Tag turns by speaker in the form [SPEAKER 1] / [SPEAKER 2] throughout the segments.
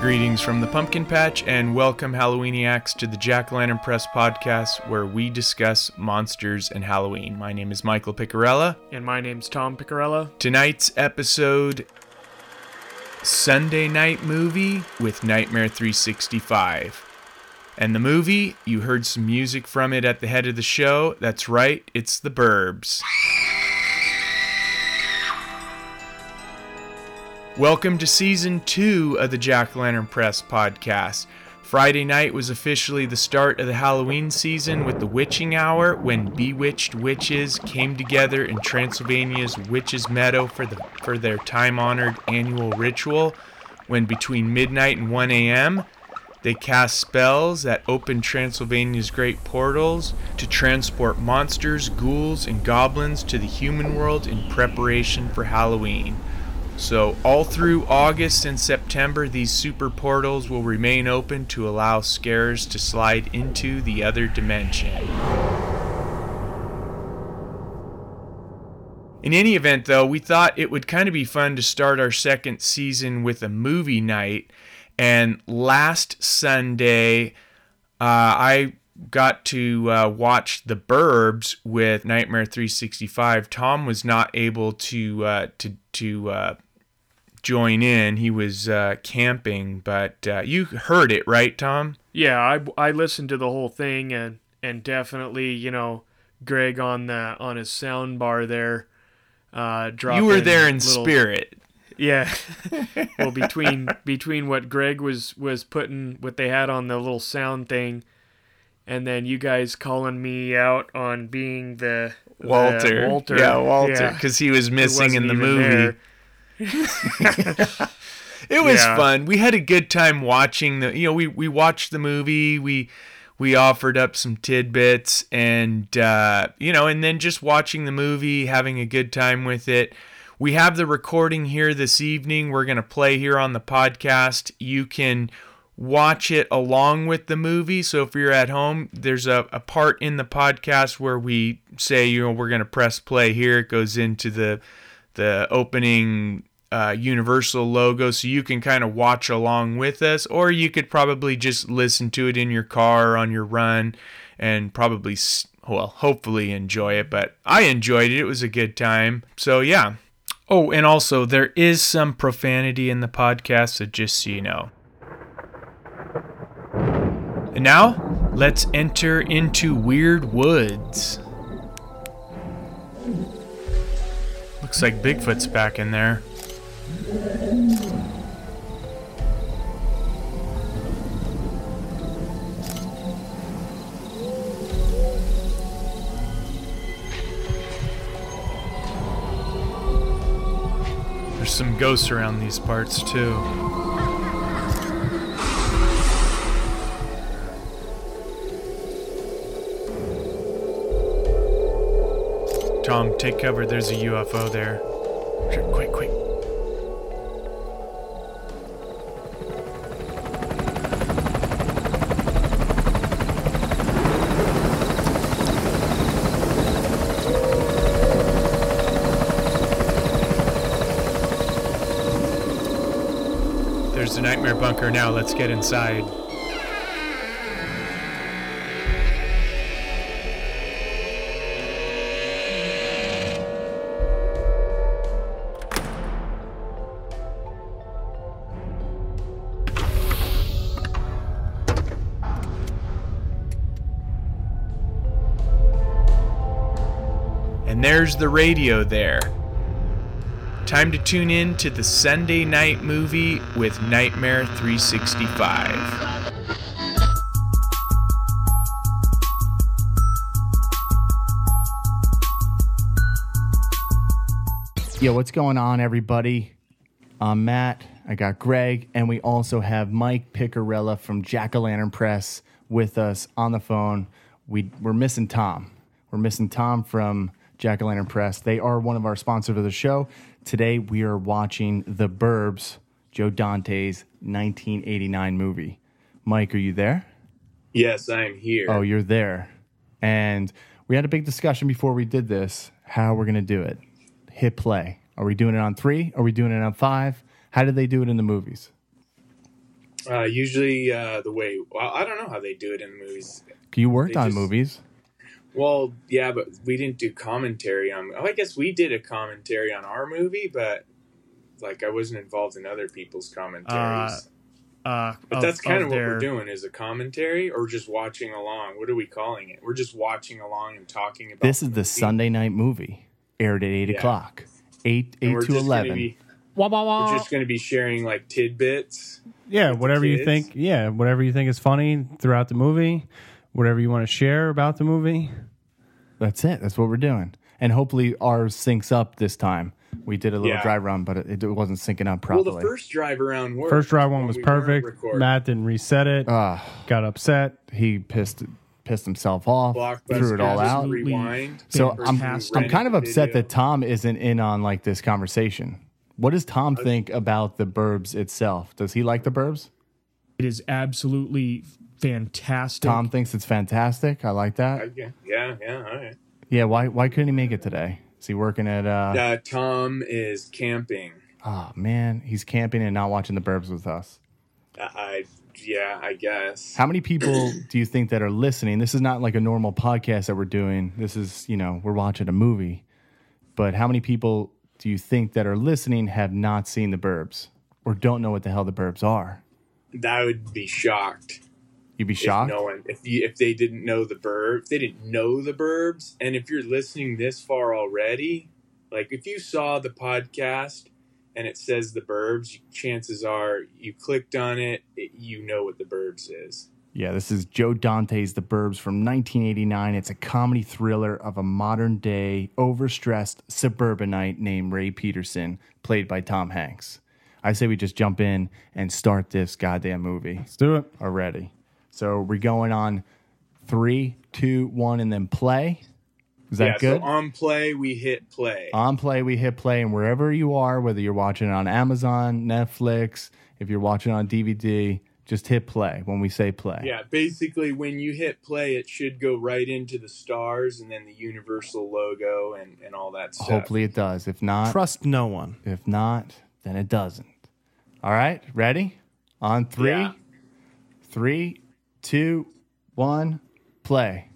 [SPEAKER 1] Greetings from the Pumpkin Patch, and welcome, Halloweeniacs, to the Jack Lantern Press podcast, where we discuss monsters and Halloween. My name is Michael Picarella.
[SPEAKER 2] And my name's Tom Picarella.
[SPEAKER 1] Tonight's episode Sunday Night Movie with Nightmare 365. And the movie, you heard some music from it at the head of the show. That's right, it's The Burbs. Welcome to season two of the Jack Lantern Press podcast. Friday night was officially the start of the Halloween season with the witching hour when bewitched witches came together in Transylvania's Witches Meadow for, the, for their time honored annual ritual. When between midnight and 1 a.m., they cast spells that open Transylvania's great portals to transport monsters, ghouls, and goblins to the human world in preparation for Halloween. So, all through August and September, these super portals will remain open to allow scares to slide into the other dimension. In any event, though, we thought it would kind of be fun to start our second season with a movie night. And last Sunday, uh, I got to uh, watch The Burbs with Nightmare 365. Tom was not able to uh, to to uh, join in. He was uh, camping, but uh, you heard it, right, Tom?
[SPEAKER 2] Yeah, I, I listened to the whole thing and and definitely, you know, Greg on the on his sound bar there uh dropped
[SPEAKER 1] you were there in
[SPEAKER 2] little-
[SPEAKER 1] spirit.
[SPEAKER 2] Yeah. well, between between what Greg was was putting what they had on the little sound thing and then you guys calling me out on being the the
[SPEAKER 1] Walter.
[SPEAKER 2] Walter.
[SPEAKER 1] Yeah, Walter.
[SPEAKER 2] Yeah.
[SPEAKER 1] Because he was
[SPEAKER 2] who
[SPEAKER 1] missing in
[SPEAKER 2] wasn't
[SPEAKER 1] the
[SPEAKER 2] even
[SPEAKER 1] movie.
[SPEAKER 2] there.
[SPEAKER 1] It was
[SPEAKER 2] Yeah.
[SPEAKER 1] fun. We had a good time watching the. You know, we we watched the movie. We we offered up some tidbits, and uh, you know, and then just watching the movie, having a good time with it. We have the recording here this evening. We're gonna play here on the podcast. You can watch it along with the movie. So if you're at home, there's a, a part in the podcast where we say, you know, we're gonna press play here. It goes into the the opening uh, Universal logo, so you can kind of watch along with us, or you could probably just listen to it in your car or on your run, and probably s- well, hopefully enjoy it. But I enjoyed it; it was a good time. So yeah. Oh, and also there is some profanity in the podcast, so just so you know. And now let's enter into Weird Woods. Looks like Bigfoot's back in there. There's some ghosts around these parts too. Tom, take cover. There's a UFO there. Quick, quick. There's the nightmare bunker now. Let's get inside. And there's the radio there. Time to tune in to the Sunday night movie with Nightmare 365.
[SPEAKER 3] Yo, what's going on, everybody? I'm Matt. I got Greg, and we also have Mike Picarella from Jack O' Lantern Press with us on the phone. We we're missing Tom. We're missing Tom from Jack O' Lantern Press. They are one of our sponsors of the show. Today we are watching The Burbs, Joe Dante's 1989 movie. Mike, are you there?
[SPEAKER 4] Yes, I am here.
[SPEAKER 3] Oh, you're there. And we had a big discussion before we did this how we're going to do it. Hit play. Are we doing it on three? Are we doing it on five? How did they do it in the movies?
[SPEAKER 4] Uh, usually, uh, the way well, I don't know how they do it in movies.
[SPEAKER 3] You worked
[SPEAKER 4] They
[SPEAKER 3] on
[SPEAKER 4] just-
[SPEAKER 3] movies.
[SPEAKER 4] Well, yeah, but we didn't do commentary on. Oh, I guess we did a commentary on our movie, but like I wasn't involved in other people's commentaries.
[SPEAKER 2] Uh, Uh,
[SPEAKER 4] but
[SPEAKER 2] of-
[SPEAKER 4] that's kind of what
[SPEAKER 2] their-
[SPEAKER 4] we're doing is a commentary or just watching along. What are we calling it? We're just watching along and talking about.
[SPEAKER 3] This is the
[SPEAKER 4] movie.
[SPEAKER 3] Sunday night movie. Aired at eight
[SPEAKER 4] Yeah.
[SPEAKER 3] o'clock. Eight
[SPEAKER 4] And
[SPEAKER 3] eight
[SPEAKER 4] we're
[SPEAKER 3] to
[SPEAKER 4] just gonna
[SPEAKER 3] eleven.
[SPEAKER 4] be-
[SPEAKER 5] Wah, wah, wah.
[SPEAKER 4] We're just going to be sharing like tidbits.
[SPEAKER 5] yeah, whatever you
[SPEAKER 4] kids.
[SPEAKER 5] think. Yeah, whatever you think is funny throughout the movie, whatever you want to share about the movie.
[SPEAKER 3] That's it. That's what we're doing. And hopefully ours syncs up this time. We did a little
[SPEAKER 4] Yeah.
[SPEAKER 3] dry run, but it, it wasn't syncing up
[SPEAKER 4] Well,
[SPEAKER 3] properly.
[SPEAKER 4] the first drive around worked.
[SPEAKER 5] First drive one
[SPEAKER 4] when
[SPEAKER 5] was
[SPEAKER 4] we weren't
[SPEAKER 5] perfect.
[SPEAKER 4] recording.
[SPEAKER 5] Matt didn't reset it.
[SPEAKER 3] Ah.
[SPEAKER 5] got upset.
[SPEAKER 3] he pissed pissed himself off,
[SPEAKER 4] Blockbuster
[SPEAKER 3] threw it all
[SPEAKER 4] just
[SPEAKER 3] out.
[SPEAKER 4] Rewind.
[SPEAKER 3] So
[SPEAKER 4] First
[SPEAKER 3] I'm
[SPEAKER 4] we
[SPEAKER 3] I'm
[SPEAKER 4] rented
[SPEAKER 3] kind of
[SPEAKER 4] the
[SPEAKER 3] upset
[SPEAKER 4] video.
[SPEAKER 3] that Tom isn't in on like this conversation. What does Tom think about the Burbs itself? Does he like the Burbs?
[SPEAKER 6] It is absolutely fantastic.
[SPEAKER 3] Tom thinks it's fantastic. I like that.
[SPEAKER 4] Yeah, yeah, yeah. All right.
[SPEAKER 3] Yeah. Why Why couldn't he make it today? Is he working at? uh
[SPEAKER 4] Uh, Tom is camping.
[SPEAKER 3] Oh man, he's camping and not watching the Burbs with us.
[SPEAKER 4] Uh, I yeah, I guess.
[SPEAKER 3] How many people do you think that are listening? This is not like a normal podcast that we're doing. This is, you know, we're watching a movie. But how many people do you think that are listening have not seen the burbs or don't know what the hell the burbs are?
[SPEAKER 4] I would be shocked
[SPEAKER 3] You'd be
[SPEAKER 4] if
[SPEAKER 3] shocked.
[SPEAKER 4] no one if you, if they didn't know the burb, if they didn't know the burbs, and if you're listening this far already, like if you saw the podcast and it says the burbs, chances are you clicked on it, it you know what the burbs is.
[SPEAKER 3] Yeah, this is Joe Dante's The Burbs from 1989. It's a comedy thriller of a modern day overstressed suburbanite named Ray Peterson, played by Tom Hanks. I say we just jump in and start this goddamn movie.
[SPEAKER 5] Let's do it.
[SPEAKER 3] already. So we're going on three, two, one, and then play. Is that
[SPEAKER 4] yeah,
[SPEAKER 3] good?
[SPEAKER 4] so
[SPEAKER 3] on-,
[SPEAKER 4] on play we hit play.
[SPEAKER 3] play, we hit play, and wherever you are, whether you're watching it on Amazon, Netflix, if you're watching on DVD, just hit play when we say play.
[SPEAKER 4] Yeah, basically, when you hit play, it should go right into the stars and then the Universal logo and, and all that stuff.
[SPEAKER 3] Hopefully it does. If not,
[SPEAKER 5] Trust no one.
[SPEAKER 3] if not, then it doesn't. All right, ready? On three,
[SPEAKER 4] Yeah.
[SPEAKER 3] three, two, one, play.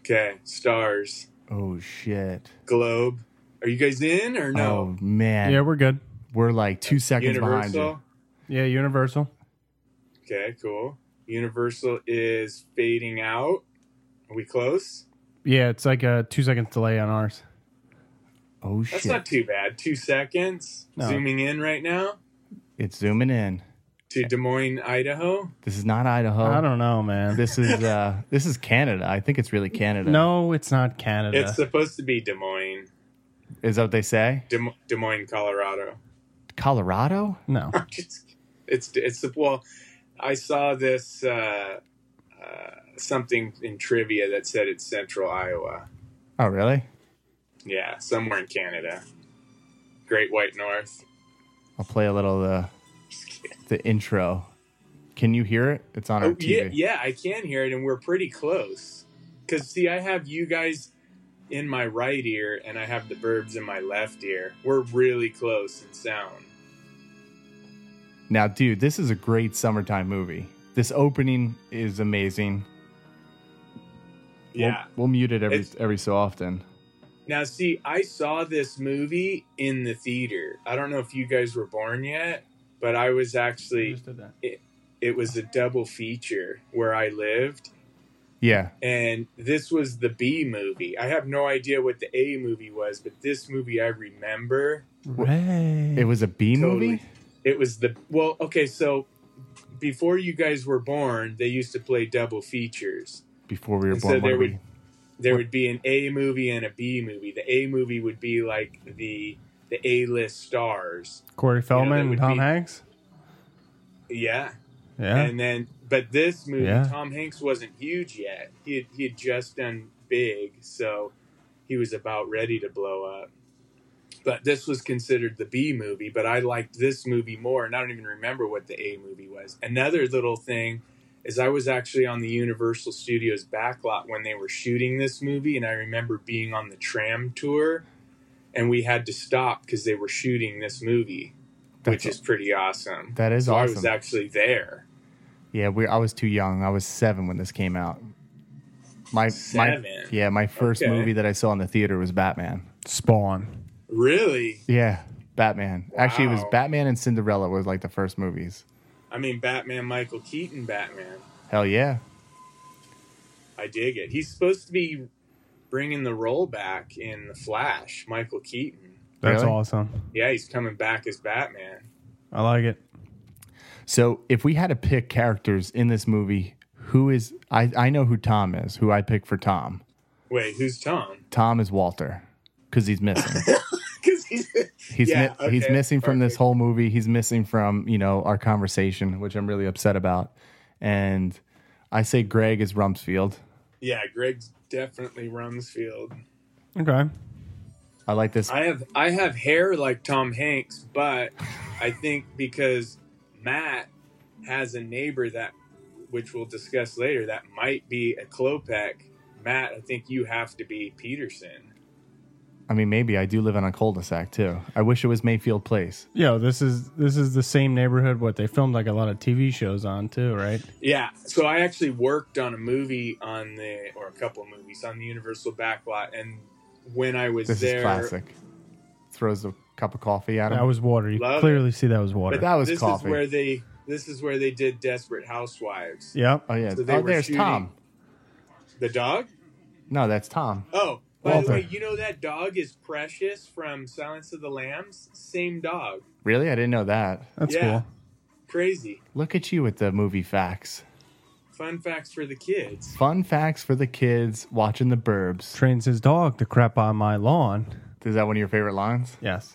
[SPEAKER 4] Okay, stars,
[SPEAKER 3] Oh shit!
[SPEAKER 4] globe. Are you guys in or no?
[SPEAKER 3] Oh man,
[SPEAKER 5] Yeah, we're good.
[SPEAKER 3] we're like two seconds behind you.
[SPEAKER 4] Universal.
[SPEAKER 5] Yeah, Universal.
[SPEAKER 4] Okay, cool. Universal is fading out. Are we close?
[SPEAKER 5] Yeah, it's like a two seconds delay on ours.
[SPEAKER 3] Oh
[SPEAKER 4] That's
[SPEAKER 3] shit!
[SPEAKER 4] not too bad. Two seconds.
[SPEAKER 5] No.
[SPEAKER 4] Zooming in right now
[SPEAKER 3] It's zooming in.
[SPEAKER 4] to Des Moines, Idaho.
[SPEAKER 3] This is not Idaho.
[SPEAKER 5] I don't know, man.
[SPEAKER 3] Oh. This is uh, this is Canada. I think it's really Canada.
[SPEAKER 5] no, it's not Canada.
[SPEAKER 4] It's supposed to be Des Moines,
[SPEAKER 3] is that what they say?
[SPEAKER 4] Des, Mo- Des Moines, Colorado.
[SPEAKER 3] Colorado?
[SPEAKER 5] no.
[SPEAKER 4] Just- it's it's well i saw this uh, uh, something in trivia that said it's central iowa
[SPEAKER 3] Oh, really?
[SPEAKER 4] yeah somewhere in canada great white north
[SPEAKER 3] I'll play a little of the the intro. Can you hear it? It's on our
[SPEAKER 4] oh, yeah,
[SPEAKER 3] TV.
[SPEAKER 4] yeah i can hear it and we're pretty close because see i have you guys in my right ear and i have the burbs in my left ear we're really close in sound
[SPEAKER 3] Now, dude, this is a great summertime movie. This opening is amazing. We'll-
[SPEAKER 4] yeah
[SPEAKER 3] we'll, mute it every
[SPEAKER 4] It's-
[SPEAKER 3] every so often.
[SPEAKER 4] now see i saw this movie in the theater i don't know if you guys were born yet but i was actually it was a double feature where I lived,
[SPEAKER 3] Yeah,
[SPEAKER 4] and this was the B movie. I have no idea what the A movie was, but this movie I remember.
[SPEAKER 3] it was a B
[SPEAKER 4] Totally.
[SPEAKER 3] movie.
[SPEAKER 4] It was the well, okay, so before you guys were born, they used to play double features.
[SPEAKER 3] Before we were
[SPEAKER 4] And so
[SPEAKER 3] born,
[SPEAKER 4] there
[SPEAKER 3] what are
[SPEAKER 4] would-
[SPEAKER 3] we?
[SPEAKER 4] There would be an A movie and a B movie. The A movie would be like the the A list stars.
[SPEAKER 5] Corey
[SPEAKER 4] Yeah,
[SPEAKER 5] Feldman
[SPEAKER 4] that
[SPEAKER 5] and
[SPEAKER 4] would
[SPEAKER 5] Tom
[SPEAKER 4] be-
[SPEAKER 5] Hanks.
[SPEAKER 4] Yeah.
[SPEAKER 5] Yeah.
[SPEAKER 4] And then, but this movie,
[SPEAKER 5] Yeah.
[SPEAKER 4] Tom Hanks wasn't huge yet. He had, he had just done big, so he was about ready to blow up. But this was considered the B movie, but I liked this movie more, and I don't even remember what the A movie was. Another little thing is I was actually on the Universal Studios backlot when they were shooting this movie, and I remember being on the tram tour, and we had to stop because they were shooting this movie. which is pretty awesome.
[SPEAKER 3] That is
[SPEAKER 4] so I was
[SPEAKER 3] awesome.
[SPEAKER 4] actually there.
[SPEAKER 3] Yeah, we. I was too young. I was seven when this came out. My
[SPEAKER 4] Seven.
[SPEAKER 3] my yeah, my first
[SPEAKER 4] Okay.
[SPEAKER 3] movie that I saw in the theater was Batman.
[SPEAKER 5] Spawn.
[SPEAKER 4] Really?
[SPEAKER 3] Yeah, Batman. Actually, it was
[SPEAKER 4] Wow.
[SPEAKER 3] Batman and Cinderella was like the first movies.
[SPEAKER 4] I mean, Batman, Michael Keaton, Batman.
[SPEAKER 3] Hell yeah.
[SPEAKER 4] I dig it. He's supposed to be bringing the role back in The Flash, Michael Keaton.
[SPEAKER 5] That's
[SPEAKER 3] Really?
[SPEAKER 5] awesome.
[SPEAKER 4] Yeah, he's coming back as Batman.
[SPEAKER 5] I like it.
[SPEAKER 3] So if we had to pick characters in this movie, who is I, I know who Tom is, who I pick for Tom.
[SPEAKER 4] Wait, who's Tom?
[SPEAKER 3] Tom is Walter. Because he's missing.
[SPEAKER 4] Because he's
[SPEAKER 3] He's mi-
[SPEAKER 4] Yeah,
[SPEAKER 3] he's
[SPEAKER 4] okay,
[SPEAKER 3] missing from this
[SPEAKER 4] perfect.
[SPEAKER 3] whole movie. He's missing from you know our conversation, which I'm really upset about. And I say Greg is Rumsfeld.
[SPEAKER 4] yeah, Greg's definitely Rumsfeld.
[SPEAKER 5] Okay.
[SPEAKER 3] I like this.
[SPEAKER 4] I have I have hair like Tom Hanks, but I think because Matt has a neighbor that which we'll discuss later that might be a Klopek. Matt, I think you have to be Peterson.
[SPEAKER 3] I mean, maybe I do live on a cul-de-sac too. I wish it was Mayfield Place.
[SPEAKER 5] Yo, this is this is the same neighborhood what they filmed like a lot of TV shows on too, right?
[SPEAKER 4] Yeah. So I actually worked on a movie on the or a couple of movies on the Universal backlot and when I was
[SPEAKER 3] This is
[SPEAKER 4] there
[SPEAKER 3] classic. Throws a cup of coffee at him.
[SPEAKER 5] That was water. You
[SPEAKER 4] Love
[SPEAKER 5] clearly see that was water.
[SPEAKER 3] But that was
[SPEAKER 4] this
[SPEAKER 3] coffee.
[SPEAKER 4] is where they this is where they did Desperate Housewives.
[SPEAKER 5] yep.
[SPEAKER 3] oh yeah.
[SPEAKER 4] so they
[SPEAKER 3] oh,
[SPEAKER 4] were
[SPEAKER 3] there's
[SPEAKER 4] shooting-
[SPEAKER 3] Tom.
[SPEAKER 4] The dog?
[SPEAKER 3] No, that's Tom.
[SPEAKER 4] Oh, by
[SPEAKER 5] Walter.
[SPEAKER 4] the way, you know that dog is Precious from Silence of the Lambs? Same dog.
[SPEAKER 3] Really, I didn't know that.
[SPEAKER 5] That's
[SPEAKER 4] yeah.
[SPEAKER 5] cool.
[SPEAKER 4] Crazy.
[SPEAKER 3] Look at you with the movie facts.
[SPEAKER 4] Fun facts for the kids.
[SPEAKER 3] Fun facts for the kids watching the Burbs.
[SPEAKER 5] Trains his dog to crap on my lawn.
[SPEAKER 3] Is that one of your favorite lines?
[SPEAKER 5] Yes.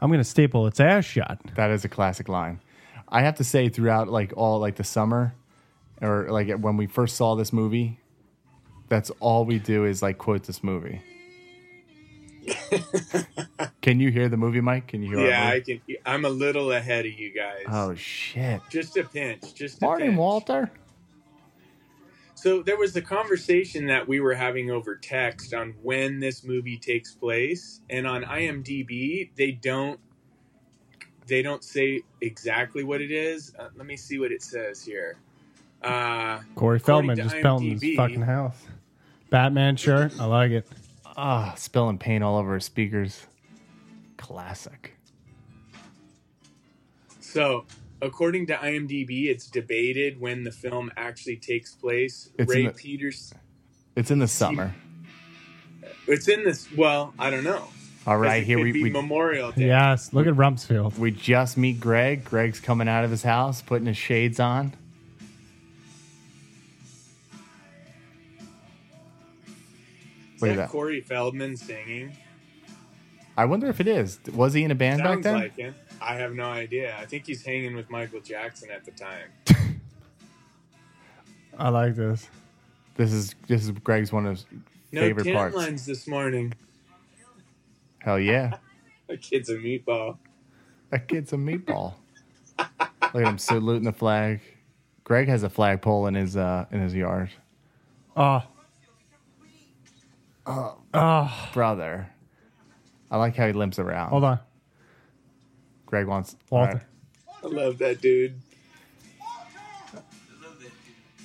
[SPEAKER 5] I'm gonna staple its ass shot.
[SPEAKER 3] That is a classic line. I have to say, throughout like all like the summer, or like when we first saw this movie, that's all we do is like quote this movie. Can you hear the movie, Mike? Can you hear? our
[SPEAKER 4] Yeah, I
[SPEAKER 3] movie?
[SPEAKER 4] can. I'm a little ahead of you guys.
[SPEAKER 3] Oh shit,
[SPEAKER 4] Just a pinch. Just a
[SPEAKER 3] Martin
[SPEAKER 4] pinch.
[SPEAKER 3] Walter.
[SPEAKER 4] So there was a conversation that we were having over text on when this movie takes place, and on IMDb they don't they don't say exactly what it is. Uh, let me see what it says here. Uh,
[SPEAKER 5] Corey
[SPEAKER 4] According
[SPEAKER 5] Feldman
[SPEAKER 4] to
[SPEAKER 5] just pelting his
[SPEAKER 4] IMDb.
[SPEAKER 5] fucking house. Batman shirt. I like it.
[SPEAKER 3] Ah, spilling paint all over his speakers. Classic.
[SPEAKER 4] So, according to IMDb, it's debated when the film actually takes place.
[SPEAKER 3] It's
[SPEAKER 4] Ray
[SPEAKER 3] in the-
[SPEAKER 4] Peters.
[SPEAKER 3] It's in the summer.
[SPEAKER 4] It's in this. Well, I don't know.
[SPEAKER 3] All right,
[SPEAKER 4] It
[SPEAKER 3] here
[SPEAKER 4] could
[SPEAKER 3] we
[SPEAKER 4] be
[SPEAKER 3] we,
[SPEAKER 4] Memorial Day.
[SPEAKER 5] Yes. Look at Rumsfeld.
[SPEAKER 3] we just meet Greg. Greg's coming out of his house, putting his shades on.
[SPEAKER 4] Is
[SPEAKER 3] Look at
[SPEAKER 4] that
[SPEAKER 3] that.
[SPEAKER 4] Corey Feldman singing.
[SPEAKER 3] I wonder if it is. Was he in a band back
[SPEAKER 4] Sounds
[SPEAKER 3] then?
[SPEAKER 4] like it. I have no idea. I think he's hanging with Michael Jackson at the time.
[SPEAKER 5] I like this.
[SPEAKER 3] This is this is Greg's one of his
[SPEAKER 4] No
[SPEAKER 3] favorite
[SPEAKER 4] tan
[SPEAKER 3] parts.
[SPEAKER 4] lines this morning.
[SPEAKER 3] Hell yeah,
[SPEAKER 4] A kid's a meatball.
[SPEAKER 3] that kid's a meatball. Look at him saluting the flag. Greg has a flagpole in his uh in his yard,
[SPEAKER 5] Oh.
[SPEAKER 3] brother. I like how he limps around.
[SPEAKER 5] Hold on.
[SPEAKER 3] Greg wants
[SPEAKER 5] Walter.
[SPEAKER 3] alright.
[SPEAKER 4] I love that dude.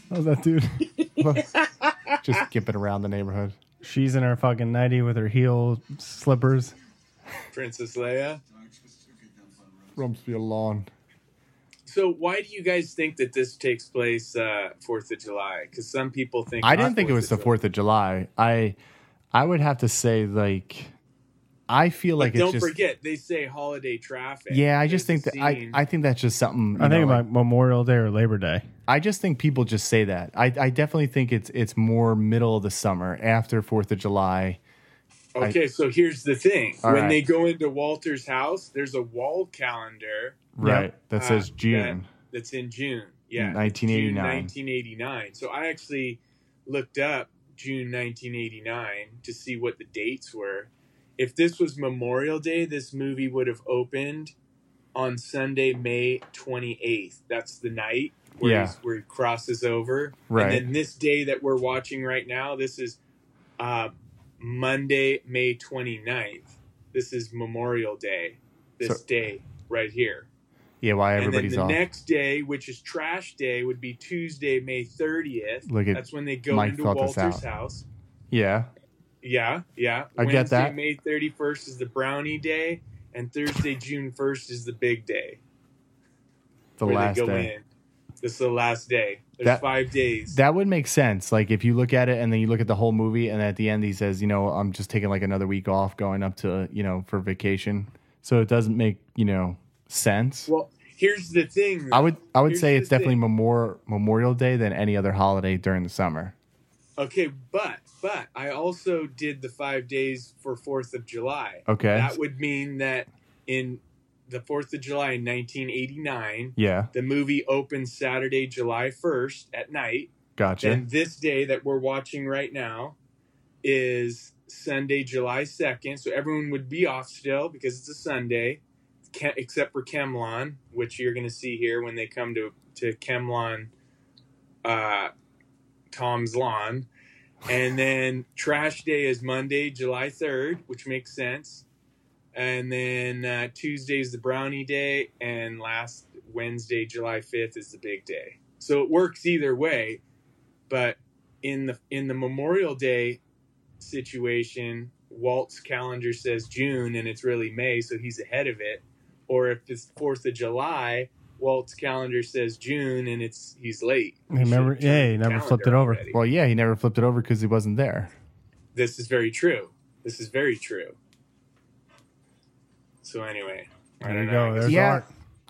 [SPEAKER 5] How's that dude?
[SPEAKER 3] just skipping around the neighborhood.
[SPEAKER 5] She's in her fucking nighty with her heel slippers.
[SPEAKER 4] Princess Leia.
[SPEAKER 3] Rumsfield lawn.
[SPEAKER 4] So, why do you guys think that this takes place uh, Fourth of July? Because some people think
[SPEAKER 3] I
[SPEAKER 4] not
[SPEAKER 3] didn't think it was the
[SPEAKER 4] July.
[SPEAKER 3] Fourth of July. I I would have to say like I feel like
[SPEAKER 4] But don't
[SPEAKER 3] it's just
[SPEAKER 4] forget they say holiday traffic.
[SPEAKER 3] yeah. I just
[SPEAKER 4] There's
[SPEAKER 3] think
[SPEAKER 4] a
[SPEAKER 3] that I
[SPEAKER 4] scene.
[SPEAKER 3] I think that's just something.
[SPEAKER 5] I
[SPEAKER 3] you
[SPEAKER 5] think
[SPEAKER 3] know, like-
[SPEAKER 5] about Memorial Day or Labor Day.
[SPEAKER 3] I just think people just say that. I, I definitely think it's it's more middle of the summer after Fourth of July.
[SPEAKER 4] okay. so here's the thing:
[SPEAKER 3] All
[SPEAKER 4] when
[SPEAKER 3] right.
[SPEAKER 4] they go into Walter's house, there's a wall calendar
[SPEAKER 3] Right. That
[SPEAKER 4] uh,
[SPEAKER 3] says
[SPEAKER 4] that-
[SPEAKER 3] June.
[SPEAKER 4] that's in June. Yeah, June
[SPEAKER 3] 1989.
[SPEAKER 4] 1989. So I actually looked up June 1989 to see what the dates were. If this was Memorial Day, this movie would have opened on Sunday, May 28th. That's the night where,
[SPEAKER 3] Yeah.
[SPEAKER 4] he's- where he crosses over.
[SPEAKER 3] Right.
[SPEAKER 4] And then this day that we're watching right now, this is uh, Monday, May 29th. This is Memorial Day. This
[SPEAKER 3] So-
[SPEAKER 4] day right here.
[SPEAKER 3] Yeah, why
[SPEAKER 4] And then
[SPEAKER 3] everybody's
[SPEAKER 4] the
[SPEAKER 3] off.
[SPEAKER 4] next day, which is trash day, would be Tuesday, May 30th.
[SPEAKER 3] Look at-
[SPEAKER 4] That's when they go
[SPEAKER 3] Mike
[SPEAKER 4] into
[SPEAKER 3] thought this
[SPEAKER 4] Walter's
[SPEAKER 3] out.
[SPEAKER 4] house.
[SPEAKER 3] yeah.
[SPEAKER 4] Yeah, yeah.
[SPEAKER 3] I
[SPEAKER 4] Wednesday,
[SPEAKER 3] get that.
[SPEAKER 4] May 31st is the brownie day, and Thursday, June 1st is the big day.
[SPEAKER 3] The
[SPEAKER 4] where
[SPEAKER 3] last
[SPEAKER 4] they go
[SPEAKER 3] day.
[SPEAKER 4] in. This is the last day. There's
[SPEAKER 3] That-
[SPEAKER 4] five days.
[SPEAKER 3] That would make sense. Like if you look at it and then you look at the whole movie and at the end he says, you know, I'm just taking like another week off going up to, you know, for vacation. So it doesn't make, you know, sense.
[SPEAKER 4] well, here's the thing.
[SPEAKER 3] I would I would
[SPEAKER 4] Here's
[SPEAKER 3] say
[SPEAKER 4] the
[SPEAKER 3] it's definitely
[SPEAKER 4] thing.
[SPEAKER 3] memor- Memorial Day than any other holiday during the summer.
[SPEAKER 4] Okay, but but I also did the five days for Fourth of July.
[SPEAKER 3] Okay.
[SPEAKER 4] That would mean that in the Fourth of July in 1989,
[SPEAKER 3] Yeah,
[SPEAKER 4] the movie opened Saturday, July 1st at night.
[SPEAKER 3] gotcha.
[SPEAKER 4] Then this day that we're watching right now is Sunday, July 2nd. So everyone would be off still because it's a Sunday, Ke- except for Kemlon, which you're going to see here when they come to, to Kemlon, uh, Tom's Lawn. And then trash day is Monday, July 3rd, which makes sense. And then uh, Tuesday is the brownie day. And last Wednesday, July 5th, is the big day. So it works either way but in the in the Memorial Day situation, Walt's calendar says June and it's really May, so he's ahead of it. Or if it's Fourth of July, Walt's calendar says June and it's he's late.
[SPEAKER 5] Hey, remember-
[SPEAKER 4] Should've turned
[SPEAKER 5] hey,
[SPEAKER 4] the
[SPEAKER 5] never
[SPEAKER 4] calendar
[SPEAKER 5] flipped it over.
[SPEAKER 4] already.
[SPEAKER 3] well, yeah, he never flipped it over because he wasn't there.
[SPEAKER 4] This is very true. This is very true. So anyway, I don't
[SPEAKER 5] There
[SPEAKER 4] know.
[SPEAKER 5] you go.
[SPEAKER 4] I
[SPEAKER 5] There's
[SPEAKER 4] guess-
[SPEAKER 3] yeah,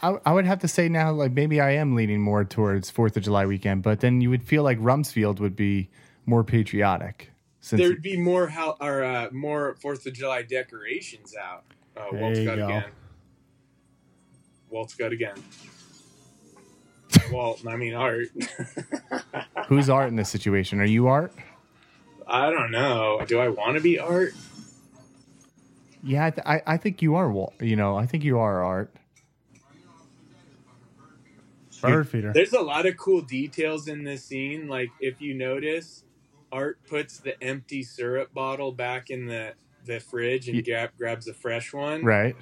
[SPEAKER 5] art.
[SPEAKER 3] I, I would have to say now, like maybe I am leaning more towards Fourth of July weekend, but then you would feel like Rumsfeld would be more patriotic since
[SPEAKER 4] There'd be more how or uh, more Fourth of July decorations out. Oh,
[SPEAKER 5] There
[SPEAKER 4] Walt's
[SPEAKER 5] you
[SPEAKER 4] got
[SPEAKER 5] go.
[SPEAKER 4] again. Walt's got again. Walt, I mean Art.
[SPEAKER 3] who's Art in this situation? Are you Art?
[SPEAKER 4] I don't know. Do I want to be Art?
[SPEAKER 3] Yeah, I, th- I, I think you are. Wal- You know, I think you are Art.
[SPEAKER 5] Bird feeder.
[SPEAKER 4] There's a lot of cool details in this scene. Like if you notice, Art puts the empty syrup bottle back in the the fridge and grab, grabs a fresh one.
[SPEAKER 3] Right.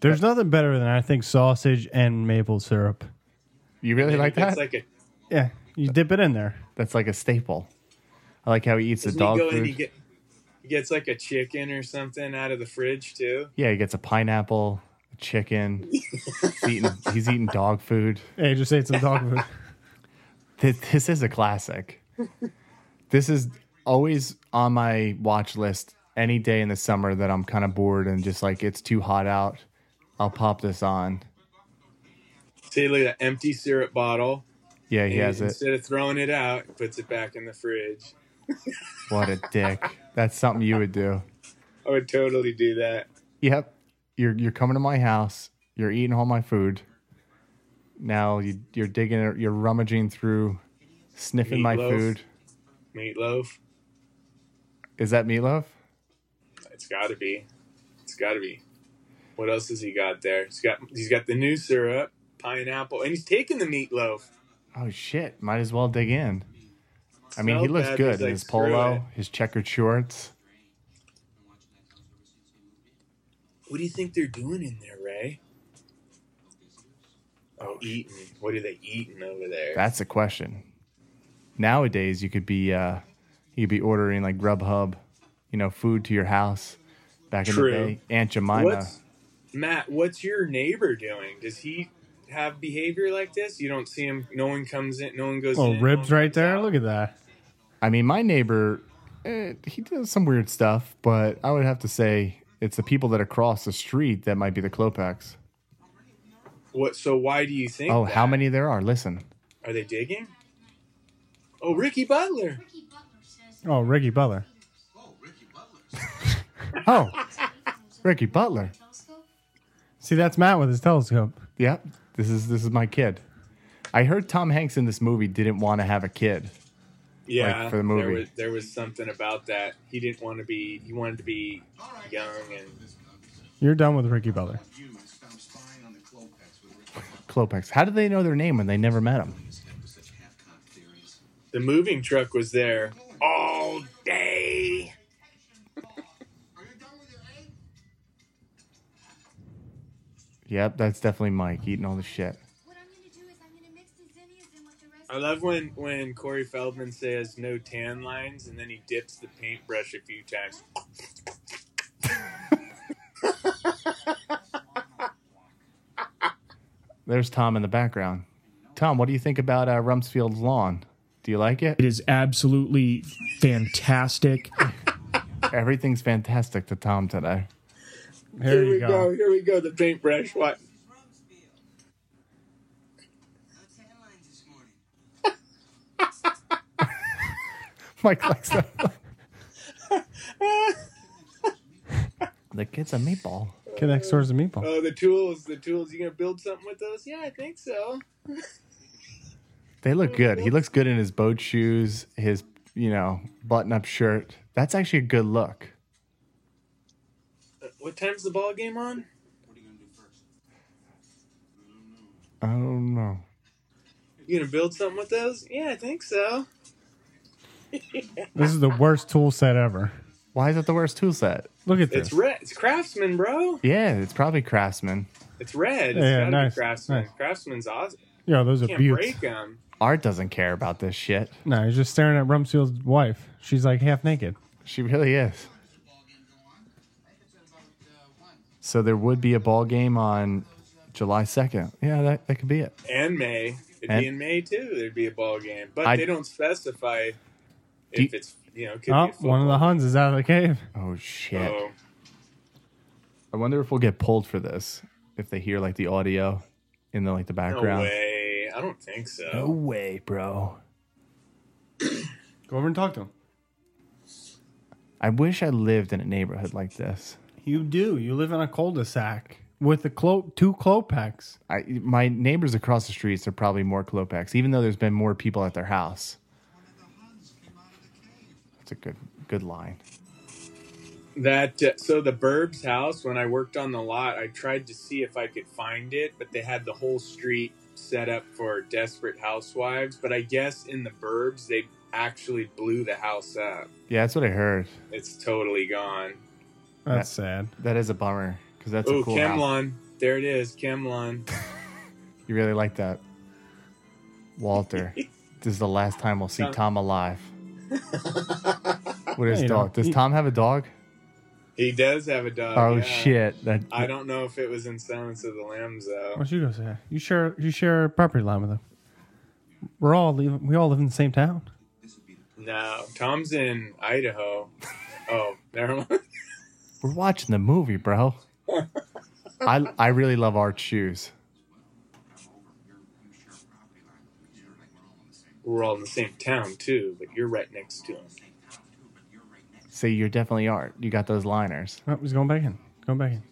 [SPEAKER 5] There's nothing better than I think sausage and maple syrup.
[SPEAKER 3] You really like that?
[SPEAKER 4] It's like a
[SPEAKER 5] Yeah, you dip it in there.
[SPEAKER 3] That's like a staple. I like how he eats the
[SPEAKER 4] doesn't
[SPEAKER 3] dog
[SPEAKER 4] he go
[SPEAKER 3] food.
[SPEAKER 4] and he, get, he gets like a chicken or something out of the fridge too.
[SPEAKER 3] Yeah, he gets a pineapple, a chicken. he's, eating, he's eating dog food.
[SPEAKER 5] Hey, just ate some dog food.
[SPEAKER 3] This, this is a classic. This is always on my watch list any day in the summer that I'm kind of bored and just like it's too hot out. I'll pop this on.
[SPEAKER 4] See, look at that empty syrup bottle.
[SPEAKER 3] Yeah, he
[SPEAKER 4] And
[SPEAKER 3] has it.
[SPEAKER 4] Instead of throwing it out, he puts it back in the fridge.
[SPEAKER 3] What a dick. That's something you would do.
[SPEAKER 4] I would totally do that.
[SPEAKER 3] Yep. You're you're coming to my house. You're eating all my food. Now you, you're digging. You're rummaging through, sniffing my
[SPEAKER 4] Meatloaf.
[SPEAKER 3] food.
[SPEAKER 4] Meatloaf.
[SPEAKER 3] Is that meatloaf?
[SPEAKER 4] It's got to be. It's got to be. What else has he got there? He's got he's got the new syrup, pineapple, and he's taking the meatloaf.
[SPEAKER 3] Oh shit! Might as well dig in. I mean, he
[SPEAKER 4] Smelled
[SPEAKER 3] looks
[SPEAKER 4] bad,
[SPEAKER 3] good
[SPEAKER 4] he's
[SPEAKER 3] in
[SPEAKER 4] like,
[SPEAKER 3] his
[SPEAKER 4] "Screw
[SPEAKER 3] polo, his checkered shorts.
[SPEAKER 4] What do you think they're doing in there, Ray? Oh, eating. What are they eating over there?
[SPEAKER 3] That's the question. Nowadays, you could be uh, you could be ordering like Grubhub, you know, food to your house. Back in
[SPEAKER 4] True.
[SPEAKER 3] the day, Aunt Jemima.
[SPEAKER 4] What's Matt? What's your neighbor doing? Does he have behavior like this? You don't see him. No one comes in. No one goes.
[SPEAKER 5] Little
[SPEAKER 4] in, no
[SPEAKER 5] Oh, ribs
[SPEAKER 4] one
[SPEAKER 5] right
[SPEAKER 4] comes
[SPEAKER 5] there.
[SPEAKER 4] out.
[SPEAKER 5] Look at that.
[SPEAKER 3] I mean, my neighbor, eh, he does some weird stuff, but I would have to say it's the people that are across the street that might be the Klopex.
[SPEAKER 4] What? So why do you think?
[SPEAKER 3] Oh,
[SPEAKER 4] that?
[SPEAKER 3] how many there are? Listen,
[SPEAKER 4] Are they digging? Oh, Ricky Butler.
[SPEAKER 5] Oh, Ricky Butler.
[SPEAKER 3] oh, Ricky Butler.
[SPEAKER 5] See, that's Matt with his telescope.
[SPEAKER 3] Yep, this is this is my kid. I heard Tom Hanks in this movie didn't want to have a kid.
[SPEAKER 4] Yeah,
[SPEAKER 3] for the movie.
[SPEAKER 4] There was, there was something about that. He didn't want to be. He wanted to be young and
[SPEAKER 5] You're done with Ricky Butler.
[SPEAKER 3] Klopex. How did they know their name when they never met him?
[SPEAKER 4] the moving truck was there all day.
[SPEAKER 3] Yep, that's definitely Mike eating all the shit.
[SPEAKER 7] What I'm gonna do is I'm gonna mix the zinnias in with the rest
[SPEAKER 4] I love when when Corey Feldman says no tan lines, and then he dips the paintbrush a few times.
[SPEAKER 3] There's Tom in the background. Tom, what do you think about uh, Rumsfield's lawn? Do you like it?
[SPEAKER 6] It is absolutely fantastic.
[SPEAKER 3] Everything's fantastic to Tom today.
[SPEAKER 5] Here
[SPEAKER 4] we
[SPEAKER 5] you go.
[SPEAKER 4] Here we go. The paintbrush. What?
[SPEAKER 3] Mike likes that. the kid's a meatball.
[SPEAKER 5] Kid next door's a meatball.
[SPEAKER 4] Oh, the tools. The tools. You gonna build something with those? Yeah, I think so.
[SPEAKER 3] They look good. He looks good in his boat shoes, his you know button up shirt. That's actually a good look.
[SPEAKER 4] Uh, What time's the ball game on?
[SPEAKER 3] I don't know.
[SPEAKER 4] You gonna build something with those? Yeah, I think so.
[SPEAKER 5] This is the worst tool set ever.
[SPEAKER 3] Why is it the worst tool set?
[SPEAKER 5] Look at
[SPEAKER 4] It's
[SPEAKER 5] this.
[SPEAKER 4] red. It's Craftsman, bro.
[SPEAKER 3] Yeah, it's probably Craftsman.
[SPEAKER 4] It's red. It's
[SPEAKER 5] Yeah,
[SPEAKER 4] gotta
[SPEAKER 5] nice,
[SPEAKER 4] be Craftsman.
[SPEAKER 5] nice.
[SPEAKER 4] Craftsman's awesome.
[SPEAKER 5] Yeah, those are
[SPEAKER 4] Can't
[SPEAKER 5] beauts.
[SPEAKER 4] break them.
[SPEAKER 3] Art doesn't care about this shit.
[SPEAKER 5] No, he's just staring at Rumsfield's wife. She's like half naked.
[SPEAKER 3] She really is. So there would be a ball game on July second. Yeah, that, that could be it.
[SPEAKER 4] And May. It'd
[SPEAKER 3] And-
[SPEAKER 4] be in May too. There'd be a ball game, but
[SPEAKER 3] I-
[SPEAKER 4] they don't specify
[SPEAKER 3] Do you-
[SPEAKER 4] if it's you know. it Could
[SPEAKER 5] Oh,
[SPEAKER 4] be a
[SPEAKER 5] one of the Huns is out of the cave.
[SPEAKER 3] Oh shit.
[SPEAKER 4] football.
[SPEAKER 3] I wonder if we'll get pulled for this if they hear like the audio in the like the
[SPEAKER 4] No
[SPEAKER 3] background.
[SPEAKER 4] way. I don't think so.
[SPEAKER 3] No way, bro.
[SPEAKER 5] Go over and talk to him.
[SPEAKER 3] I wish I lived in a neighborhood like this.
[SPEAKER 5] You do. You live in a cul-de-sac with a clo- two Clopex.
[SPEAKER 3] I my neighbors across the streets are probably more Klopex, even though there's been more people at their house. That's a good good line.
[SPEAKER 4] That uh, so the Burbs house when I worked on the lot, I tried to see if I could find it, but they had the whole street set up for desperate housewives. But I guess in the Burbs, they actually blew the house up.
[SPEAKER 3] Yeah, that's what I heard.
[SPEAKER 4] It's totally gone.
[SPEAKER 5] That's sad.
[SPEAKER 3] That is a bummer because that's
[SPEAKER 4] Oh,
[SPEAKER 3] a cool house.
[SPEAKER 4] Kemlon, there it is, Kemlon.
[SPEAKER 3] You really like that, Walter. this is the last time we'll see
[SPEAKER 4] Tom.
[SPEAKER 3] Tom alive. What is
[SPEAKER 5] Yeah, you
[SPEAKER 3] dog?
[SPEAKER 5] know,
[SPEAKER 3] Does
[SPEAKER 5] he-
[SPEAKER 3] Tom have a dog?
[SPEAKER 4] He does have a dog.
[SPEAKER 3] Oh
[SPEAKER 4] yeah.
[SPEAKER 3] shit! That
[SPEAKER 4] I don't know if it was in Silence of the Lambs though.
[SPEAKER 5] Why don't you go say? hi? You share you share a property line with him. We're all leaving, we all live in the same town.
[SPEAKER 4] No, Tom's in Idaho. Oh, never mind.
[SPEAKER 3] we're watching the movie, bro. I I really love art shoes.
[SPEAKER 4] We're all in the same town too, but you're right next to him.
[SPEAKER 3] So you're definitely art. You got those liners.
[SPEAKER 5] Oh, he's going back in. Going back in.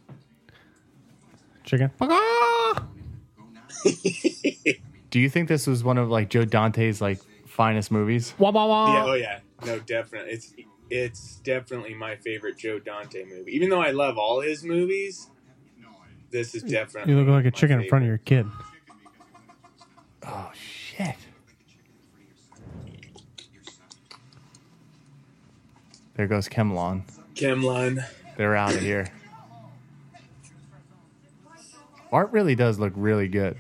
[SPEAKER 5] Chicken.
[SPEAKER 3] Do you think this was one of like Joe Dante's like finest movies?
[SPEAKER 4] Yeah, oh yeah, no, definitely. It's it's definitely my favorite Joe Dante movie. Even though I love all his movies, this is definitely.
[SPEAKER 5] You look like a chicken in front of your kid.
[SPEAKER 3] Oh shit! There goes Kemlon.
[SPEAKER 4] Kemlon.
[SPEAKER 3] They're out of here. Art really does look really good.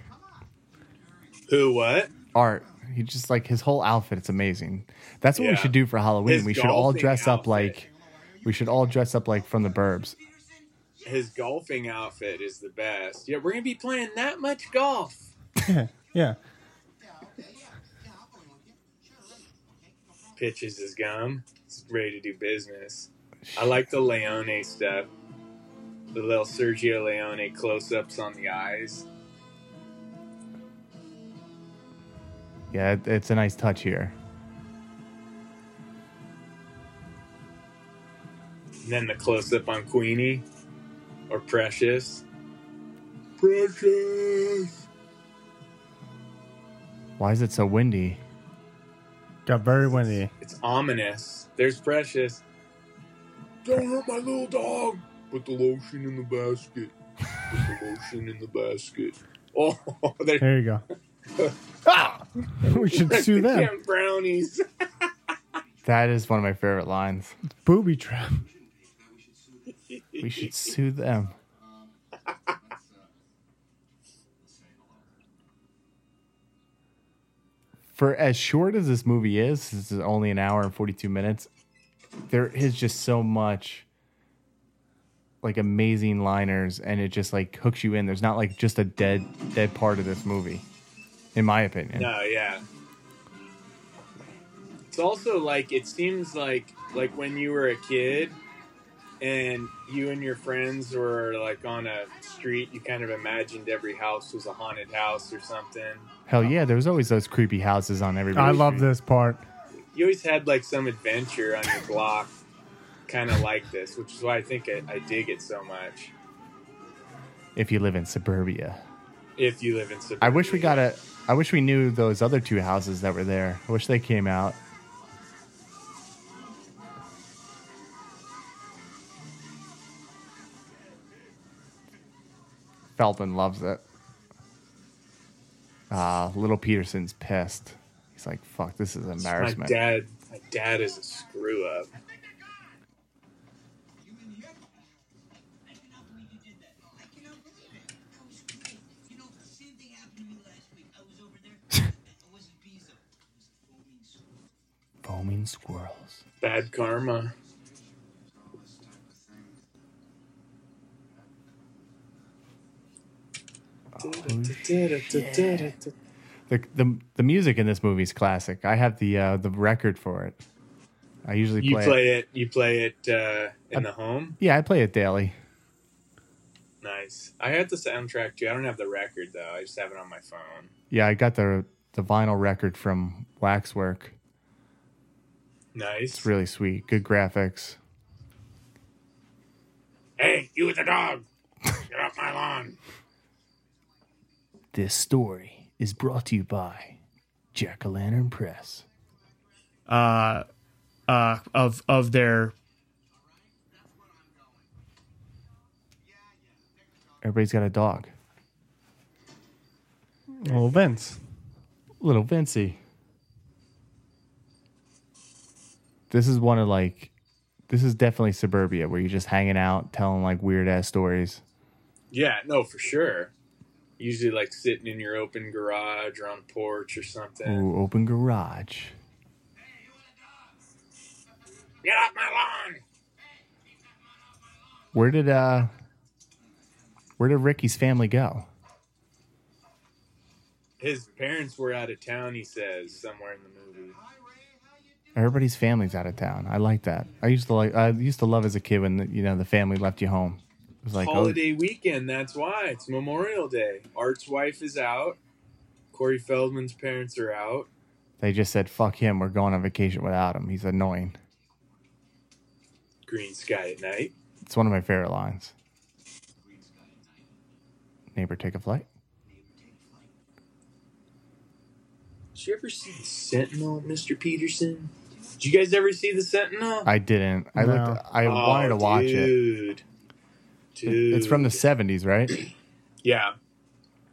[SPEAKER 4] Who? What?
[SPEAKER 3] Art, he just like his whole outfit. It's amazing. That's what we
[SPEAKER 4] Yeah.
[SPEAKER 3] should do for Halloween.
[SPEAKER 4] His
[SPEAKER 3] we should all
[SPEAKER 4] golfing
[SPEAKER 3] dress up
[SPEAKER 4] outfit.
[SPEAKER 3] like. We should all dress up like from the Burbs.
[SPEAKER 4] His golfing outfit is the best. Yeah, we're gonna be playing that much golf.
[SPEAKER 5] Yeah.
[SPEAKER 4] Pitches his gum. He's ready to do business. I like the Leone stuff. The little Sergio Leone close-ups on the eyes.
[SPEAKER 3] Yeah, it, it's a nice touch here.
[SPEAKER 4] And then the close up on Queenie or Precious. Precious!
[SPEAKER 3] Why is it so windy?
[SPEAKER 5] Got very windy.
[SPEAKER 4] It's ominous. There's Precious. Don't hurt my little dog! Put the lotion in the basket. Put the lotion in the basket. Oh, there
[SPEAKER 5] There you go.
[SPEAKER 4] Ah!
[SPEAKER 5] we should sue them.
[SPEAKER 4] Damn brownies.
[SPEAKER 3] That is one of my favorite lines.
[SPEAKER 5] Booby trap.
[SPEAKER 3] We should sue them. for as short as this movie is, this is only an hour and 42 minutes. There is just so much like amazing liners and it just like hooks you in. There's not like just a dead dead part of this movie in my opinion.
[SPEAKER 4] No, yeah. It's also like it seems like like when you were a kid and you and your friends were like on a street, you kind of imagined every house was a haunted house or something.
[SPEAKER 3] Hell yeah, there was always those creepy houses on every
[SPEAKER 5] I love this part.
[SPEAKER 4] You always had like some adventure on your block, kind of like this, which is why I think I, I dig it so much.
[SPEAKER 3] if you live in suburbia.
[SPEAKER 4] If you live in suburbia,
[SPEAKER 3] I wish we got a. I wish we knew those other two houses that were there. I wish they came out. Feldman loves it. Ah, little Peterson's pissed. He's like, "Fuck, this is
[SPEAKER 4] My
[SPEAKER 3] embarrassment."
[SPEAKER 4] dad, my dad is a screw up.
[SPEAKER 3] Foaming squirrels.
[SPEAKER 4] Bad karma.
[SPEAKER 3] The, the the music in this movie is classic. I have the uh, the record for it. I usually
[SPEAKER 4] You
[SPEAKER 3] play. it.
[SPEAKER 4] play it. You play it uh, in the home.
[SPEAKER 3] Yeah, I play it daily.
[SPEAKER 4] Nice. I had the soundtrack too. I don't have the record though. I just have it on my phone.
[SPEAKER 3] Yeah, I got the the vinyl record from Waxwork.
[SPEAKER 4] Nice.
[SPEAKER 3] It's really sweet. Good graphics.
[SPEAKER 4] hey, you with the dog? Get off my lawn.
[SPEAKER 3] This story is brought to you by Jack O' Lantern Press.
[SPEAKER 2] uh, of of their
[SPEAKER 3] Everybody's got a dog.
[SPEAKER 5] Well, Vince.
[SPEAKER 3] Little Vincy. This is one of like this is definitely suburbia where you're just hanging out, telling like weird ass stories.
[SPEAKER 4] Yeah, no, for sure. Usually, like sitting in your open garage or on a porch or something.
[SPEAKER 3] Ooh, open garage.
[SPEAKER 4] Get off my lawn.
[SPEAKER 3] Where did uh where did Ricky's family go?
[SPEAKER 4] His parents were out of town. He says somewhere in the movie.
[SPEAKER 3] Everybody's family's out of town. I like that. I used to like. I used to love as a kid when the, you know the family left you home. It was like, oh,
[SPEAKER 4] holiday weekend. That's why it's Memorial Day. Art's wife is out. Corey Feldman's parents are out.
[SPEAKER 3] they just said, "Fuck him. We're going on vacation without him. He's annoying."
[SPEAKER 4] Green sky at night.
[SPEAKER 3] It's one of my favorite lines. Neighbor, take a flight.
[SPEAKER 4] Did you ever see the Sentinel, Mister Peterson? Did you guys ever see the Sentinel?
[SPEAKER 3] I didn't. I
[SPEAKER 5] No.
[SPEAKER 3] looked. I wanted to watch it.
[SPEAKER 4] dude.
[SPEAKER 3] It-
[SPEAKER 4] Oh, Dude,
[SPEAKER 3] It's from the '70s, right?
[SPEAKER 4] yeah,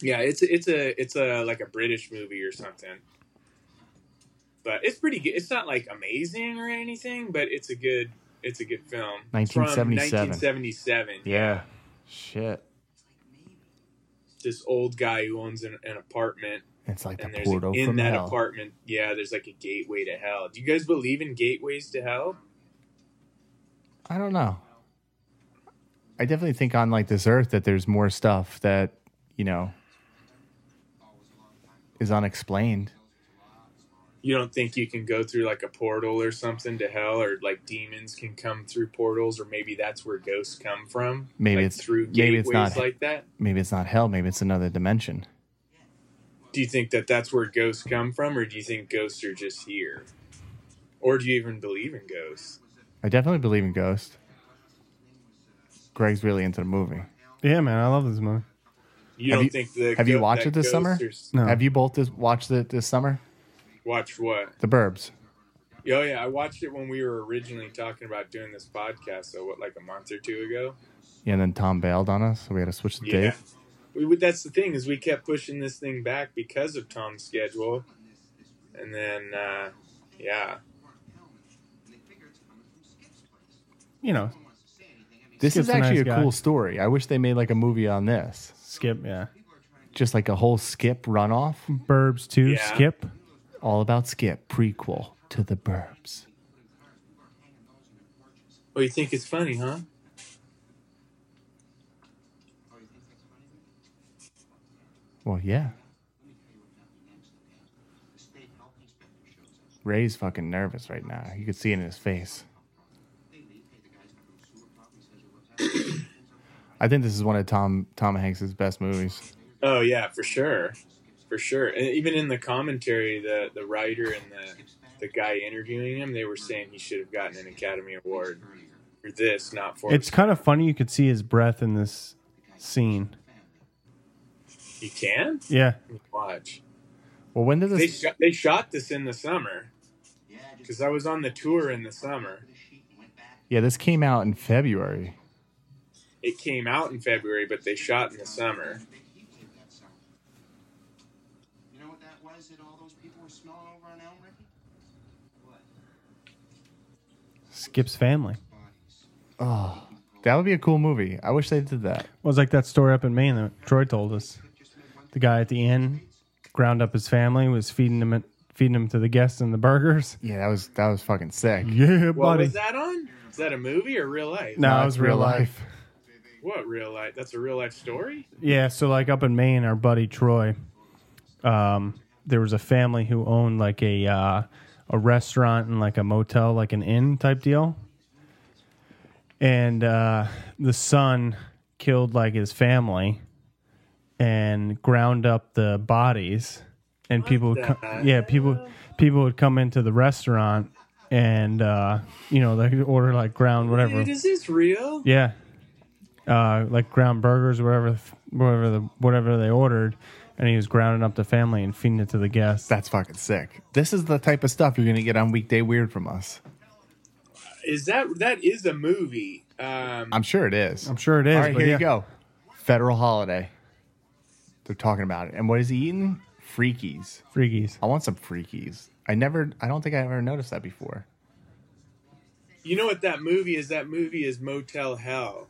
[SPEAKER 4] yeah. It's it's a it's a like a British movie or something. But it's pretty good. It's not like amazing or anything, but it's a good it's a good film. It's from
[SPEAKER 3] 1977.
[SPEAKER 4] 1977.
[SPEAKER 3] Yeah. Shit.
[SPEAKER 4] This old guy who owns an, an apartment,
[SPEAKER 3] It's like
[SPEAKER 4] and
[SPEAKER 3] the
[SPEAKER 4] there's
[SPEAKER 3] portal
[SPEAKER 4] a, in
[SPEAKER 3] from
[SPEAKER 4] that
[SPEAKER 3] hell.
[SPEAKER 4] apartment. Yeah, there's like a gateway to hell. Do you guys believe in gateways to hell?
[SPEAKER 3] I don't know. I definitely think on like this earth that there's more stuff that, you know, is unexplained.
[SPEAKER 4] You don't think you can go through like a portal or something to hell, or like demons can come through portals, or maybe that's where ghosts come from.
[SPEAKER 3] Maybe
[SPEAKER 4] like,
[SPEAKER 3] it's-
[SPEAKER 4] through
[SPEAKER 3] maybe it's
[SPEAKER 4] gateways
[SPEAKER 3] not-
[SPEAKER 4] like that.
[SPEAKER 3] Maybe it's not hell, maybe it's another dimension.
[SPEAKER 4] Do you think that that's where ghosts come from, or do you think ghosts are just here, or do you even believe in ghosts?
[SPEAKER 3] I definitely believe in ghosts. Greg's really into the movie.
[SPEAKER 5] Yeah, man, I love this movie.
[SPEAKER 4] You
[SPEAKER 3] Have
[SPEAKER 4] don't
[SPEAKER 3] you-
[SPEAKER 4] think the
[SPEAKER 3] Have you
[SPEAKER 4] go-
[SPEAKER 3] watched
[SPEAKER 4] that
[SPEAKER 3] it this
[SPEAKER 4] ghosts
[SPEAKER 3] summer?
[SPEAKER 4] are s-
[SPEAKER 5] No.
[SPEAKER 3] Have you both this, watched it this summer?
[SPEAKER 4] Watched what?
[SPEAKER 3] The Burbs.
[SPEAKER 4] Oh yeah, I watched it when we were originally talking about doing this podcast. So what, like a month or two ago?
[SPEAKER 3] Yeah, and then Tom bailed on us, so we had to switch the date.
[SPEAKER 4] We would, that's the thing is we kept pushing this thing back because of Tom's schedule, and then uh, yeah,
[SPEAKER 5] You know,
[SPEAKER 3] This is
[SPEAKER 5] Skip's a
[SPEAKER 3] actually a,
[SPEAKER 5] nice guy.
[SPEAKER 3] cool story. I wish they made like a movie on this.
[SPEAKER 5] Skip, yeah.
[SPEAKER 3] Just like a whole skip runoff.
[SPEAKER 5] Burbs too,
[SPEAKER 4] Yeah.
[SPEAKER 5] Skip.
[SPEAKER 3] All About Skip prequel to The Burbs.
[SPEAKER 4] Oh, you think it's funny, huh?
[SPEAKER 3] Well, yeah. Ray's fucking nervous right now. You could see it in his face. I think this is one of Tom Tom Hanks's best movies.
[SPEAKER 4] Oh yeah, for sure, for sure. And even in the commentary, the the writer and the the guy interviewing him, they were saying he should have gotten an Academy Award for this, not for
[SPEAKER 5] It's kind of funny. You could see his breath in this scene.
[SPEAKER 4] you can
[SPEAKER 5] Yeah.
[SPEAKER 4] watch.
[SPEAKER 3] Well, when did
[SPEAKER 4] They
[SPEAKER 3] this?
[SPEAKER 4] shot, they shot this in the summer because I was on the tour in the summer.
[SPEAKER 3] Yeah, this came out in February.
[SPEAKER 4] It came out in February, but they shot in the summer.
[SPEAKER 8] You know what that was that all those people were smelling over on Elm, Ricky? What?
[SPEAKER 5] Skip's family.
[SPEAKER 3] Oh, that would be a cool movie. I wish they did that.
[SPEAKER 5] Well, it's like that story up in Maine that Troy told us. The guy at the inn ground up his family, was feeding him feeding him to the guests and the burgers.
[SPEAKER 3] Yeah, that was that was fucking sick.
[SPEAKER 5] Yeah,
[SPEAKER 4] What
[SPEAKER 5] buddy.
[SPEAKER 4] was that on? Is that a movie or real life?
[SPEAKER 5] No, it
[SPEAKER 3] That's
[SPEAKER 5] was real life.
[SPEAKER 4] What real life? That's a real life story.
[SPEAKER 5] Yeah, so like up in Maine, our buddy Troy, um, there was a family who owned like a uh, a restaurant and like a motel, like an inn type deal. And uh, the son killed like his family and ground up the bodies, and people, would
[SPEAKER 4] the
[SPEAKER 5] co-
[SPEAKER 4] heck?
[SPEAKER 5] yeah, people, people would come into the restaurant and uh, you know they could order like ground whatever.
[SPEAKER 4] Dude, is this real?
[SPEAKER 5] Yeah. Uh, like ground burgers, whatever, whatever the whatever they ordered, and he was grounding up the family and feeding it to the guests.
[SPEAKER 3] That's fucking sick. This is the type of stuff you're gonna get on Weekday Weird from us.
[SPEAKER 4] Is that that is a movie? Um,
[SPEAKER 3] I'm sure it is.
[SPEAKER 5] I'm sure it is.
[SPEAKER 3] All right,
[SPEAKER 5] but
[SPEAKER 3] here
[SPEAKER 5] yeah.
[SPEAKER 3] you go. Federal holiday. They're talking about it. And what is he eating? Freakies.
[SPEAKER 5] Freakies.
[SPEAKER 3] I want some freakies. I never. I don't think I ever noticed that before.
[SPEAKER 4] You know what that movie is? That movie is Motel Hell,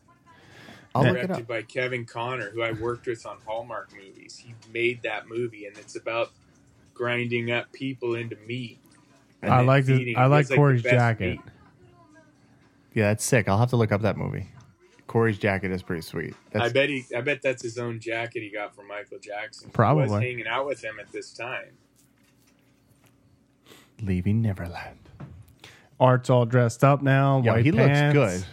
[SPEAKER 3] I'll look it
[SPEAKER 4] directed
[SPEAKER 3] up.
[SPEAKER 4] by Kevin Connor, who I worked with on Hallmark movies. He made that movie, and it's about grinding up people into meat. and
[SPEAKER 5] I
[SPEAKER 4] then
[SPEAKER 5] like the-
[SPEAKER 4] feeding
[SPEAKER 5] I
[SPEAKER 4] it.
[SPEAKER 5] like
[SPEAKER 4] It's the
[SPEAKER 5] Corey's
[SPEAKER 4] best
[SPEAKER 5] jacket.
[SPEAKER 4] meat.
[SPEAKER 3] Yeah, that's sick. I'll have to look up that movie. Corey's jacket is pretty sweet.
[SPEAKER 4] I
[SPEAKER 3] That's,
[SPEAKER 4] bet he. I bet that's his own jacket he got from Michael Jackson. He was
[SPEAKER 5] Probably.
[SPEAKER 4] hanging out with him at this time.
[SPEAKER 3] leaving Neverland.
[SPEAKER 5] Art's all dressed up now.
[SPEAKER 3] Yeah,
[SPEAKER 5] white
[SPEAKER 3] he looks
[SPEAKER 5] pants,
[SPEAKER 3] good.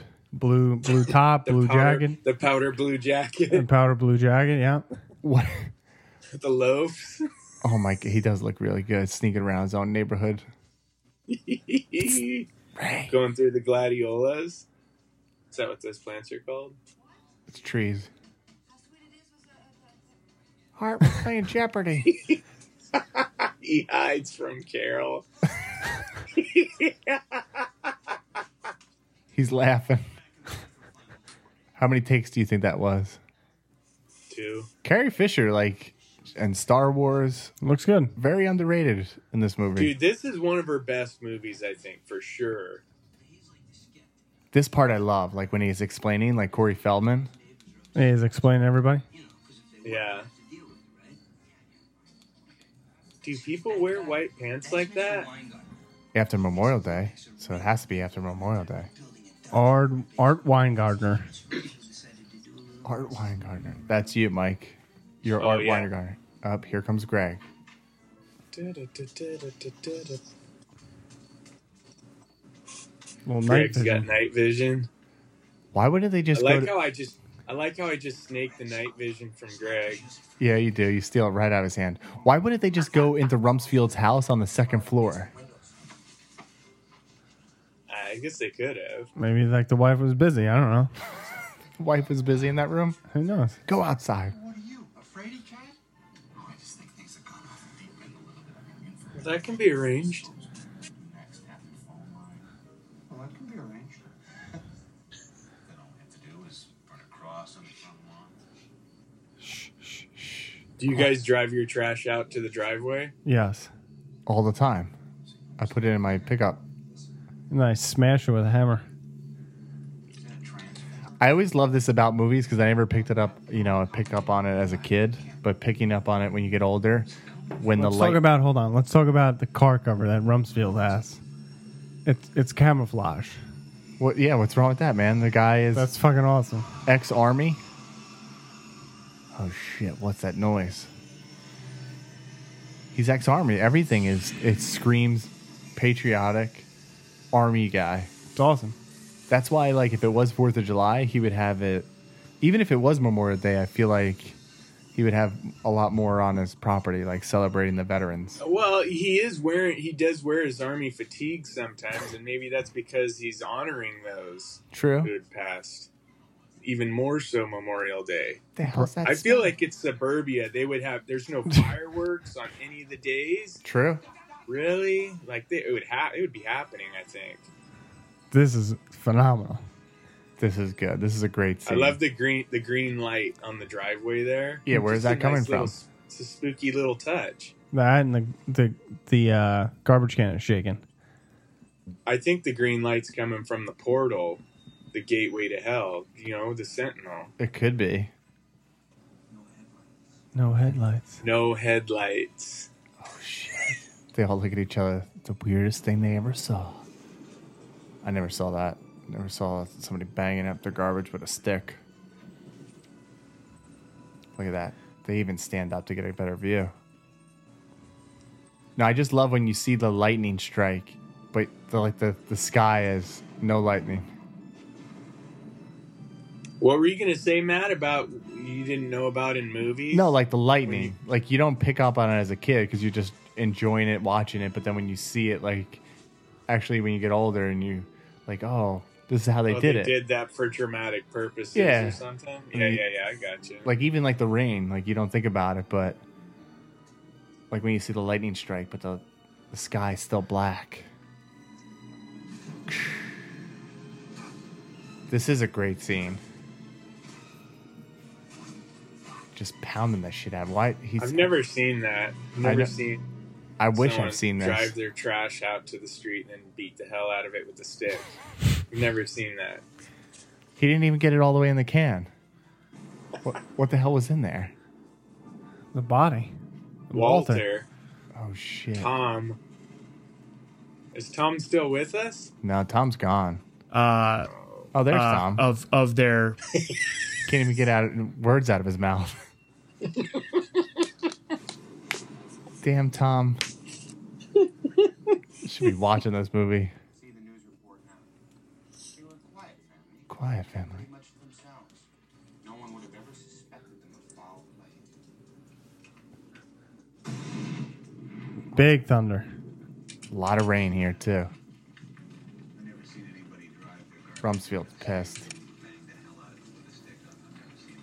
[SPEAKER 5] Blue blue top, blue
[SPEAKER 4] powder,
[SPEAKER 5] jacket,
[SPEAKER 4] The powder blue jacket.
[SPEAKER 5] and powder blue jacket. Yeah.
[SPEAKER 3] What?
[SPEAKER 4] the loafs.
[SPEAKER 3] Oh my! God, he does look really good sneaking around his own neighborhood.
[SPEAKER 4] Going through the gladiolas. Is that what those plants are called?
[SPEAKER 3] It's trees.
[SPEAKER 7] How sweet it is was a, a, a
[SPEAKER 3] Art we're playing Jeopardy.
[SPEAKER 4] He hides from Carol.
[SPEAKER 3] He's laughing. How many takes do you think that was?
[SPEAKER 4] Two.
[SPEAKER 3] Carrie Fisher, like, and Star Wars,
[SPEAKER 5] Looks good.
[SPEAKER 3] very underrated in this movie.
[SPEAKER 4] Dude, this is one of her best movies, I think, for sure.
[SPEAKER 3] This part I love, like when he's explaining, like Corey Feldman.
[SPEAKER 5] He's explaining to everybody.
[SPEAKER 4] Yeah. Do people wear white pants like that?
[SPEAKER 3] after Memorial Day, so it has to be after Memorial Day.
[SPEAKER 5] Art Art Weingartner.
[SPEAKER 3] Art Weingartner, that's you, Mike. You're
[SPEAKER 4] Oh,
[SPEAKER 3] Art
[SPEAKER 4] yeah.
[SPEAKER 3] Weingartner. Up here comes Greg.
[SPEAKER 5] Well, night
[SPEAKER 4] Greg's got
[SPEAKER 5] vision.
[SPEAKER 4] night vision.
[SPEAKER 3] Why wouldn't they
[SPEAKER 4] I
[SPEAKER 3] just go?
[SPEAKER 4] like
[SPEAKER 3] To,
[SPEAKER 4] how I just I like how I just snaked the night vision from Greg.
[SPEAKER 3] yeah, you do. You steal it right out of his hand. Why wouldn't they just go into Rumsfeld's house on the second floor?
[SPEAKER 4] I guess they could have.
[SPEAKER 5] Maybe like the wife was busy. I don't know.
[SPEAKER 3] Wife was busy in that room.
[SPEAKER 5] Who knows?
[SPEAKER 3] Go outside.
[SPEAKER 8] What are you, afraid of cat? Oh, I just think things have gone off the deep end a little bit. I'm in for
[SPEAKER 4] That can be arranged.
[SPEAKER 8] the next half and fall line. Well, that can be arranged. then all we have to do is burn a cross on the front lawn.
[SPEAKER 4] Do you guys drive your trash out to the driveway?
[SPEAKER 5] Yes.
[SPEAKER 3] All the time. I put it in my pickup.
[SPEAKER 5] And then I smash it with a hammer.
[SPEAKER 3] I always love this about movies because I never picked it up, you know, I picked up on it as a kid, but picking up on it when you get older, when
[SPEAKER 5] Let's
[SPEAKER 3] the
[SPEAKER 5] talk
[SPEAKER 3] light
[SPEAKER 5] about. Hold on. Let's talk about the car cover that Rumsfeld has. It's it's camouflage.
[SPEAKER 3] What, yeah, what's wrong with that, man? The guy is
[SPEAKER 5] That's fucking awesome.
[SPEAKER 3] ex army. Oh shit! What's that noise? He's ex army. Everything is it screams patriotic army guy.
[SPEAKER 5] It's awesome.
[SPEAKER 3] That's why, like, if it was Fourth of July, he would have it. Even if it was Memorial Day, I feel like he would have a lot more on his property, like celebrating the veterans.
[SPEAKER 4] Well, he is wearing he does wear his army fatigue sometimes, and maybe that's because he's honoring those who
[SPEAKER 3] True.
[SPEAKER 4] had passed. Even more so Memorial Day.
[SPEAKER 3] The hell's that
[SPEAKER 4] I feel
[SPEAKER 3] sound?
[SPEAKER 4] like it's suburbia. They would have there's no fireworks on any of the days.
[SPEAKER 3] true.
[SPEAKER 4] Really? Like they, it would ha- it would be happening, I think.
[SPEAKER 5] This is phenomenal.
[SPEAKER 3] This is good. This is a great
[SPEAKER 4] I
[SPEAKER 3] scene.
[SPEAKER 4] love the green the green light on the driveway there.
[SPEAKER 3] Yeah, where is
[SPEAKER 4] Just a
[SPEAKER 3] that coming
[SPEAKER 4] nice little-
[SPEAKER 3] from?
[SPEAKER 4] it's a spooky little touch.
[SPEAKER 5] That and the the the uh, garbage can is shaking.
[SPEAKER 4] I think the green light's coming from the portal, the gateway to hell. You know, the Sentinel.
[SPEAKER 3] It could be.
[SPEAKER 5] No headlights.
[SPEAKER 4] No headlights.
[SPEAKER 3] They all look at each other. The weirdest thing they ever saw. I never saw that. Never saw somebody banging up their garbage with a stick. Look at that. They even stand up to get a better view. No, I just love when you see the lightning strike, but the, like the, the sky is no lightning.
[SPEAKER 4] What were you gonna say, Matt? About you didn't know about in movies?
[SPEAKER 3] No, like the lightning. Like you don't pick up on it as a kid because you're just enjoying it, watching it. But then when you see it, like actually when you get older and you like, oh, this is how they
[SPEAKER 4] Oh,
[SPEAKER 3] did
[SPEAKER 4] they
[SPEAKER 3] it.
[SPEAKER 4] did that for dramatic purposes
[SPEAKER 3] Yeah.
[SPEAKER 4] or something. Yeah, yeah, yeah. I got you.
[SPEAKER 3] Like even like the rain, like you don't think about it, but like when you see the lightning strike, but the the sky's still black. This is a great scene. Just pounding that shit out. Why he's
[SPEAKER 4] I've never seen that. I've
[SPEAKER 3] I know-
[SPEAKER 4] never seen.
[SPEAKER 3] I wish
[SPEAKER 4] someone
[SPEAKER 3] I've seen this.
[SPEAKER 4] Drive their trash out to the street and then beat the hell out of it with a stick. I've never seen that.
[SPEAKER 3] He didn't even get it all the way in the can. What, what the hell was in there?
[SPEAKER 5] The body.
[SPEAKER 4] Walter,
[SPEAKER 3] Oh shit!
[SPEAKER 4] Tom. Is Tom still with us?
[SPEAKER 3] No, Tom's gone.
[SPEAKER 6] uh,
[SPEAKER 3] Oh, there's
[SPEAKER 6] uh,
[SPEAKER 3] Tom.
[SPEAKER 6] of of their
[SPEAKER 3] Can't even get out words out of his mouth. Damn, Tom. Should be watching this movie.
[SPEAKER 8] See the news report now. They were a quiet family,
[SPEAKER 3] Quiet family.
[SPEAKER 8] pretty much to themselves. No one would have ever suspected them of foul play.
[SPEAKER 5] Big thunder.
[SPEAKER 3] A lot of rain here too.
[SPEAKER 8] I've never seen anybody drive their car
[SPEAKER 3] Rumsfeld's pissed.
[SPEAKER 8] bang the hell out of it with a stick. I've I've never seen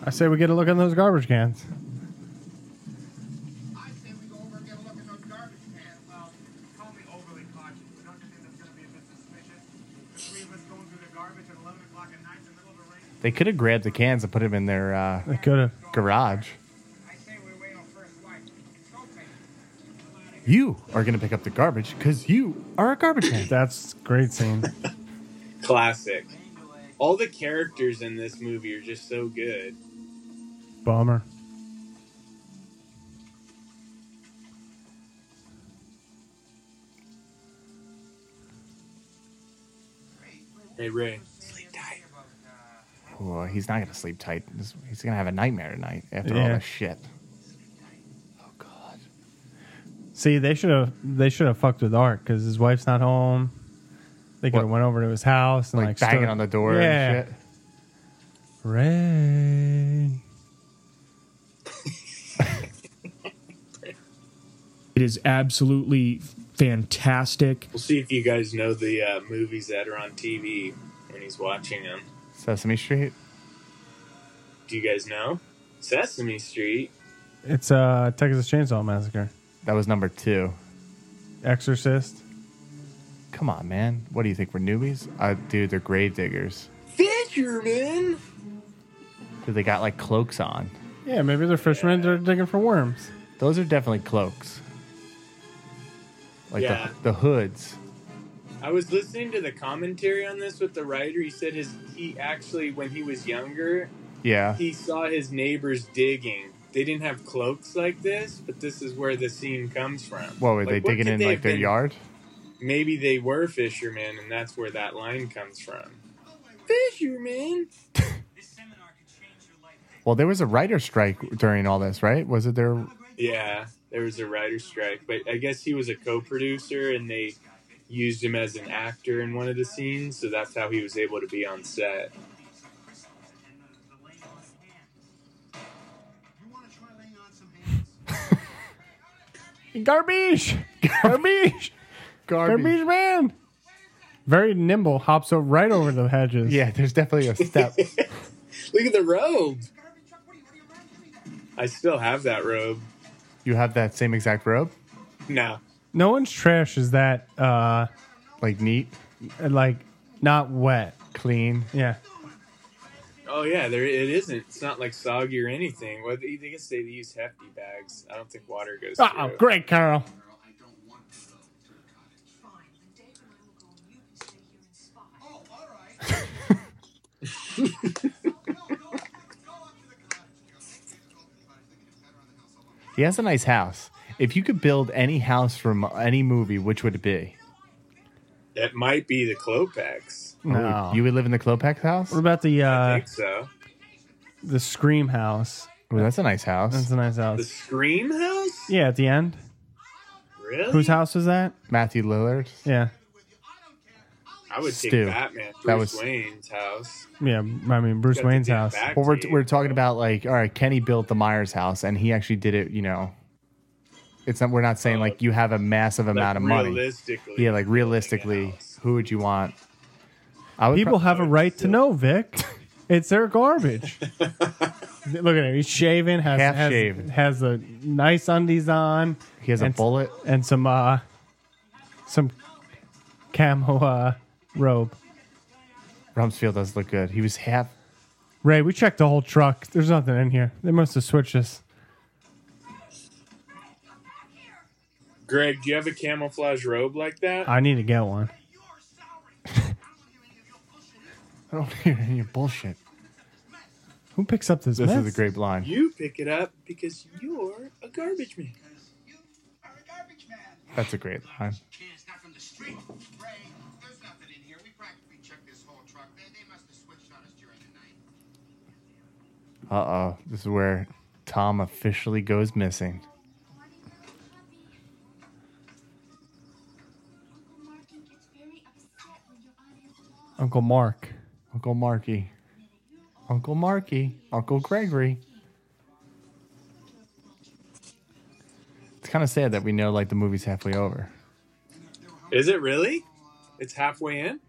[SPEAKER 8] that.
[SPEAKER 5] I say we get a look in those garbage cans.
[SPEAKER 8] I say we go over and get a look at those garbage cans. Well, call me overly cautious, but don't you think that's going to be a bit suspicious? The three of us going through the garbage at 11 o'clock at night in the middle of the rain?
[SPEAKER 3] They could have grabbed the cans and put them in their uh,
[SPEAKER 5] They could have.
[SPEAKER 3] garage.
[SPEAKER 8] I say we wait on first wife. Go, baby. Come on in.
[SPEAKER 3] You are gonna pick up the garbage because you are a garbage man.
[SPEAKER 5] That's great scene.
[SPEAKER 4] Classic. All the characters in this movie are just so good.
[SPEAKER 5] Bummer.
[SPEAKER 4] Hey Ray.
[SPEAKER 3] Well, he's not gonna sleep tight. This- He's gonna have a nightmare tonight after all
[SPEAKER 5] Yeah.
[SPEAKER 3] this shit. Oh god.
[SPEAKER 5] See, they should have they should have fucked with Art because his wife's not home. They could have
[SPEAKER 3] What?
[SPEAKER 5] went over to his house and
[SPEAKER 3] Like,
[SPEAKER 5] like,
[SPEAKER 3] banging
[SPEAKER 5] stood-
[SPEAKER 3] on the door
[SPEAKER 5] Yeah.
[SPEAKER 3] and shit.
[SPEAKER 5] Ray.
[SPEAKER 6] it is absolutely fantastic.
[SPEAKER 4] We'll see if you guys know the uh, movies that are on TV when he's watching them.
[SPEAKER 3] Sesame Street.
[SPEAKER 4] Do you guys know? Sesame Street.
[SPEAKER 5] It's uh Texas Chainsaw Massacre,
[SPEAKER 3] That was number two.
[SPEAKER 5] Exorcist.
[SPEAKER 3] Come on, man. What do you think? We're newbies? Uh, dude, they're grave diggers.
[SPEAKER 4] Fisherman.
[SPEAKER 3] Dude, they got like cloaks on.
[SPEAKER 5] Yeah, maybe they're fishermen. They're digging for worms.
[SPEAKER 3] Those are definitely cloaks. Like
[SPEAKER 4] Yeah.
[SPEAKER 3] the, the hoods.
[SPEAKER 4] I was listening to the commentary on this with the writer. He said his he actually when he was younger,
[SPEAKER 3] Yeah.
[SPEAKER 4] he saw his neighbors digging. They didn't have cloaks like this, but this is where the scene comes from.
[SPEAKER 3] What were they
[SPEAKER 4] Like,
[SPEAKER 3] digging
[SPEAKER 4] could
[SPEAKER 3] in
[SPEAKER 4] they
[SPEAKER 3] like
[SPEAKER 4] have
[SPEAKER 3] their
[SPEAKER 4] been-
[SPEAKER 3] yard?
[SPEAKER 4] Maybe they were fishermen, and that's where that line comes from. Fishermen.
[SPEAKER 3] Well, there was a writer strike during all this, right? Was it there?
[SPEAKER 4] Yeah, there was a writer's strike, but I guess he was a co-producer, and they used him as an actor in one of the scenes, so that's how he was able to be on set.
[SPEAKER 8] You want to try laying on some hands?
[SPEAKER 5] Garbage! Garbage! Garbage man! Very nimble, hops o- right over the hedges.
[SPEAKER 3] Yeah, there's definitely a step.
[SPEAKER 4] Look at the robe.
[SPEAKER 8] Garbage truck, what are you, what are you around me there?
[SPEAKER 4] I still have that robe.
[SPEAKER 3] you have that same exact robe,
[SPEAKER 4] No,
[SPEAKER 5] No one's trash is that, uh,
[SPEAKER 3] like neat,
[SPEAKER 5] like, not wet.
[SPEAKER 3] clean.
[SPEAKER 5] Yeah.
[SPEAKER 4] Oh yeah, there it isn't. It's not like soggy or anything. Well, they, I guess they use hefty bags. I don't think water goes through.
[SPEAKER 3] Uh-uh.
[SPEAKER 5] Oh, great, Carl.
[SPEAKER 7] Fine, then Dave and I will go and you can stay here and spy.
[SPEAKER 8] Oh, all right. no, no, go up to the cottage. You know, take kids, go up to the cottage. They can just gather around the house all alone.
[SPEAKER 3] He has a nice house. If you could build any house from any movie, which would it be?
[SPEAKER 4] That might be the Clopex.
[SPEAKER 5] No.
[SPEAKER 3] You would live in the Klopex house.
[SPEAKER 5] What about the,
[SPEAKER 4] I
[SPEAKER 5] uh,
[SPEAKER 4] think so.
[SPEAKER 5] the Scream House?
[SPEAKER 3] Ooh, that's a nice house.
[SPEAKER 5] That's a nice
[SPEAKER 4] The
[SPEAKER 5] house.
[SPEAKER 4] Scream House?
[SPEAKER 5] Yeah, at the end.
[SPEAKER 4] Really?
[SPEAKER 5] Whose house is that?
[SPEAKER 3] Matthew Lillard.
[SPEAKER 5] Yeah.
[SPEAKER 4] I would take
[SPEAKER 3] Stu.
[SPEAKER 4] Batman. Bruce
[SPEAKER 3] That was-
[SPEAKER 4] Wayne's house.
[SPEAKER 5] Yeah, I mean, Bruce
[SPEAKER 4] Got the
[SPEAKER 5] Wayne's
[SPEAKER 4] damn
[SPEAKER 5] house.
[SPEAKER 4] back
[SPEAKER 3] Well, we're,
[SPEAKER 4] to you.
[SPEAKER 3] we're talking about like, all right, Kenny built the Myers house, and he actually did it. You know, it's not. We're not saying like you have a massive
[SPEAKER 4] Like,
[SPEAKER 3] amount of money.
[SPEAKER 4] realistically.
[SPEAKER 3] Yeah, like realistically,
[SPEAKER 4] house.
[SPEAKER 3] who would you want? I would.
[SPEAKER 5] People
[SPEAKER 3] prob-
[SPEAKER 5] have a right to know, Vic. It's their garbage. Look at him. He's shaven, has
[SPEAKER 3] Half
[SPEAKER 5] has,
[SPEAKER 3] shaven.
[SPEAKER 5] has a nice undies on,
[SPEAKER 3] he has a
[SPEAKER 5] and-
[SPEAKER 3] bullet.
[SPEAKER 5] and some uh, some camo uh, robe.
[SPEAKER 3] Rumsfeld does look good. He was half.
[SPEAKER 5] Ray, we checked the whole truck. There's nothing in here. They must have switched us.
[SPEAKER 4] Greg, do you have a camouflage robe like that?
[SPEAKER 5] I need to get one.
[SPEAKER 8] You're souring. I don't want to hear any of your bullshit.
[SPEAKER 3] I don't hear any bullshit.
[SPEAKER 5] Who picks up this?
[SPEAKER 3] This
[SPEAKER 5] mess?
[SPEAKER 3] is a great line.
[SPEAKER 4] you pick it up because you're a garbage man.
[SPEAKER 8] You are a garbage man.
[SPEAKER 3] That's a great line.
[SPEAKER 8] Kids, not from the street. Ray, there's nothing in here. We practically checked this whole truck. They, they must have switched on us during the night.
[SPEAKER 3] Uh oh, this is where Tom officially goes missing.
[SPEAKER 7] Marty, where is Bobby? Uncle Martin gets very upset when you're on his lawn.
[SPEAKER 5] Uncle Mark.
[SPEAKER 3] Uncle Marky, Uncle Marky, Uncle Gregory. It's kind of sad that we know like the movie's halfway over.
[SPEAKER 4] Is it really? It's halfway in?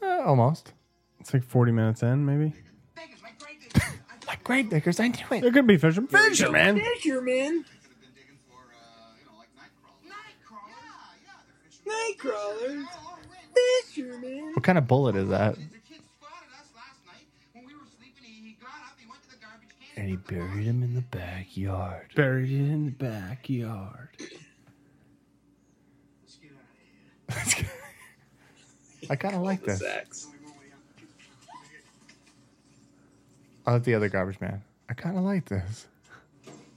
[SPEAKER 3] Eh, almost.
[SPEAKER 5] It's like 40 minutes in, maybe.
[SPEAKER 8] Beggars, my great day. I
[SPEAKER 3] Like Greg Dickers, I knew
[SPEAKER 5] There
[SPEAKER 3] it.
[SPEAKER 5] could be fishing. Fishing, man.
[SPEAKER 4] Fisherman.
[SPEAKER 8] could have been digging for, uh, you know, like nightcrawlers. Nightcrawlers? Yeah, yeah, they're fishermen. Oh, wait, wait.
[SPEAKER 4] Nightcrawlers. Fisherman.
[SPEAKER 3] What kind of bullet is that?
[SPEAKER 8] The kid spotted us last night when we were sleeping. He, he got up, he went to the garbage can.
[SPEAKER 3] And he buried him in the backyard.
[SPEAKER 5] Buried in the backyard.
[SPEAKER 3] I kind of like
[SPEAKER 4] The
[SPEAKER 3] this.
[SPEAKER 4] sex.
[SPEAKER 3] I like the other garbage man. I kind of like this.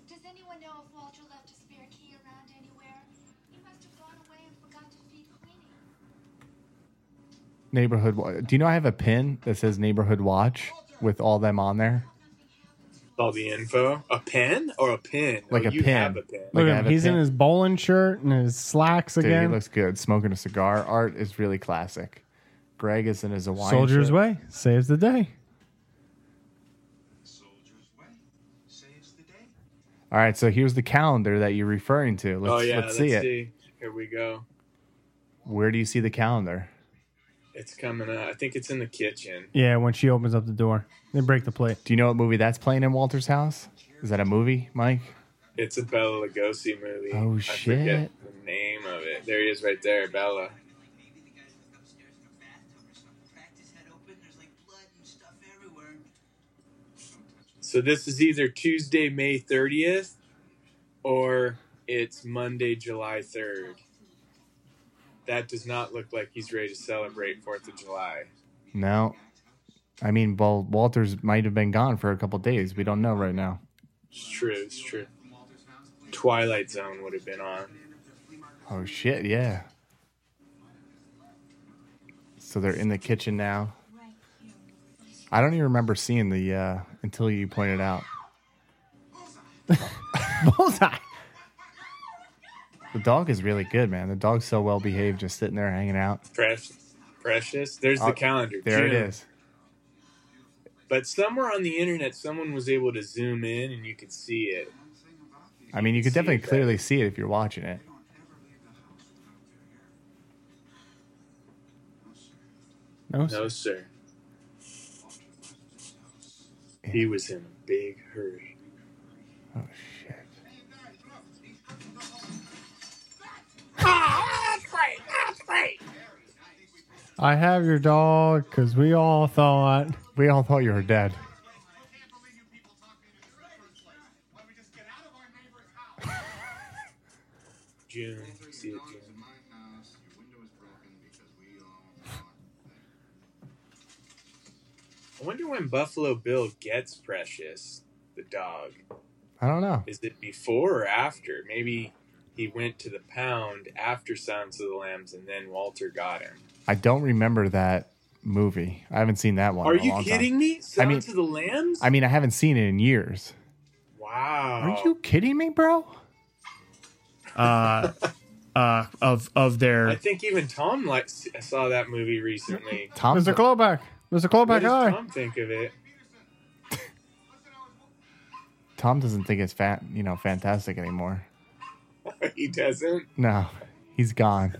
[SPEAKER 7] Does anyone know if Walter left a spare key around anywhere? He must have gone away and forgot to feed Queenie.
[SPEAKER 3] Neighborhood. wa- Do you know I have a pin that says Neighborhood Watch with all them on there?
[SPEAKER 4] All the info. A pen or a pin?
[SPEAKER 3] Like
[SPEAKER 4] oh,
[SPEAKER 3] a
[SPEAKER 4] you
[SPEAKER 3] pin.
[SPEAKER 4] have a pin.
[SPEAKER 3] Like
[SPEAKER 5] Look
[SPEAKER 3] I
[SPEAKER 5] at
[SPEAKER 3] have
[SPEAKER 5] him.
[SPEAKER 3] a
[SPEAKER 5] He's in
[SPEAKER 3] pin.
[SPEAKER 5] his bowling shirt and his slacks
[SPEAKER 3] Dude,
[SPEAKER 5] again.
[SPEAKER 3] he looks good. Smoking a cigar. Art is really classic. Greg is in his Hawaiian
[SPEAKER 5] Soldier's
[SPEAKER 3] shirt.
[SPEAKER 5] way saves the day.
[SPEAKER 8] Soldier's way saves the day.
[SPEAKER 3] All right, so here's the calendar that you're referring to. Let's,
[SPEAKER 4] oh yeah,
[SPEAKER 3] let's see it.
[SPEAKER 4] Here we go.
[SPEAKER 3] Where do you see the calendar?
[SPEAKER 4] It's coming up. I think it's in the kitchen.
[SPEAKER 5] Yeah, when she opens up the door, they break the plate.
[SPEAKER 3] Do you know what movie that's playing in Walter's house? Is that a movie, Mike?
[SPEAKER 4] It's a Bella Lugosi movie.
[SPEAKER 3] Oh,
[SPEAKER 4] I
[SPEAKER 3] shit.
[SPEAKER 4] forget the name of it. There he is, right there, Bella.
[SPEAKER 8] Maybe the guys went upstairs in a bathtub or something. Cracked his head open. There's like blood and stuff everywhere.
[SPEAKER 4] So this is either Tuesday, May thirtieth, or it's Monday, July third. That does not look like he's ready to celebrate Fourth of July.
[SPEAKER 3] No. I mean, well, Walters might have been gone for a couple days. We don't know right now.
[SPEAKER 4] It's true. It's true. Twilight Zone would have been on.
[SPEAKER 3] Oh shit! Yeah. So they're in the kitchen now. I don't even remember seeing the uh, until you pointed out
[SPEAKER 5] Bullseye.
[SPEAKER 3] the dog is really good, man. The dog's so well behaved, just sitting there hanging out.
[SPEAKER 4] Precious. Precious. There's the
[SPEAKER 3] Oh,
[SPEAKER 4] calendar.
[SPEAKER 3] There it
[SPEAKER 4] June.
[SPEAKER 3] is.
[SPEAKER 4] But somewhere on the internet, someone was able to zoom in and you could see it.
[SPEAKER 3] I mean, you could
[SPEAKER 4] See it
[SPEAKER 3] definitely
[SPEAKER 4] better.
[SPEAKER 3] clearly see it if you're watching it.
[SPEAKER 5] No,
[SPEAKER 4] No, sir. He was in a big hurry.
[SPEAKER 3] Oh shit!
[SPEAKER 5] I have your dog because we all thought.
[SPEAKER 3] We all thought you were dead.
[SPEAKER 4] June. See it, June. I wonder when Buffalo Bill gets Precious, the dog.
[SPEAKER 3] I don't know.
[SPEAKER 4] Is it before or after? Maybe he went to the pound after Silence of the Lambs and then Walter got him.
[SPEAKER 3] I don't remember that movie. I haven't seen that one.
[SPEAKER 4] Are
[SPEAKER 3] in a
[SPEAKER 4] you
[SPEAKER 3] long time.
[SPEAKER 4] kidding me?
[SPEAKER 3] I mean-
[SPEAKER 4] Silence of the Lambs?
[SPEAKER 3] I mean, I haven't seen it in years.
[SPEAKER 4] wow.
[SPEAKER 3] Are
[SPEAKER 4] Oh.
[SPEAKER 3] you kidding me, bro?
[SPEAKER 6] uh, uh, of of
[SPEAKER 4] I
[SPEAKER 6] their
[SPEAKER 4] think even Tom like s- saw that movie recently.
[SPEAKER 3] Tom.
[SPEAKER 5] Mr. Klobuck. Mr.
[SPEAKER 3] Oh
[SPEAKER 4] What
[SPEAKER 5] Klobuck,
[SPEAKER 4] does
[SPEAKER 5] hi.
[SPEAKER 4] Tom think of it?
[SPEAKER 3] Tom doesn't think it's fat, you know, fantastic anymore.
[SPEAKER 4] he doesn't.
[SPEAKER 3] No, he's gone.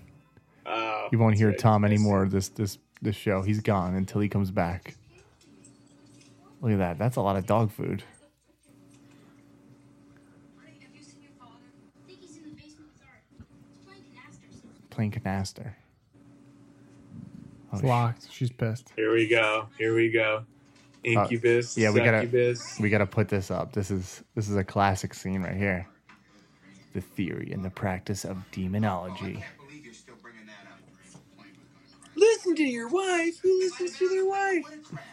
[SPEAKER 4] Oh,
[SPEAKER 3] You won't
[SPEAKER 4] that's
[SPEAKER 3] hear
[SPEAKER 4] right.
[SPEAKER 3] Tom
[SPEAKER 4] Yes.
[SPEAKER 3] anymore. This this this show. He's gone until he comes back. Look at that. That's a lot of dog food.
[SPEAKER 7] Have you seen your father? I think he's in the basement with Art. He's playing canasters.
[SPEAKER 3] Plain canaster. Oh,
[SPEAKER 5] It's
[SPEAKER 3] sh-
[SPEAKER 5] locked. She's pissed.
[SPEAKER 4] Here we go. Here we go. Incubus.
[SPEAKER 3] Uh, yeah, we gotta-
[SPEAKER 4] succubus.
[SPEAKER 3] we gotta put this up. This is this is a classic scene right here. The theory and the practice of demonology.
[SPEAKER 4] Listen to your wife. Who listens to their wife?
[SPEAKER 9] What a crap.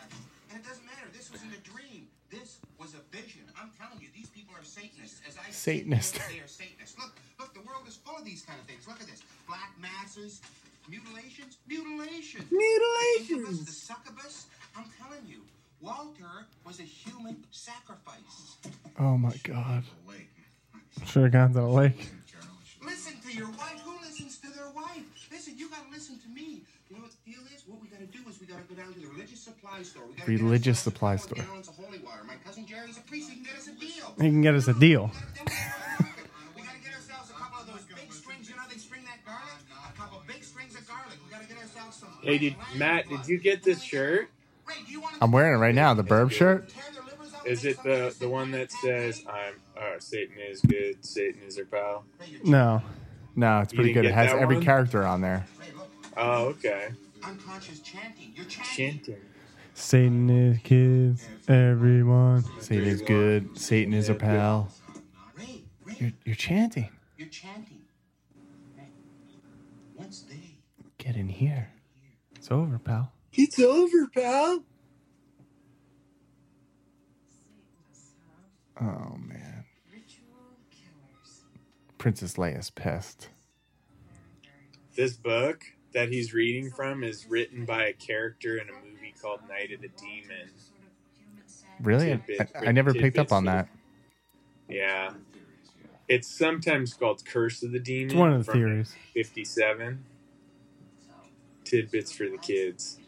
[SPEAKER 9] And it doesn't matter. This wasn't a dream. This was a vision. I'm telling you, these people are Satanists. As I see it,
[SPEAKER 3] Satanist.
[SPEAKER 9] They are Satanists. Look, look, the world is full of these kind of things. Look at this. Black masses, mutilations, mutilations. Mutilations. The succubus. I'm telling you, Walter was a human sacrifice.
[SPEAKER 3] Oh my god.
[SPEAKER 5] Should have gone to the lake.
[SPEAKER 9] Listen to your wife. Who listens to their wife? Listen, you gotta listen to me. You know what the deal is? What we gotta do is we gotta go down to the religious supply store. We gotta get
[SPEAKER 3] Religious
[SPEAKER 9] ourselves a
[SPEAKER 3] supply
[SPEAKER 9] couple of
[SPEAKER 3] store.
[SPEAKER 9] Gallons of holy water. My cousin Jerry's a priest. He can get us a deal.
[SPEAKER 5] He can get us a deal.
[SPEAKER 9] Then we gotta go to market. We gotta get ourselves a couple of those big strings. You know they string that garlic. A couple big strings of garlic. We gotta get ourselves some.
[SPEAKER 4] Hey, did Matt? Did you get this shirt?
[SPEAKER 9] Ray, do you want
[SPEAKER 3] I'm wearing it right now. The burb shirt.
[SPEAKER 9] tear their livers out?
[SPEAKER 4] Is it the the one that says "I'm uh, Satan is good, Satan is our pal"?
[SPEAKER 3] Mm.
[SPEAKER 5] No.
[SPEAKER 3] No, it's
[SPEAKER 4] You
[SPEAKER 3] pretty
[SPEAKER 4] didn't
[SPEAKER 3] good. It
[SPEAKER 4] get
[SPEAKER 3] has
[SPEAKER 4] that
[SPEAKER 3] every
[SPEAKER 4] one?
[SPEAKER 3] character on there.
[SPEAKER 4] Oh, okay.
[SPEAKER 9] Unconscious chanting. You're chanting.
[SPEAKER 4] Chanting.
[SPEAKER 5] Satan is kids. Everyone.
[SPEAKER 3] Satan is good. Satan is a pal.
[SPEAKER 9] Ray, Ray,
[SPEAKER 3] You're, you're chanting.
[SPEAKER 9] you're chanting. Ray, Once they
[SPEAKER 3] Get in here.
[SPEAKER 5] It's over, pal.
[SPEAKER 4] It's over, pal.
[SPEAKER 3] Oh man. Princess Leia's pissed.
[SPEAKER 4] This book that he's reading from is written by a character in a movie called Night of the Demon.
[SPEAKER 3] Really? I,
[SPEAKER 4] Tidbits,
[SPEAKER 3] I- I never picked up
[SPEAKER 4] tidbits
[SPEAKER 3] on
[SPEAKER 4] for-
[SPEAKER 3] that.
[SPEAKER 4] Yeah. It's sometimes called Curse of the Demon.
[SPEAKER 5] It's one of the
[SPEAKER 4] from
[SPEAKER 5] theories.
[SPEAKER 4] 57. Tidbits for the kids.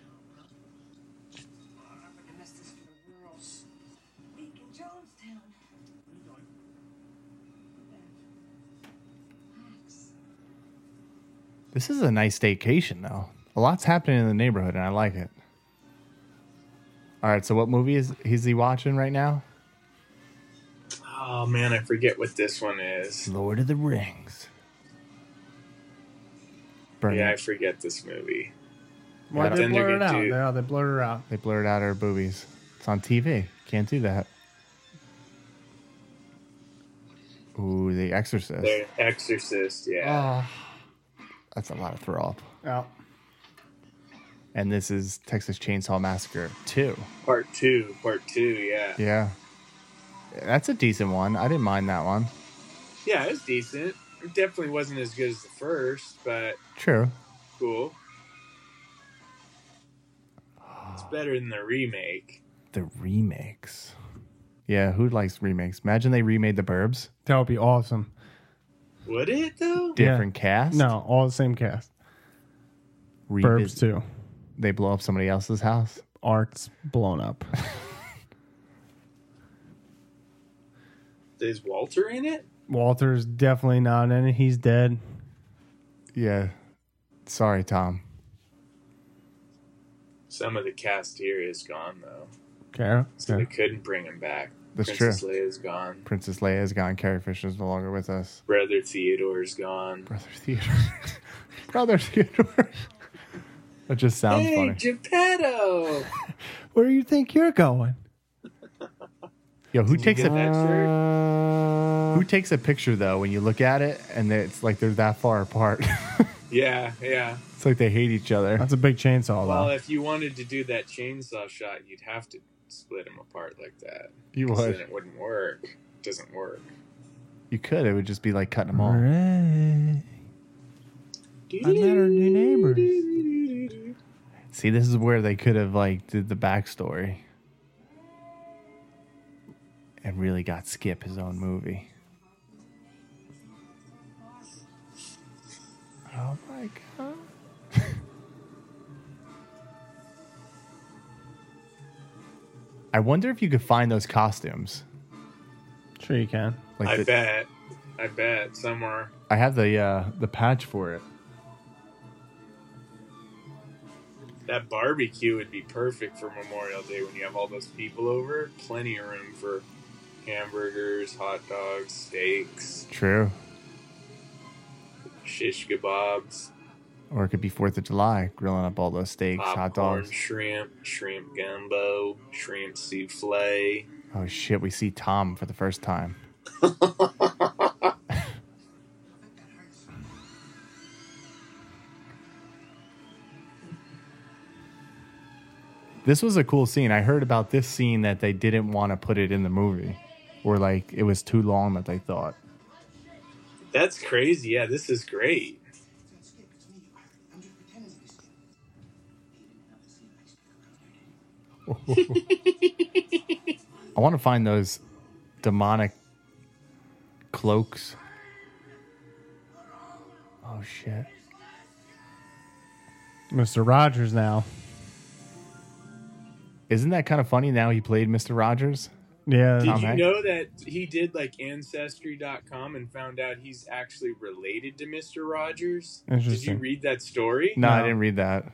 [SPEAKER 3] This is a nice staycation though. A lot's happening in the neighborhood and I like it. All right, so what movie is is he watching right now?
[SPEAKER 4] Oh man, I forget what this one is.
[SPEAKER 3] Lord of the Rings. Burn
[SPEAKER 4] Yeah, I
[SPEAKER 3] it.
[SPEAKER 4] forget this movie.
[SPEAKER 5] Why
[SPEAKER 4] But
[SPEAKER 5] they
[SPEAKER 4] then they're
[SPEAKER 5] blur it
[SPEAKER 4] gonna
[SPEAKER 5] out?
[SPEAKER 4] do-
[SPEAKER 5] Yeah, they blur it out.
[SPEAKER 3] They blurred out our boobies. It's on TV. Can't do that. Ooh, The Exorcist.
[SPEAKER 4] The
[SPEAKER 3] Oh.
[SPEAKER 4] Exorcist, yeah.
[SPEAKER 3] That's a lot of throw up.
[SPEAKER 5] Oh.
[SPEAKER 3] and this is Texas Chainsaw Massacre 2.
[SPEAKER 4] Part two, part two, yeah.
[SPEAKER 3] Yeah. That's a decent one. I didn't mind that one.
[SPEAKER 4] Yeah, it was decent. It definitely wasn't as good as the first, but
[SPEAKER 3] True.
[SPEAKER 4] cool. It's better than the remake.
[SPEAKER 3] The remakes. Yeah, who likes remakes? Imagine they remade The Burbs.
[SPEAKER 5] That would be awesome.
[SPEAKER 4] Would it though?
[SPEAKER 5] Yeah.
[SPEAKER 3] Different cast.
[SPEAKER 5] No, all the same cast. Burbs
[SPEAKER 3] Revis-
[SPEAKER 5] too.
[SPEAKER 3] They blow up somebody else's house.
[SPEAKER 5] Art's blown up.
[SPEAKER 4] Is Walter in it?
[SPEAKER 5] Walter's definitely not in it. He's dead.
[SPEAKER 3] Yeah. Sorry, Tom.
[SPEAKER 4] Some of the cast here is gone though,
[SPEAKER 5] Okay.
[SPEAKER 4] so they couldn't bring him back.
[SPEAKER 3] That's
[SPEAKER 4] Princess
[SPEAKER 3] true.
[SPEAKER 4] Leia's gone.
[SPEAKER 3] Princess Leia is gone. Carrie Fisher's no longer with us.
[SPEAKER 4] Brother Theodore's gone.
[SPEAKER 3] Brother Theodore. Brother Theodore. That just sounds
[SPEAKER 4] hey,
[SPEAKER 3] funny.
[SPEAKER 4] Geppetto!
[SPEAKER 5] Where do you think you're going?
[SPEAKER 3] Yo, who takes
[SPEAKER 4] you
[SPEAKER 3] a
[SPEAKER 4] get that shirt?
[SPEAKER 3] who takes a picture though when you look at it and it's like they're that far apart?
[SPEAKER 4] Yeah, yeah.
[SPEAKER 3] it's like they hate each other.
[SPEAKER 5] That's a big chainsaw,
[SPEAKER 4] Well,
[SPEAKER 5] though.
[SPEAKER 4] if you wanted to do that chainsaw shot, you'd have to split them apart like that.
[SPEAKER 3] You
[SPEAKER 4] 'Cause
[SPEAKER 3] would.
[SPEAKER 4] Then it wouldn't work. It doesn't work.
[SPEAKER 3] You could. It would just be like cutting them
[SPEAKER 5] All
[SPEAKER 3] all.
[SPEAKER 5] right. I met our new neighbors.
[SPEAKER 3] See, this is where they could have like did the backstory and really got Skip his own movie. Oh my god! I wonder if you could find those costumes.
[SPEAKER 5] Sure, you can.
[SPEAKER 3] Like
[SPEAKER 4] I
[SPEAKER 3] the-
[SPEAKER 4] bet. I bet somewhere.
[SPEAKER 3] I have the uh, the patch for it.
[SPEAKER 4] That barbecue would be perfect for Memorial Day when you have all those people over. Plenty of room for hamburgers, hot dogs, steaks,
[SPEAKER 3] True.
[SPEAKER 4] shish kebabs,
[SPEAKER 3] Or it could be Fourth of July, grilling up all those steaks, hot
[SPEAKER 4] popcorn,
[SPEAKER 3] dogs.
[SPEAKER 4] shrimp, shrimp gumbo, shrimp souffle.
[SPEAKER 3] Oh shit, we see Tom for the first time. this was a cool scene. I heard about this scene that they didn't want to put it in the movie, or like it was too long that they thought.
[SPEAKER 4] That's crazy. Yeah, this is great.
[SPEAKER 9] Skip, it's me. I'm just pretending to be Skip. He didn't have the scene I stick around your name.
[SPEAKER 3] I want to find those demonic cloaks. Oh shit.
[SPEAKER 5] Mr. Rogers now.
[SPEAKER 3] Isn't that kind of funny now he played Mr. Rogers?
[SPEAKER 5] Yeah.
[SPEAKER 4] Did
[SPEAKER 3] Tom
[SPEAKER 4] you
[SPEAKER 3] Hanks.
[SPEAKER 4] know that he did like ancestry.com and found out he's actually related to Mr. Rogers? Did you
[SPEAKER 5] Interesting.
[SPEAKER 4] read that story?
[SPEAKER 3] No, I
[SPEAKER 5] No.
[SPEAKER 3] didn't read that.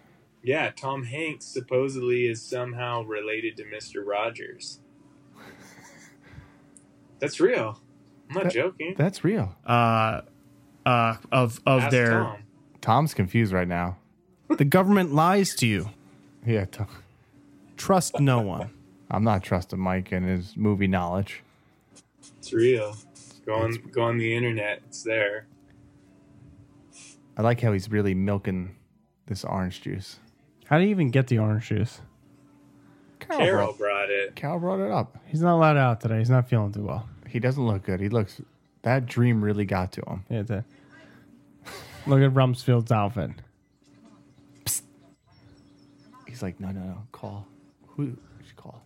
[SPEAKER 4] Yeah, Tom Hanks supposedly is somehow related to Mr. Rogers. That's real. I'm not joking.
[SPEAKER 3] That's real.
[SPEAKER 6] uh, uh, of of
[SPEAKER 4] Ask
[SPEAKER 6] their
[SPEAKER 4] Tom.
[SPEAKER 3] Tom's confused right now.
[SPEAKER 6] the government lies to you.
[SPEAKER 3] Yeah, Tom.
[SPEAKER 6] Trust no one.
[SPEAKER 3] I'm not trusting Mike and his movie knowledge.
[SPEAKER 4] It's real. Go on, go on the internet. It's there.
[SPEAKER 3] I like how he's really milking this orange juice.
[SPEAKER 5] How do you even get the orange juice?
[SPEAKER 3] Cal,
[SPEAKER 4] Carol
[SPEAKER 3] Brought,
[SPEAKER 4] brought it.
[SPEAKER 3] Cal brought it up.
[SPEAKER 5] He's not allowed out today. He's not feeling too well.
[SPEAKER 3] He doesn't look good. He looks. That dream really got to him.
[SPEAKER 5] Yeah, that. Look at Rumsfeld's outfit.
[SPEAKER 3] He's like, no, no, no. Call. Who should call?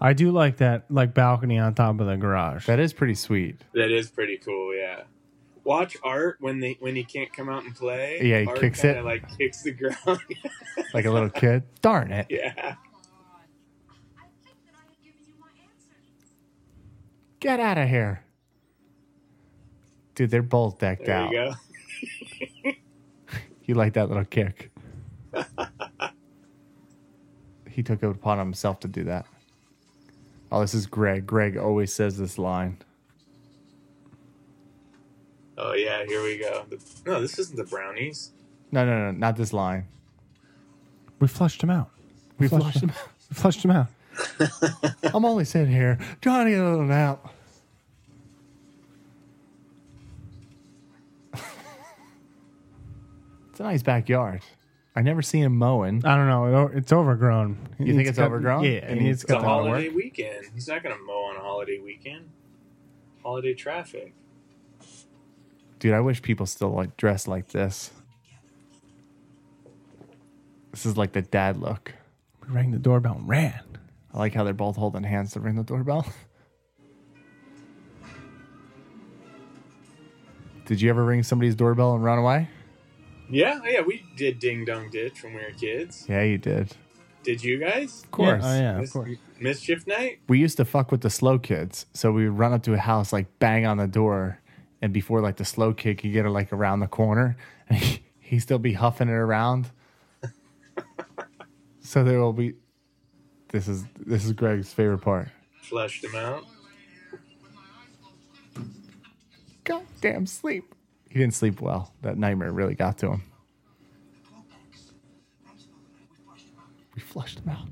[SPEAKER 5] I do like that, like balcony on top of the garage.
[SPEAKER 3] That is pretty sweet.
[SPEAKER 4] That is pretty cool. Yeah. Watch Art when they when he can't come out and play.
[SPEAKER 3] Yeah, he
[SPEAKER 4] Art
[SPEAKER 3] kicks
[SPEAKER 4] kinda,
[SPEAKER 3] it.
[SPEAKER 4] Like kicks the ground.
[SPEAKER 3] Like a little kid. Darn it.
[SPEAKER 4] yeah.
[SPEAKER 7] I think that I have given you my answer.
[SPEAKER 3] Get out of here. Dude, they're both decked
[SPEAKER 4] There
[SPEAKER 3] out.
[SPEAKER 4] you go.
[SPEAKER 3] He liked that little kick. he took it upon himself to do that. Oh, this is Greg. Greg always says this line.
[SPEAKER 4] Oh yeah, here we go. The, no, this isn't the brownies.
[SPEAKER 3] No, no, no, not this line.
[SPEAKER 5] We flushed him out.
[SPEAKER 3] We
[SPEAKER 5] Flush
[SPEAKER 3] flushed him
[SPEAKER 5] him.
[SPEAKER 3] out.
[SPEAKER 5] We flushed him out.
[SPEAKER 3] I'm only sitting here trying to get him out. a nice backyard. I never seen him mowing.
[SPEAKER 5] I don't know. it- Uh, It's overgrown.
[SPEAKER 3] You think it's overgrown?
[SPEAKER 5] Yeah,
[SPEAKER 3] You
[SPEAKER 5] and
[SPEAKER 3] mean
[SPEAKER 5] it's
[SPEAKER 3] it's
[SPEAKER 4] It's a
[SPEAKER 5] got a lot of
[SPEAKER 4] holiday
[SPEAKER 5] work.
[SPEAKER 4] weekend. He's not going to mow on a holiday weekend. Holiday traffic.
[SPEAKER 3] Dude, I wish people still like dress like this. This is like the dad look.
[SPEAKER 5] We rang the doorbell and ran.
[SPEAKER 3] I like how they're both holding hands to ring the doorbell. Did you ever ring somebody's doorbell and run away?
[SPEAKER 4] Yeah, oh, yeah, we did ding dong ditch when we were kids.
[SPEAKER 3] Yeah, you did. Of
[SPEAKER 4] Did you guys? Of
[SPEAKER 3] course.
[SPEAKER 5] Yeah, oh yeah, of
[SPEAKER 4] Mis-
[SPEAKER 5] course.
[SPEAKER 4] Mischief night?
[SPEAKER 3] We used to fuck with the slow kids. So we would run up to a house, like bang on the door, and before like the slow kid could get her like around the corner, and he, he'd still be huffing it around. so there will be this is this is Greg's favorite part.
[SPEAKER 4] Flushed him out.
[SPEAKER 3] Goddamn sleep. He didn't sleep well. That nightmare really got to him. We flushed him out.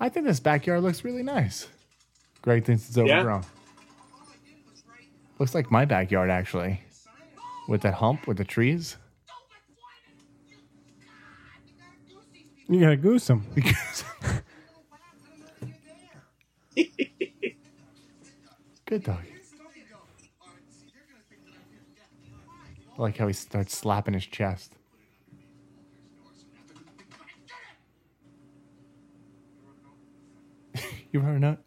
[SPEAKER 3] I think this backyard looks really nice. Greg thinks it's
[SPEAKER 4] Yeah.
[SPEAKER 3] overgrown. Looks like my backyard actually. With that hump with the trees.
[SPEAKER 5] You gotta goose him.
[SPEAKER 3] Good dog. I like how he starts slapping his chest. you wrote a note?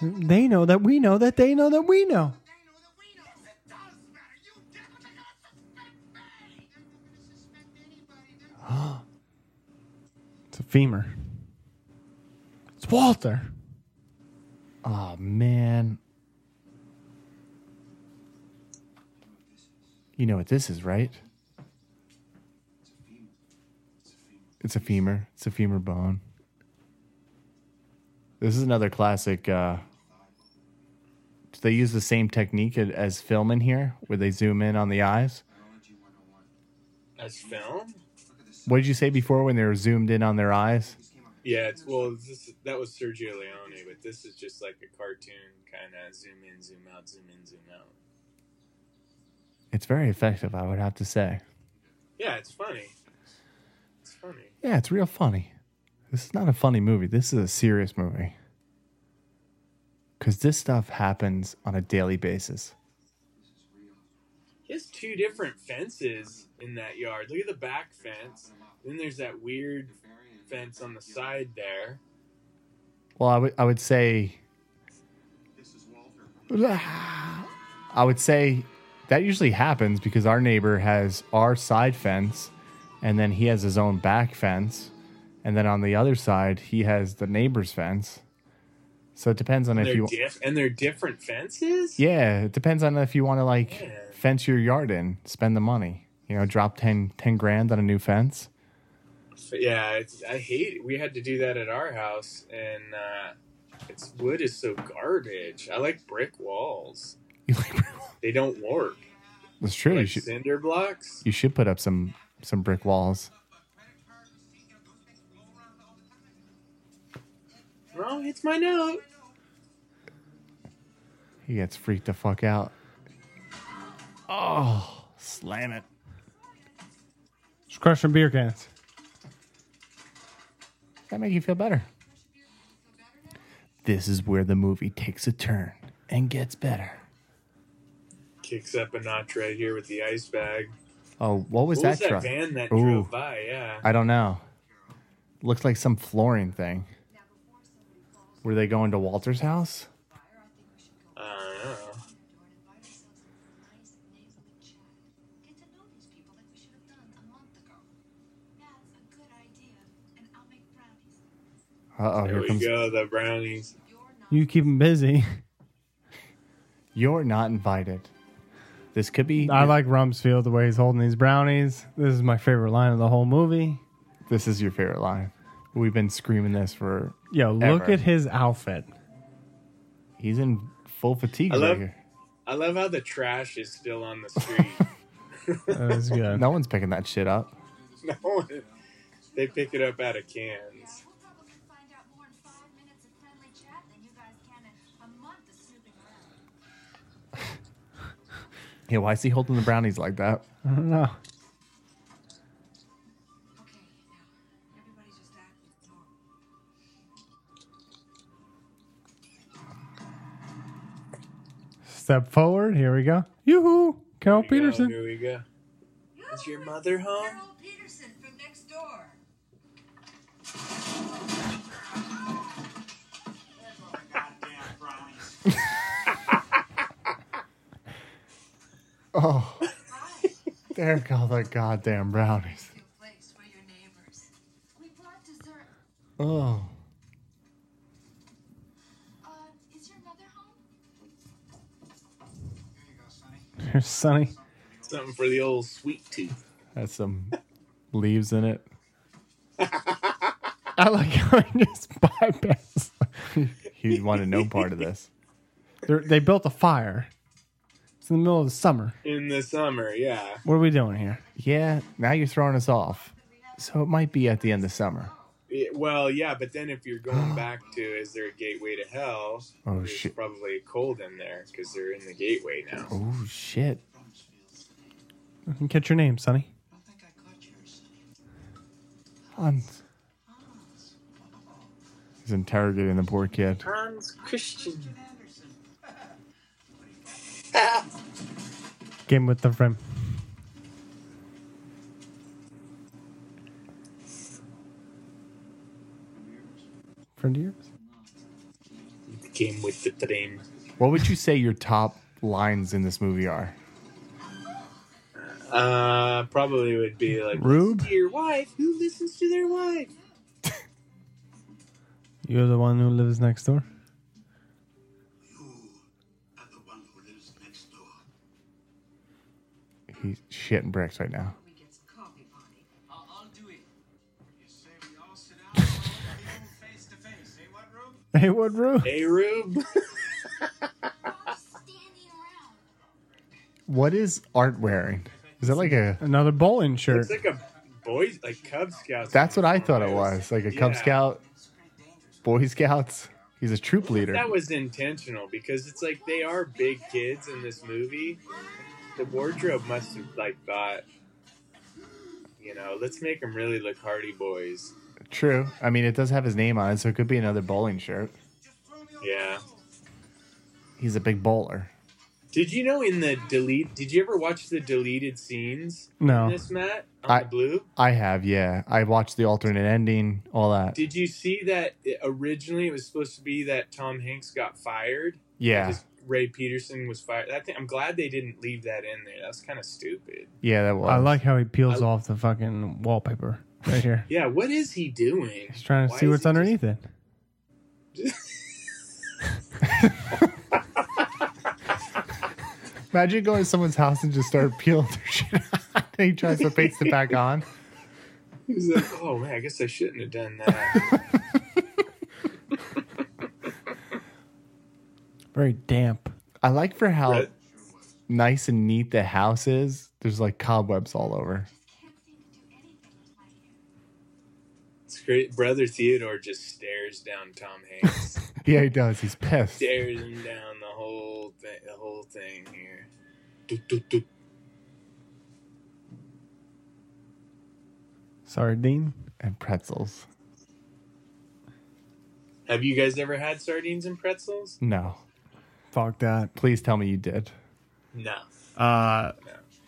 [SPEAKER 5] They know that we know that they know that we know. It's a femur. It's Walter.
[SPEAKER 3] Oh man. You know what this is, right? It's a femur. It's a femur bone. This is another classic. Uh, they use the same technique a- as film in here, where they zoom in on the eyes.
[SPEAKER 4] As film?
[SPEAKER 3] What did you say before when they were zoomed in on their eyes?
[SPEAKER 4] Yeah, it's well, this that was Sergio Leone, but this is just like a cartoon kind of zoom in, zoom out, zoom in, zoom out.
[SPEAKER 3] It's very effective, I would have to say.
[SPEAKER 4] Yeah, it's funny. It's funny.
[SPEAKER 3] Yeah, it's real funny. This is not a funny movie. This is a serious movie. Because this stuff happens on a daily basis.
[SPEAKER 4] He has two different fences in that yard. Look at the back fence. Then there's that weird fence on the side there.
[SPEAKER 3] Well, I would I would say I would say that usually happens because our neighbor has our side fence and then he has his own back fence and then on the other side he has the neighbor's fence. So it depends on
[SPEAKER 4] And
[SPEAKER 3] if
[SPEAKER 4] they're
[SPEAKER 3] you
[SPEAKER 4] diff- and they're different fences.
[SPEAKER 3] Yeah, it depends on if you want to like fence your yard in, spend the money. You know, drop 10, 10 grand on a new fence.
[SPEAKER 4] But yeah, it's, I hate it. We had to do that at our house, and uh, it's wood is so garbage. I like brick walls.
[SPEAKER 3] You like
[SPEAKER 4] They don't work.
[SPEAKER 3] That's true. You
[SPEAKER 4] Like
[SPEAKER 3] should,
[SPEAKER 4] cinder blocks.
[SPEAKER 3] you should put up some some brick walls.
[SPEAKER 4] Wrong. It's my note.
[SPEAKER 3] He gets freaked the fuck out. Oh, slam it.
[SPEAKER 5] She's crushing beer cans.
[SPEAKER 3] That make you feel better. This is where the movie takes a turn and gets better.
[SPEAKER 4] Kicks up a notch right here with the ice bag.
[SPEAKER 3] Oh, what was
[SPEAKER 4] What
[SPEAKER 3] that
[SPEAKER 4] was that
[SPEAKER 3] truck?
[SPEAKER 4] van that
[SPEAKER 3] Ooh.
[SPEAKER 4] drove by? Yeah.
[SPEAKER 3] I don't know. Looks like some flooring thing. Were they going to Walter's house?
[SPEAKER 4] I don't know.
[SPEAKER 3] Uh oh,
[SPEAKER 4] There
[SPEAKER 3] here
[SPEAKER 4] we
[SPEAKER 3] comes.
[SPEAKER 4] go. The brownies.
[SPEAKER 5] You keep them busy.
[SPEAKER 3] You're not invited. This could be.
[SPEAKER 5] I like Rumsfeld the way he's holding these brownies. This is my favorite line of the whole movie.
[SPEAKER 3] This is your favorite line. We've been screaming this for.
[SPEAKER 5] Yo, look
[SPEAKER 3] Ever.
[SPEAKER 5] at his outfit.
[SPEAKER 3] He's in full fatigue
[SPEAKER 4] I
[SPEAKER 3] right
[SPEAKER 4] love-
[SPEAKER 3] here.
[SPEAKER 4] I love how the trash is still on the street.
[SPEAKER 5] That was good.
[SPEAKER 3] No one's picking that shit up.
[SPEAKER 4] no one, they pick it up out of cans.
[SPEAKER 3] Yeah, why is he holding the brownies like that?
[SPEAKER 5] I don't know.
[SPEAKER 7] Okay, now, everybody just act normal.
[SPEAKER 5] Step forward. Here we go. Yoo-hoo. Carol
[SPEAKER 3] Oh,
[SPEAKER 4] Here we go,
[SPEAKER 5] Peterson.
[SPEAKER 4] Here we go. Is your mother home?
[SPEAKER 7] Carol Peterson from next door.
[SPEAKER 9] Goddamn brownies.
[SPEAKER 3] Oh, there go the goddamn brownies.
[SPEAKER 7] To a place where your neighbors. We brought dessert.
[SPEAKER 3] Oh,
[SPEAKER 7] Uh, is your mother home?
[SPEAKER 9] Here you go, Sonny.
[SPEAKER 5] Here's Sonny.
[SPEAKER 4] Something for the old sweet tooth.
[SPEAKER 3] has some leaves in it.
[SPEAKER 5] I like how he just bypassed.
[SPEAKER 3] He wanted no part of this.
[SPEAKER 5] They're, they built a fire. It's in the middle of the summer.
[SPEAKER 4] In the summer, yeah.
[SPEAKER 5] What are we doing here?
[SPEAKER 3] Yeah, now you're throwing us off. So it might be at the end of summer.
[SPEAKER 4] It- well, yeah, but then if you're going back to is there a gateway to hell?
[SPEAKER 3] Oh,
[SPEAKER 4] there's
[SPEAKER 3] shit.
[SPEAKER 4] probably a cold in there because they're in the gateway now.
[SPEAKER 3] Oh shit!
[SPEAKER 5] I can catch your name, Sonny.
[SPEAKER 9] I don't think I caught yours.
[SPEAKER 3] Hans. He's interrogating the poor kid.
[SPEAKER 4] Hans Christian.
[SPEAKER 5] Game with the friend. Friend of yours?
[SPEAKER 4] Came with the train.
[SPEAKER 3] What would you say your top lines in this movie are?
[SPEAKER 4] Uh, probably would be like
[SPEAKER 5] Rube?
[SPEAKER 4] Dear wife, who listens to their wife?
[SPEAKER 5] You're the one who lives next door.
[SPEAKER 9] You are the one who lives next door.
[SPEAKER 3] He's shitting bricks right now.
[SPEAKER 7] We get some coffee party.
[SPEAKER 9] I'll, I'll do it. You say we all sit down and people face to face. Say what, Rube?
[SPEAKER 5] Hey, what room?
[SPEAKER 4] Hey, Rube.
[SPEAKER 7] Why are you standing around?
[SPEAKER 3] What is Art wearing? Is it like a?
[SPEAKER 5] Another bowling shirt.
[SPEAKER 4] It's like a boys, like Cub Scouts.
[SPEAKER 3] That's what I thought it was. Like a Cub
[SPEAKER 4] Yeah.
[SPEAKER 3] Scout, Boy Scouts. He's a troop leader.
[SPEAKER 4] That was intentional because it's like they are big kids in this movie. The wardrobe must have like thought, you know, let's make them really look Hardy Boys.
[SPEAKER 3] True. I mean, it does have his name on it, so it could be another bowling shirt.
[SPEAKER 4] Yeah.
[SPEAKER 3] He's a big bowler.
[SPEAKER 4] Did you know in the delete? Did you ever watch the deleted scenes?
[SPEAKER 5] No.
[SPEAKER 4] In this Matt on
[SPEAKER 3] I-
[SPEAKER 4] the blue.
[SPEAKER 3] I have, yeah. I watched the alternate ending, all that.
[SPEAKER 4] Did you see that it- originally it was supposed to be that Tom Hanks got fired?
[SPEAKER 3] Yeah,
[SPEAKER 4] Because Ray Peterson was fired. I think I'm glad they didn't leave that in there. That's kind of stupid.
[SPEAKER 3] yeah, that was.
[SPEAKER 5] I like how he peels off the fucking wallpaper right here.
[SPEAKER 4] Yeah, what is he doing?
[SPEAKER 5] He's trying to
[SPEAKER 4] Why
[SPEAKER 5] see
[SPEAKER 4] is
[SPEAKER 5] what's
[SPEAKER 4] he just-
[SPEAKER 5] underneath it.
[SPEAKER 3] Imagine going to someone's house and just start peeling their shit out. And he tries to paste it back on.
[SPEAKER 4] He's like, oh man, I guess I shouldn't have done that.
[SPEAKER 5] Very damp.
[SPEAKER 3] I like for how
[SPEAKER 4] Right.
[SPEAKER 3] nice and neat the house is. There's like cobwebs all over.
[SPEAKER 7] Just can't
[SPEAKER 4] It's great.
[SPEAKER 7] seem to do anything with my hair.
[SPEAKER 4] Brother Theodore just stares down Tom Hanks,
[SPEAKER 3] Yeah, he does. He's pissed.
[SPEAKER 4] stares him down the whole thing. The whole thing here. Doot, doot, doot.
[SPEAKER 5] Sardine.
[SPEAKER 3] And pretzels.
[SPEAKER 4] Have you guys ever had sardines and pretzels?
[SPEAKER 3] No.
[SPEAKER 6] Fuck that.
[SPEAKER 3] Please tell me you did.
[SPEAKER 4] No.
[SPEAKER 6] Uh,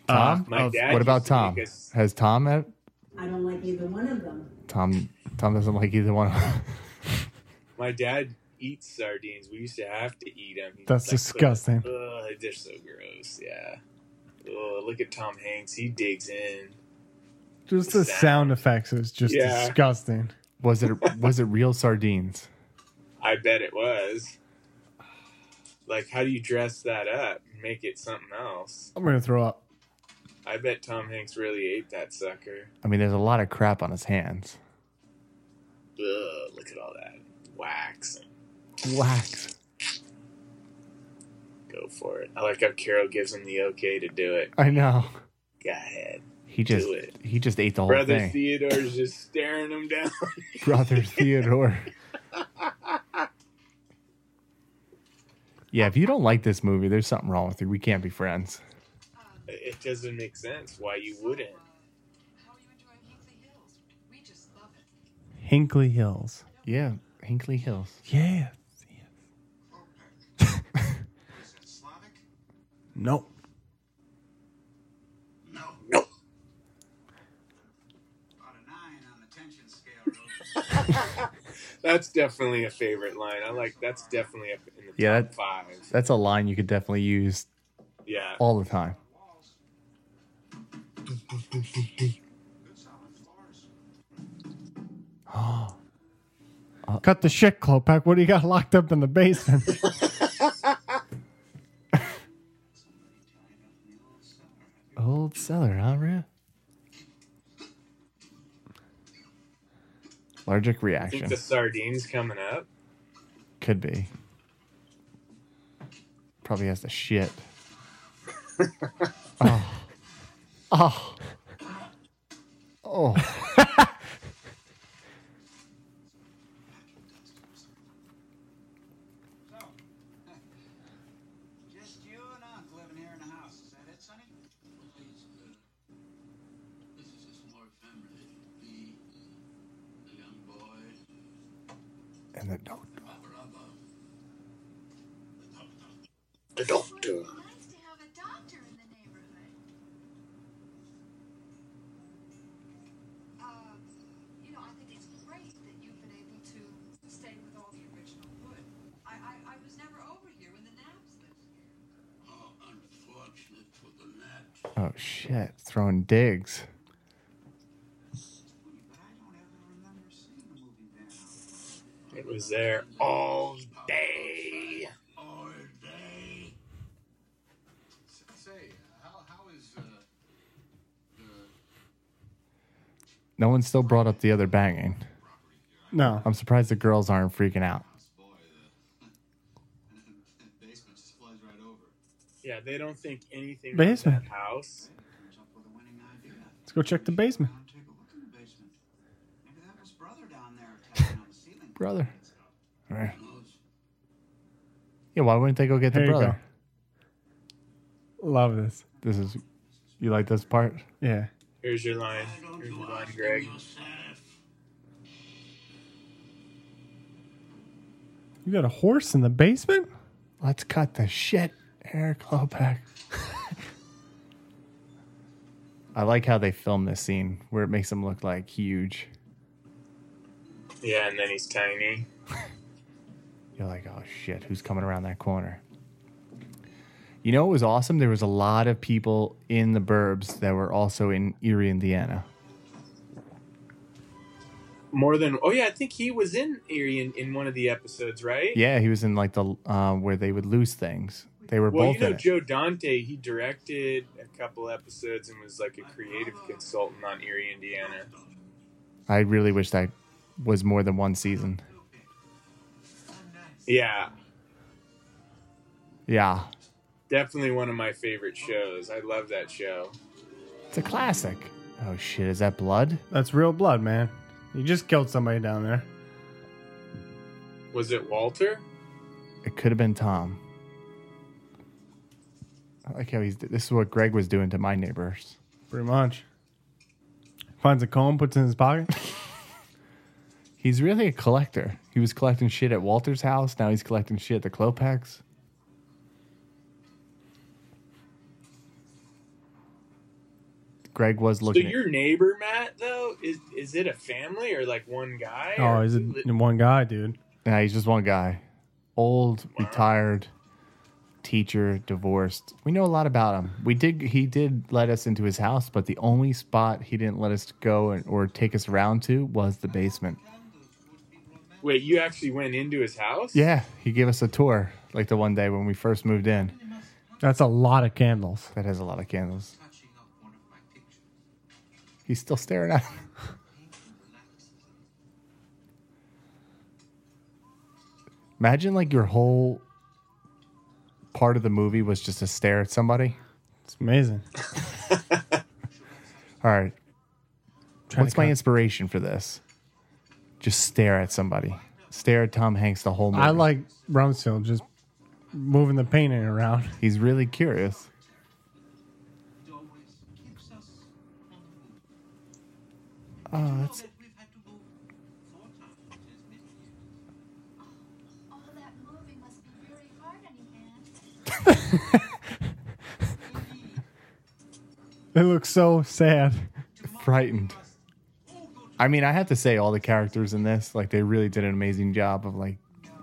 [SPEAKER 3] Tom?
[SPEAKER 4] My dad.
[SPEAKER 3] what about
[SPEAKER 4] used to
[SPEAKER 3] Tom?
[SPEAKER 4] make us-
[SPEAKER 3] Has Tom had
[SPEAKER 10] I don't like either one of them.
[SPEAKER 3] Tom Tom doesn't like either one of them.
[SPEAKER 4] My dad eats sardines. We used to have to eat them.
[SPEAKER 5] That's disgusting.
[SPEAKER 4] Ugh, they're so gross. Yeah. Ugh, look at Tom Hanks. He digs in.
[SPEAKER 5] Just the
[SPEAKER 4] Sound.
[SPEAKER 5] sound effects is just
[SPEAKER 4] Yeah.
[SPEAKER 5] disgusting.
[SPEAKER 3] Was it was it real sardines?
[SPEAKER 4] I bet it was. Like, how do you dress that up? Make it something else.
[SPEAKER 5] I'm gonna throw up.
[SPEAKER 4] I bet Tom Hanks really ate that sucker.
[SPEAKER 3] I mean, there's a lot of crap on his hands.
[SPEAKER 4] Ugh, look at all that wax.
[SPEAKER 3] Wax.
[SPEAKER 4] Go for it. I like how Carol gives him the okay to do it.
[SPEAKER 3] I know.
[SPEAKER 4] Go ahead.
[SPEAKER 3] He just
[SPEAKER 4] it.
[SPEAKER 3] he just ate the whole
[SPEAKER 4] Brother
[SPEAKER 3] thing.
[SPEAKER 4] Theodore's just staring him down.
[SPEAKER 3] Brother Theodore. yeah, if you don't like this movie, there's something wrong with you. We can't be friends.
[SPEAKER 7] I
[SPEAKER 4] it doesn't make sense why you wouldn't.
[SPEAKER 5] Hinkley Hills.
[SPEAKER 3] Yeah, Hinkley Hills.
[SPEAKER 5] Yeah. Nope.
[SPEAKER 4] That's definitely a favorite line. I like that's definitely up in the
[SPEAKER 3] Yeah,
[SPEAKER 4] top
[SPEAKER 3] that-
[SPEAKER 4] five.
[SPEAKER 3] that's a line you could definitely use
[SPEAKER 4] Yeah.
[SPEAKER 3] all the time.
[SPEAKER 5] Cut the shit, Klopek. What do you got locked up in the basement?
[SPEAKER 3] Old cellar, huh, Rhea? Allergic
[SPEAKER 4] I think
[SPEAKER 3] reaction.
[SPEAKER 4] the sardines coming up.
[SPEAKER 3] Could be. Probably has the shit. oh. Oh. Oh.
[SPEAKER 9] Just you and Unc living here in the house. Is that it, Sonny? This is just more family. The, the young boy,
[SPEAKER 3] and the dog.
[SPEAKER 4] The doctor.
[SPEAKER 7] Uh, You know, I think it's great that you've been able to stay with all the original wood. I, I, I was never over here when the Naps lived here.
[SPEAKER 9] unfortunate for the lad.
[SPEAKER 3] Oh shit! Throwing digs.
[SPEAKER 4] It was there all day.
[SPEAKER 9] All day. Say, how, how is, uh,
[SPEAKER 3] No one still brought up the other banging.
[SPEAKER 5] No.
[SPEAKER 3] I'm surprised the girls aren't freaking out.
[SPEAKER 9] basement just flies right over.
[SPEAKER 4] Yeah, they don't think anything
[SPEAKER 5] Basement.
[SPEAKER 4] of that house.
[SPEAKER 5] Let's go check the basement.
[SPEAKER 9] Maybe that was brother down there tapping on the ceiling.
[SPEAKER 3] Brother. All right. Yeah, why wouldn't they go get
[SPEAKER 5] There
[SPEAKER 3] the
[SPEAKER 5] you
[SPEAKER 3] brother?
[SPEAKER 5] Love this.
[SPEAKER 3] This is. You like this part?
[SPEAKER 5] Yeah.
[SPEAKER 4] Here's your line. Here's your line, Greg.
[SPEAKER 5] You got a horse in the basement?
[SPEAKER 3] Let's cut the shit, Eric Lopak. I like how they film this scene where it makes him look like huge.
[SPEAKER 4] Yeah, and then he's tiny.
[SPEAKER 3] You're like, oh shit, who's coming around that corner? You know, it was awesome. There was a lot of people in the burbs that were also in Erie, Indiana.
[SPEAKER 4] More than oh yeah, I think he was in Erie in, in one of the episodes, right?
[SPEAKER 3] Yeah, he was in like the uh, where they would lose things. They were
[SPEAKER 4] Well,
[SPEAKER 3] both
[SPEAKER 4] you know
[SPEAKER 3] in it.
[SPEAKER 4] Joe Dante, he directed a couple episodes and was like a creative consultant on Erie, Indiana.
[SPEAKER 3] I really wish that was more than one season.
[SPEAKER 4] Yeah,
[SPEAKER 3] Yeah,
[SPEAKER 4] definitely one of my favorite shows. I love that show.
[SPEAKER 3] it's a classic. Oh shit, is that blood?
[SPEAKER 5] That's real blood, man. You just killed somebody down there.
[SPEAKER 4] Was it Walter?
[SPEAKER 3] It could have been Tom. I like how he's. This is what Greg was doing to my neighbors.
[SPEAKER 5] Pretty much. Finds a comb, puts it in his pocket.
[SPEAKER 3] He's really a collector. He was collecting shit at Walter's house. Now he's collecting shit at the Klopex. Greg was
[SPEAKER 4] So
[SPEAKER 3] looking. at-
[SPEAKER 4] your neighbor Matt though is is it a family or like one guy?
[SPEAKER 5] Oh,
[SPEAKER 4] Or
[SPEAKER 5] is
[SPEAKER 4] who
[SPEAKER 5] it
[SPEAKER 4] li-
[SPEAKER 5] one guy, dude?
[SPEAKER 3] Nah, he's just one guy. Old, retired, teacher, divorced. We know a lot about him. We did he did let us into his house, but the only spot he didn't let us go and, or take us around to was the basement.
[SPEAKER 4] Wait, you actually went into his house?
[SPEAKER 3] Yeah, he gave us a tour like the one day when we first moved in.
[SPEAKER 5] That's a lot of candles.
[SPEAKER 3] That has a lot of candles. He's still staring at him. Imagine like your whole part of the movie was just to stare at somebody.
[SPEAKER 5] It's amazing.
[SPEAKER 3] All right.
[SPEAKER 5] Trying
[SPEAKER 3] What's
[SPEAKER 5] to
[SPEAKER 3] my
[SPEAKER 5] cut-
[SPEAKER 3] inspiration for this? Just stare at somebody. Stare at Tom Hanks the whole movie.
[SPEAKER 5] I like Rumsfeld just moving the painting around.
[SPEAKER 3] He's really curious.
[SPEAKER 5] Oh, that's
[SPEAKER 7] Oh, that movie must be very hard on you, man.
[SPEAKER 5] It looks so sad.
[SPEAKER 3] Frightened. I mean, I have to say, all the characters in this, like, they really did an amazing job of like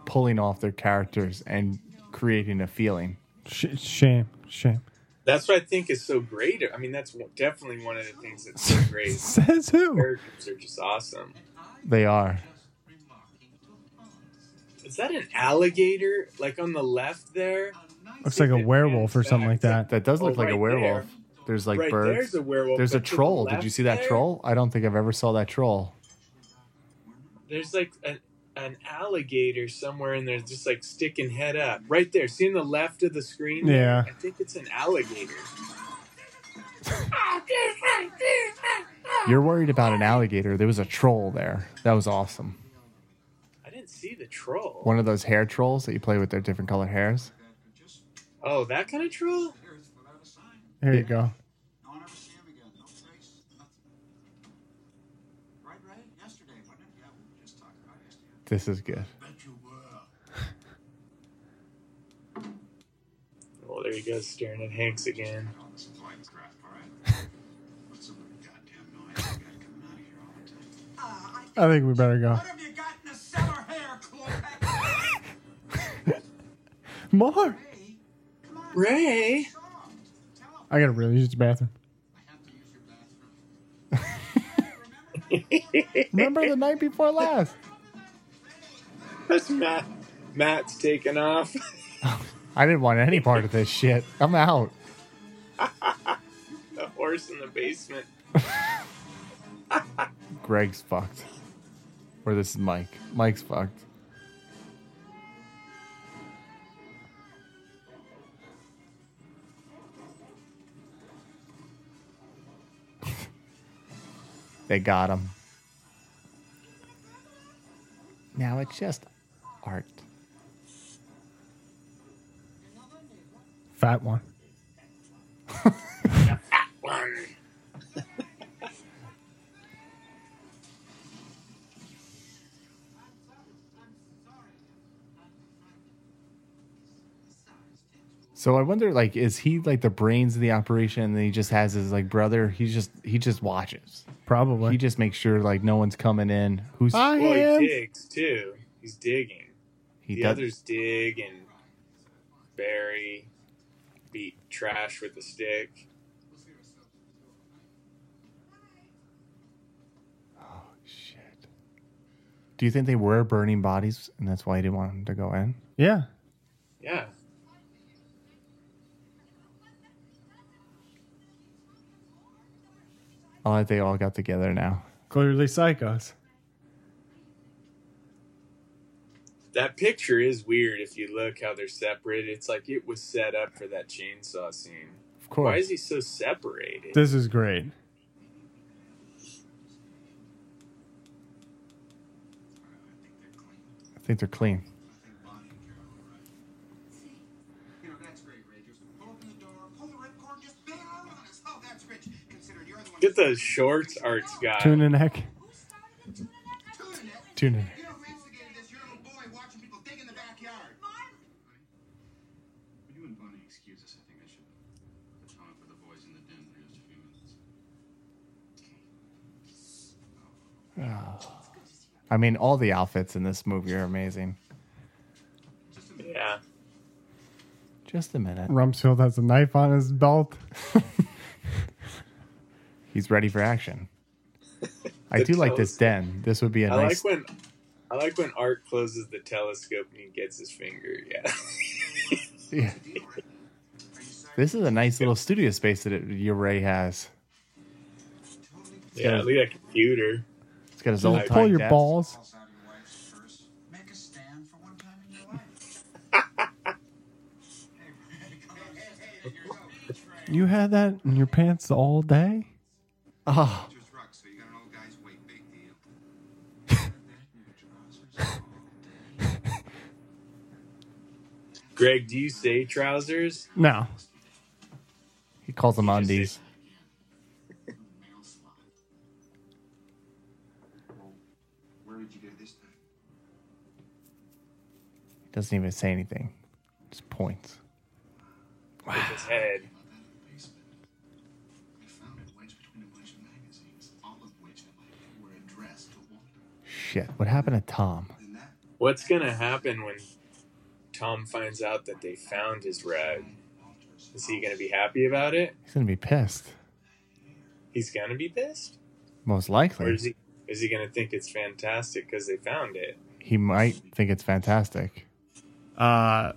[SPEAKER 3] pulling off their characters and creating a feeling.
[SPEAKER 5] sh- shame. Shame.
[SPEAKER 4] That's what I think is so great. I mean, that's one- definitely one of the things that's so great.
[SPEAKER 5] Says who?
[SPEAKER 4] Characters are just awesome.
[SPEAKER 3] They are.
[SPEAKER 4] Is that an alligator like on the left there?
[SPEAKER 5] Looks like a werewolf or something like that.
[SPEAKER 3] That does
[SPEAKER 4] Oh,
[SPEAKER 3] look like a
[SPEAKER 4] right
[SPEAKER 3] werewolf. There's like
[SPEAKER 4] Right
[SPEAKER 3] birds.
[SPEAKER 4] there's a werewolf,
[SPEAKER 3] There's a
[SPEAKER 4] but to the
[SPEAKER 3] troll. Did you
[SPEAKER 4] left
[SPEAKER 3] see that
[SPEAKER 4] there?
[SPEAKER 3] troll? I don't think I've ever saw that troll.
[SPEAKER 4] There's like an an alligator somewhere in there, just like sticking head up. Right there. See in the left of the screen?
[SPEAKER 5] Yeah.
[SPEAKER 4] I think it's an alligator.
[SPEAKER 3] You're worried about an alligator. There was a troll there. That was awesome.
[SPEAKER 4] I didn't see the troll.
[SPEAKER 3] One of those hair trolls that you play with their different colored hairs.
[SPEAKER 4] Oh, that kind of troll?
[SPEAKER 5] There you go.
[SPEAKER 3] This is good.
[SPEAKER 4] Oh, there he goes staring at Hanks again.
[SPEAKER 9] Ah,
[SPEAKER 5] I think we better go. More.
[SPEAKER 4] Ray.
[SPEAKER 5] I gotta really use the bathroom.
[SPEAKER 3] Remember the night before last?
[SPEAKER 4] That's Matt. Matt's taking off.
[SPEAKER 3] I didn't want any part of this shit. I'm out.
[SPEAKER 4] the horse in the basement.
[SPEAKER 3] Greg's fucked. Or this is Mike. Mike's fucked. they got him. Now it's just art.
[SPEAKER 5] Fat one.
[SPEAKER 3] So I wonder, like, is he like the brains of the operation, and then he just has his like brother? He just he just watches.
[SPEAKER 5] Probably.
[SPEAKER 3] He just makes sure like no one's coming in. Who's
[SPEAKER 5] My
[SPEAKER 4] Well, he
[SPEAKER 5] hands.
[SPEAKER 4] digs too. He's digging.
[SPEAKER 3] Oh, he
[SPEAKER 4] the
[SPEAKER 3] does-
[SPEAKER 4] others dig and bury, beat trash with a stick.
[SPEAKER 3] Shit. Do you think they were burning bodies and that's why he didn't want him to go in?
[SPEAKER 5] Yeah.
[SPEAKER 4] Yeah.
[SPEAKER 3] I'll bet Oh, they all got together now.
[SPEAKER 5] Clearly psychos.
[SPEAKER 4] That picture is weird if you look how they're separate. It's like it was set up for that chainsaw scene.
[SPEAKER 3] Of course.
[SPEAKER 4] Why is he so separated?
[SPEAKER 5] This is great.
[SPEAKER 3] I think they're clean.
[SPEAKER 9] You know, that's great, Ray. Just pull open the door, pull the ripcord, just bail out on us. Oh, that's rich. Considering you're the one.
[SPEAKER 4] Get those shorts arts guy.
[SPEAKER 5] Tuna neck.
[SPEAKER 3] Tune in.
[SPEAKER 9] You know who instigated this? Your little boy watching people dig in the backyard.
[SPEAKER 11] Would you and Bonnie excuse us? I think I should atone for the boys in the den for just a few minutes.
[SPEAKER 3] I mean, all the outfits in this movie are amazing.
[SPEAKER 4] Yeah.
[SPEAKER 3] Just a minute.
[SPEAKER 5] Rumsfeld has a knife on his belt.
[SPEAKER 3] He's ready for action. I do like this den. This would be a
[SPEAKER 4] I
[SPEAKER 3] nice.
[SPEAKER 4] like when I like when Art closes the telescope and he gets his finger. Yeah.
[SPEAKER 3] Yeah. This is a nice little studio space that it, your Ray has.
[SPEAKER 4] yeah, look at that computer.
[SPEAKER 3] It's got his
[SPEAKER 5] Just
[SPEAKER 3] old
[SPEAKER 5] pull your balls.
[SPEAKER 9] Make a stand for one time in your life. hey, Ray, come on. Hey, hey, hey, you're so rich, Ray.
[SPEAKER 5] You had that in your pants all day?
[SPEAKER 3] Oh,
[SPEAKER 9] Just rock, so you got an old guy's weight. Big deal.
[SPEAKER 4] Greg, do you say trousers?
[SPEAKER 5] No.
[SPEAKER 3] he calls them undies.
[SPEAKER 9] courage you did this time.
[SPEAKER 3] Doesn't even say anything. Just points.
[SPEAKER 4] With his head.
[SPEAKER 9] I found it wedged between a bunch of magazines, all of which were addressed to Walter.
[SPEAKER 3] Shit. What happened to Tom?
[SPEAKER 4] What's gonna happen when Tom finds out that they found his rag? Is he gonna be happy about it?
[SPEAKER 3] He's gonna be pissed.
[SPEAKER 4] He's gonna be pissed,
[SPEAKER 3] Most
[SPEAKER 4] or
[SPEAKER 3] likely.
[SPEAKER 4] is he? Is he gonna think it's fantastic because they found it?
[SPEAKER 3] He might think it's fantastic.
[SPEAKER 2] Uh,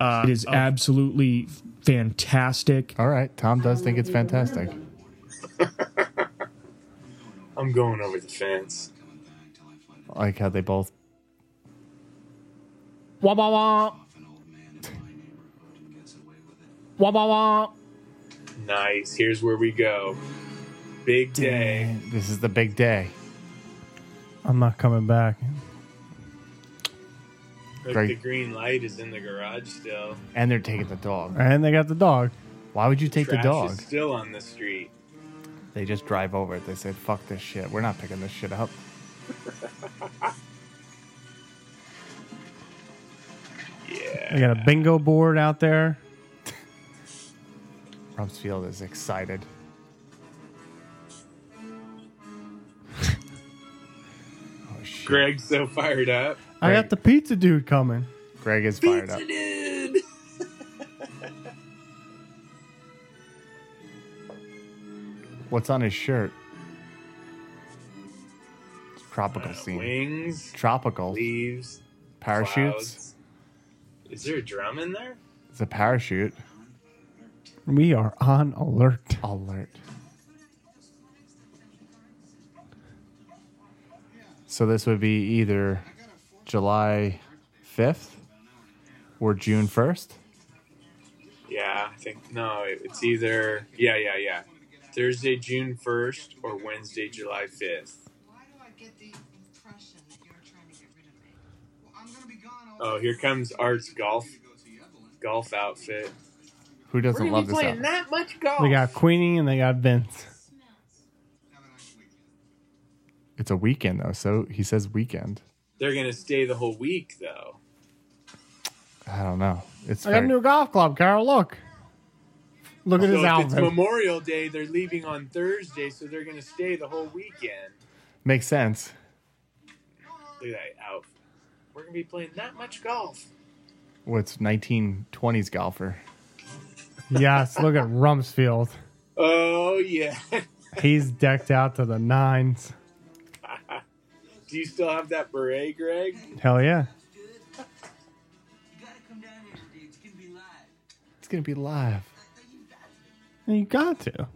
[SPEAKER 2] uh,
[SPEAKER 12] It is
[SPEAKER 2] oh,
[SPEAKER 12] absolutely fantastic.
[SPEAKER 3] All right, Tom does think it's fantastic.
[SPEAKER 4] I'm going over the fence.
[SPEAKER 3] Like how they both.
[SPEAKER 5] Wah wah wah. Wah wah wah.
[SPEAKER 4] Nice. Here's where we go. Big day.
[SPEAKER 3] This is the big day.
[SPEAKER 5] I'm not coming back.
[SPEAKER 4] Look,
[SPEAKER 3] Great.
[SPEAKER 4] the green light is in the garage still.
[SPEAKER 3] And they're taking the dog.
[SPEAKER 5] And they got the dog.
[SPEAKER 3] Why would you take
[SPEAKER 4] Trash
[SPEAKER 3] the dog?
[SPEAKER 4] Is still on the street.
[SPEAKER 3] They just drive over it. They say, fuck this shit. We're not picking this shit up.
[SPEAKER 5] They got a bingo board out there.
[SPEAKER 3] Rumsfeld is excited. Oh,
[SPEAKER 4] Greg's so fired up.
[SPEAKER 5] I got the pizza dude coming.
[SPEAKER 3] Greg is fired up.
[SPEAKER 4] dude.
[SPEAKER 3] What's on his shirt? It's tropical scene.
[SPEAKER 4] Wings,
[SPEAKER 3] Tropical.
[SPEAKER 4] leaves,
[SPEAKER 3] Parachutes.
[SPEAKER 4] clouds. Is there a drum in there?
[SPEAKER 3] It's a parachute.
[SPEAKER 5] We are on alert.
[SPEAKER 3] Alert. So this would be either July 5th or June 1st.
[SPEAKER 4] Yeah, I think no. it- It's either yeah, yeah, yeah. Thursday, June first, or Wednesday, July fifth. Oh, here comes Art's golf golf outfit.
[SPEAKER 3] Who doesn't love this?
[SPEAKER 4] playing
[SPEAKER 3] Out?
[SPEAKER 4] that much golf.
[SPEAKER 5] They got Queenie and they got Vince.
[SPEAKER 3] It's a weekend though, so he says weekend.
[SPEAKER 4] They're gonna stay the whole week though.
[SPEAKER 3] I don't know. It's
[SPEAKER 5] I got a
[SPEAKER 3] very-
[SPEAKER 5] new golf club, Carol. Look. Look at
[SPEAKER 4] so
[SPEAKER 5] his
[SPEAKER 4] if it's
[SPEAKER 5] outfit.
[SPEAKER 4] Memorial Day, they're leaving on Thursday, so they're gonna stay the whole weekend.
[SPEAKER 3] makes sense.
[SPEAKER 4] Look at that outfit. We're gonna be playing that much golf.
[SPEAKER 3] What's 1920s golfer?
[SPEAKER 5] yes, look at Rumsfeld.
[SPEAKER 4] Oh yeah.
[SPEAKER 5] He's decked out to the nines.
[SPEAKER 4] Do you still have that beret, Greg?
[SPEAKER 5] Hell yeah.
[SPEAKER 3] It's gonna be live.
[SPEAKER 5] You got to.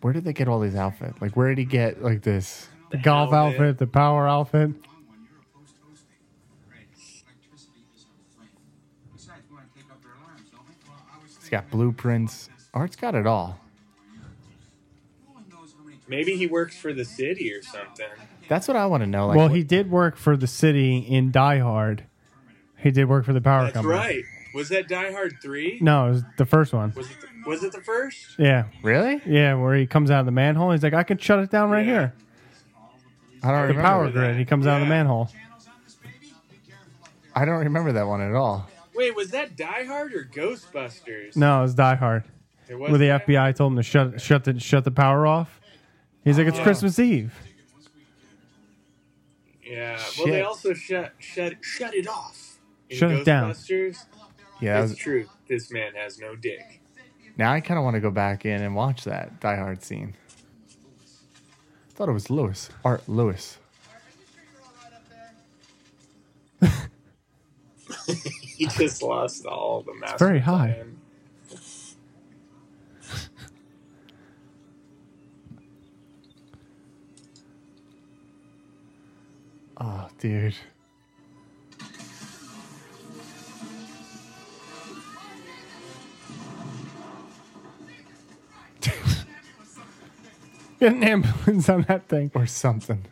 [SPEAKER 3] Where did they get all these outfits? Like, where did he get like this?
[SPEAKER 5] The golf
[SPEAKER 4] Hell, man.
[SPEAKER 5] outfit, the power outfit.
[SPEAKER 9] Besides, we want to take up their alarms, don't we? Well, I was
[SPEAKER 3] He's got blueprints. Art's got it all.
[SPEAKER 4] Maybe he works for the city or something.
[SPEAKER 3] That's what I want to know. Like,
[SPEAKER 5] well,
[SPEAKER 3] what-
[SPEAKER 5] he did work for the city in Die Hard. He did work for the power
[SPEAKER 4] That's
[SPEAKER 5] company.
[SPEAKER 4] right. Was that Die Hard three?
[SPEAKER 5] No, it was the first one.
[SPEAKER 4] Was it the, was it the first?
[SPEAKER 5] Yeah.
[SPEAKER 3] really?
[SPEAKER 5] Yeah, where he comes out of the manhole. He's like, I can shut it down right
[SPEAKER 4] Yeah.
[SPEAKER 5] here.
[SPEAKER 3] I don't
[SPEAKER 5] The
[SPEAKER 3] remember.
[SPEAKER 5] power
[SPEAKER 4] that.
[SPEAKER 5] grid. He comes out of the
[SPEAKER 4] Yeah.
[SPEAKER 5] manhole.
[SPEAKER 3] I don't remember that one at all.
[SPEAKER 4] Wait, was that Die Hard or Ghostbusters?
[SPEAKER 5] No, it was Die Hard.
[SPEAKER 4] it was
[SPEAKER 5] Where the
[SPEAKER 4] Die-
[SPEAKER 5] FBI told him to shut shut the shut the power off. He's like, it's
[SPEAKER 4] Oh.
[SPEAKER 5] Christmas Eve.
[SPEAKER 4] Yeah. Well, they
[SPEAKER 3] Shit.
[SPEAKER 4] also shut shut shut it off. In
[SPEAKER 5] Shut it down.
[SPEAKER 4] Ghostbusters,
[SPEAKER 3] Yeah, that
[SPEAKER 4] It's
[SPEAKER 3] was-
[SPEAKER 4] true. This man has no dick.
[SPEAKER 3] now I kind of want to go back in and watch that Die Hard scene. Thought it was Lewis, Art Lewis.
[SPEAKER 4] He just lost all the master.
[SPEAKER 5] very high.
[SPEAKER 4] plan.
[SPEAKER 3] Oh, dude.
[SPEAKER 5] Get an ambulance on that thing.
[SPEAKER 3] Or something.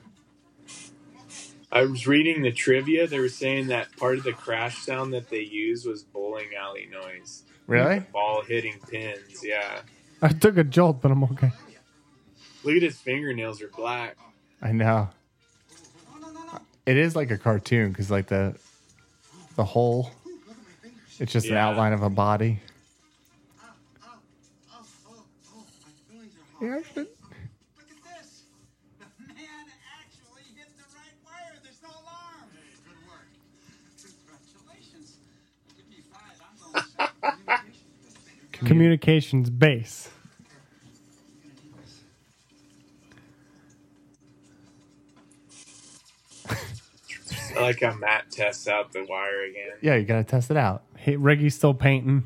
[SPEAKER 4] I was reading the trivia. They were saying that part of the crash sound that they used was bull bowling alley noise.
[SPEAKER 9] Really?
[SPEAKER 4] Ball hitting pins. Yeah.
[SPEAKER 9] I took a jolt, but I'm okay.
[SPEAKER 4] Look at his fingernails are black.
[SPEAKER 5] I know. It is like a cartoon because like the the whole, it's just an
[SPEAKER 4] Yeah.
[SPEAKER 5] outline of a body.
[SPEAKER 9] Oh, Communications base.
[SPEAKER 4] I like how Matt tests out the wire again.
[SPEAKER 5] Yeah, you gotta test it out.
[SPEAKER 9] Hey, Reggie's still painting.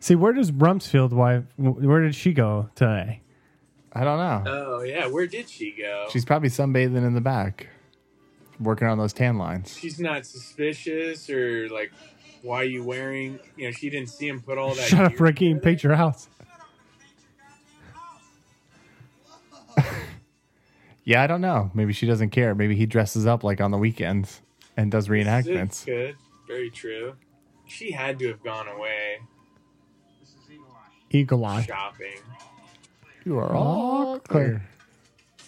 [SPEAKER 9] See, where does Rumsfeld wife? Where did she go today?
[SPEAKER 5] I don't know.
[SPEAKER 4] Oh yeah, where did she go?
[SPEAKER 5] She's probably sunbathing in the back, working on those tan lines.
[SPEAKER 4] She's not suspicious or like, why you wearing? You know, she didn't see him put all that.
[SPEAKER 9] Shut up,
[SPEAKER 4] gear-
[SPEAKER 9] Reggie, and paint your house.
[SPEAKER 5] Yeah, I don't know. Maybe she doesn't care. Maybe he dresses up like on the weekends and does
[SPEAKER 4] That's
[SPEAKER 5] reenactments.
[SPEAKER 4] good. Very true. She had to have gone away
[SPEAKER 13] Eagle Eye.
[SPEAKER 4] shopping.
[SPEAKER 5] You are all clear.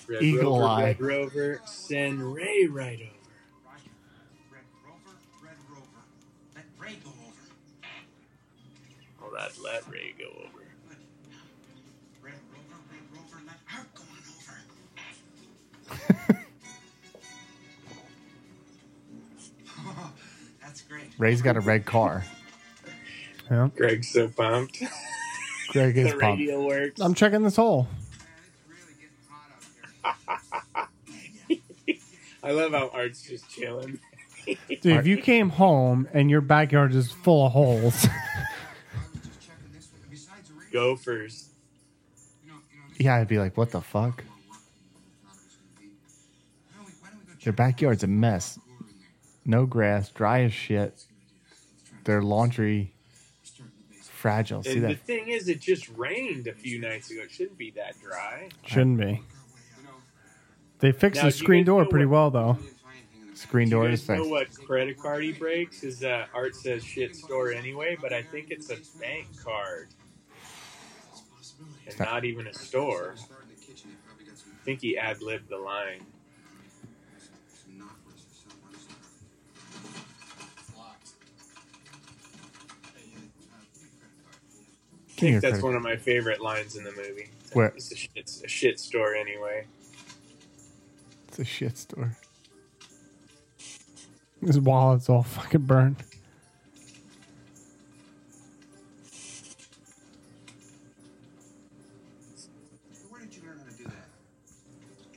[SPEAKER 4] Red
[SPEAKER 5] Eagle
[SPEAKER 4] Rover,
[SPEAKER 5] Eye.
[SPEAKER 4] Red Rover, send Ray right over. Roger. Red Rover, Red Rover. Let Ray go over. All that let Ray go over.
[SPEAKER 14] That's great.
[SPEAKER 5] Ray's got a red car.
[SPEAKER 9] Yeah.
[SPEAKER 4] Greg's so pumped.
[SPEAKER 5] Greg is
[SPEAKER 4] the
[SPEAKER 5] pumped.
[SPEAKER 4] radio works.
[SPEAKER 9] I'm checking this hole.
[SPEAKER 4] I love how Art's just chilling.
[SPEAKER 9] Dude, if you came home and your backyard is full of holes,
[SPEAKER 4] Gophers.
[SPEAKER 5] Yeah, I'd be like, what the fuck? Their backyard's a mess. No grass, dry as shit. Their laundry fragile. See
[SPEAKER 4] And the
[SPEAKER 5] that?
[SPEAKER 4] thing is, it just rained a few nights ago. It shouldn't be that dry.
[SPEAKER 9] shouldn't be. They fixed
[SPEAKER 4] Now,
[SPEAKER 9] the
[SPEAKER 4] do you
[SPEAKER 9] screen
[SPEAKER 4] guys know
[SPEAKER 9] door pretty well, though.
[SPEAKER 5] Screen
[SPEAKER 4] Do you
[SPEAKER 5] door is
[SPEAKER 4] guys know
[SPEAKER 5] fixed.
[SPEAKER 4] what credit card he breaks? Is uh, Art says shit store anyway, but I think it's a bank card and not even a store. I think he ad libbed the line.
[SPEAKER 9] uh,
[SPEAKER 4] I
[SPEAKER 5] Give me
[SPEAKER 4] think
[SPEAKER 5] your
[SPEAKER 4] that's
[SPEAKER 5] credit
[SPEAKER 4] one of my favorite lines in the movie.
[SPEAKER 5] Where-
[SPEAKER 4] It's a shit, it's a shit store anyway.
[SPEAKER 5] It's a shit store.
[SPEAKER 9] His wallet's all fucking burned.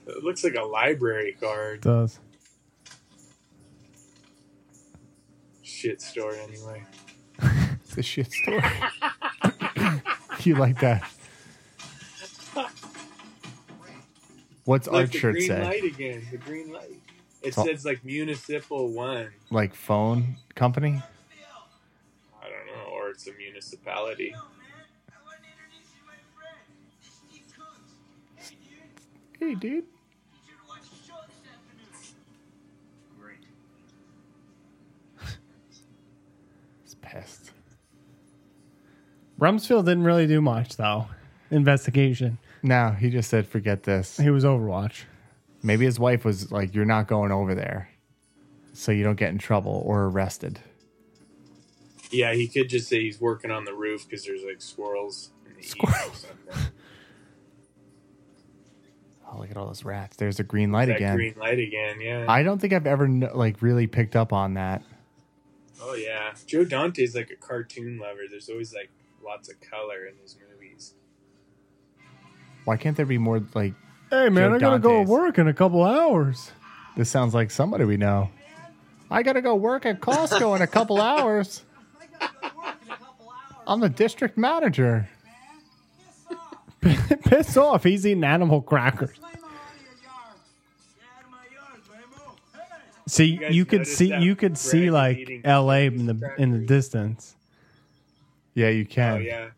[SPEAKER 4] It looks like a library
[SPEAKER 9] It
[SPEAKER 4] card.
[SPEAKER 9] does.
[SPEAKER 4] Shit store anyway.
[SPEAKER 5] It's a shit store. you like that? What's
[SPEAKER 4] Like
[SPEAKER 5] Art's
[SPEAKER 4] the
[SPEAKER 5] shirt
[SPEAKER 4] green
[SPEAKER 5] say?
[SPEAKER 4] light again. The green light. It
[SPEAKER 5] Oh.
[SPEAKER 4] says like municipal one.
[SPEAKER 5] Like phone company?
[SPEAKER 4] I don't know, or it's a municipality.
[SPEAKER 5] Hey, dude. It's pissed.
[SPEAKER 9] Rumsfeld didn't really do much, though. Investigation.
[SPEAKER 5] No, he just said, forget this.
[SPEAKER 9] He was Overwatch.
[SPEAKER 5] Maybe his wife was like, you're not going over there so you don't get in trouble or arrested.
[SPEAKER 4] Yeah, he could just say he's working on the roof because there's like squirrels. In the eaves or something.
[SPEAKER 5] Oh, look at all those rats. There's a green light
[SPEAKER 4] that
[SPEAKER 5] again.
[SPEAKER 4] green light again. Yeah.
[SPEAKER 5] I don't think I've ever kn- like really picked up on that.
[SPEAKER 4] oh yeah. Joe Dante's like a cartoon lover. There's always like lots of color in his movies.
[SPEAKER 5] Why can't there be more like
[SPEAKER 9] Hey, man,
[SPEAKER 5] Joe
[SPEAKER 9] I gotta go to
[SPEAKER 5] Dante's.
[SPEAKER 9] work in a couple hours.
[SPEAKER 5] this sounds like somebody we know. I gotta go work at Costco in a couple hours. I'm the district manager.
[SPEAKER 9] Piss off. He's eating animal crackers. See,
[SPEAKER 4] You
[SPEAKER 9] you,
[SPEAKER 4] guys
[SPEAKER 9] could
[SPEAKER 4] noticed
[SPEAKER 9] see,
[SPEAKER 4] that
[SPEAKER 9] you could
[SPEAKER 4] Greg
[SPEAKER 9] see
[SPEAKER 4] is
[SPEAKER 9] like
[SPEAKER 4] eating
[SPEAKER 9] L.A. in the in the distance.
[SPEAKER 5] Yeah, you can.
[SPEAKER 4] Oh yeah.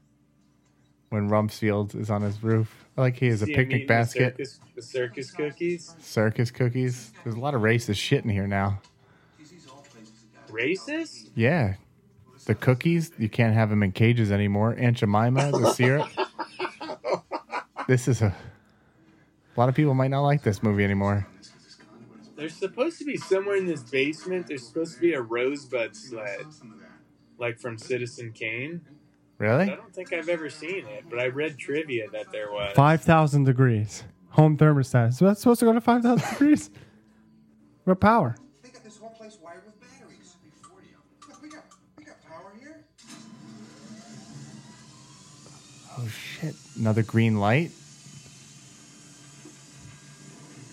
[SPEAKER 5] When Rumsfeld is on his roof, I like he has a
[SPEAKER 4] See him eating
[SPEAKER 5] picnic
[SPEAKER 4] the
[SPEAKER 5] basket,
[SPEAKER 4] circus- The circus, cookies.
[SPEAKER 5] circus cookies. There's a lot of racist shit in here now.
[SPEAKER 4] Racist?
[SPEAKER 5] Yeah. The cookies, you can't have them in cages anymore. Aunt Jemima, the syrup. this is a. A lot of people might not like this movie anymore.
[SPEAKER 4] There's supposed to be somewhere in this basement. There's supposed to be a rosebud sled, like from Citizen Kane.
[SPEAKER 5] Really?
[SPEAKER 4] I don't think I've ever seen it, but I read trivia that there was.
[SPEAKER 3] Five thousand degrees. Home thermostat. So that's supposed to go to five thousand degrees. What power?
[SPEAKER 5] Oh shit! Another green light.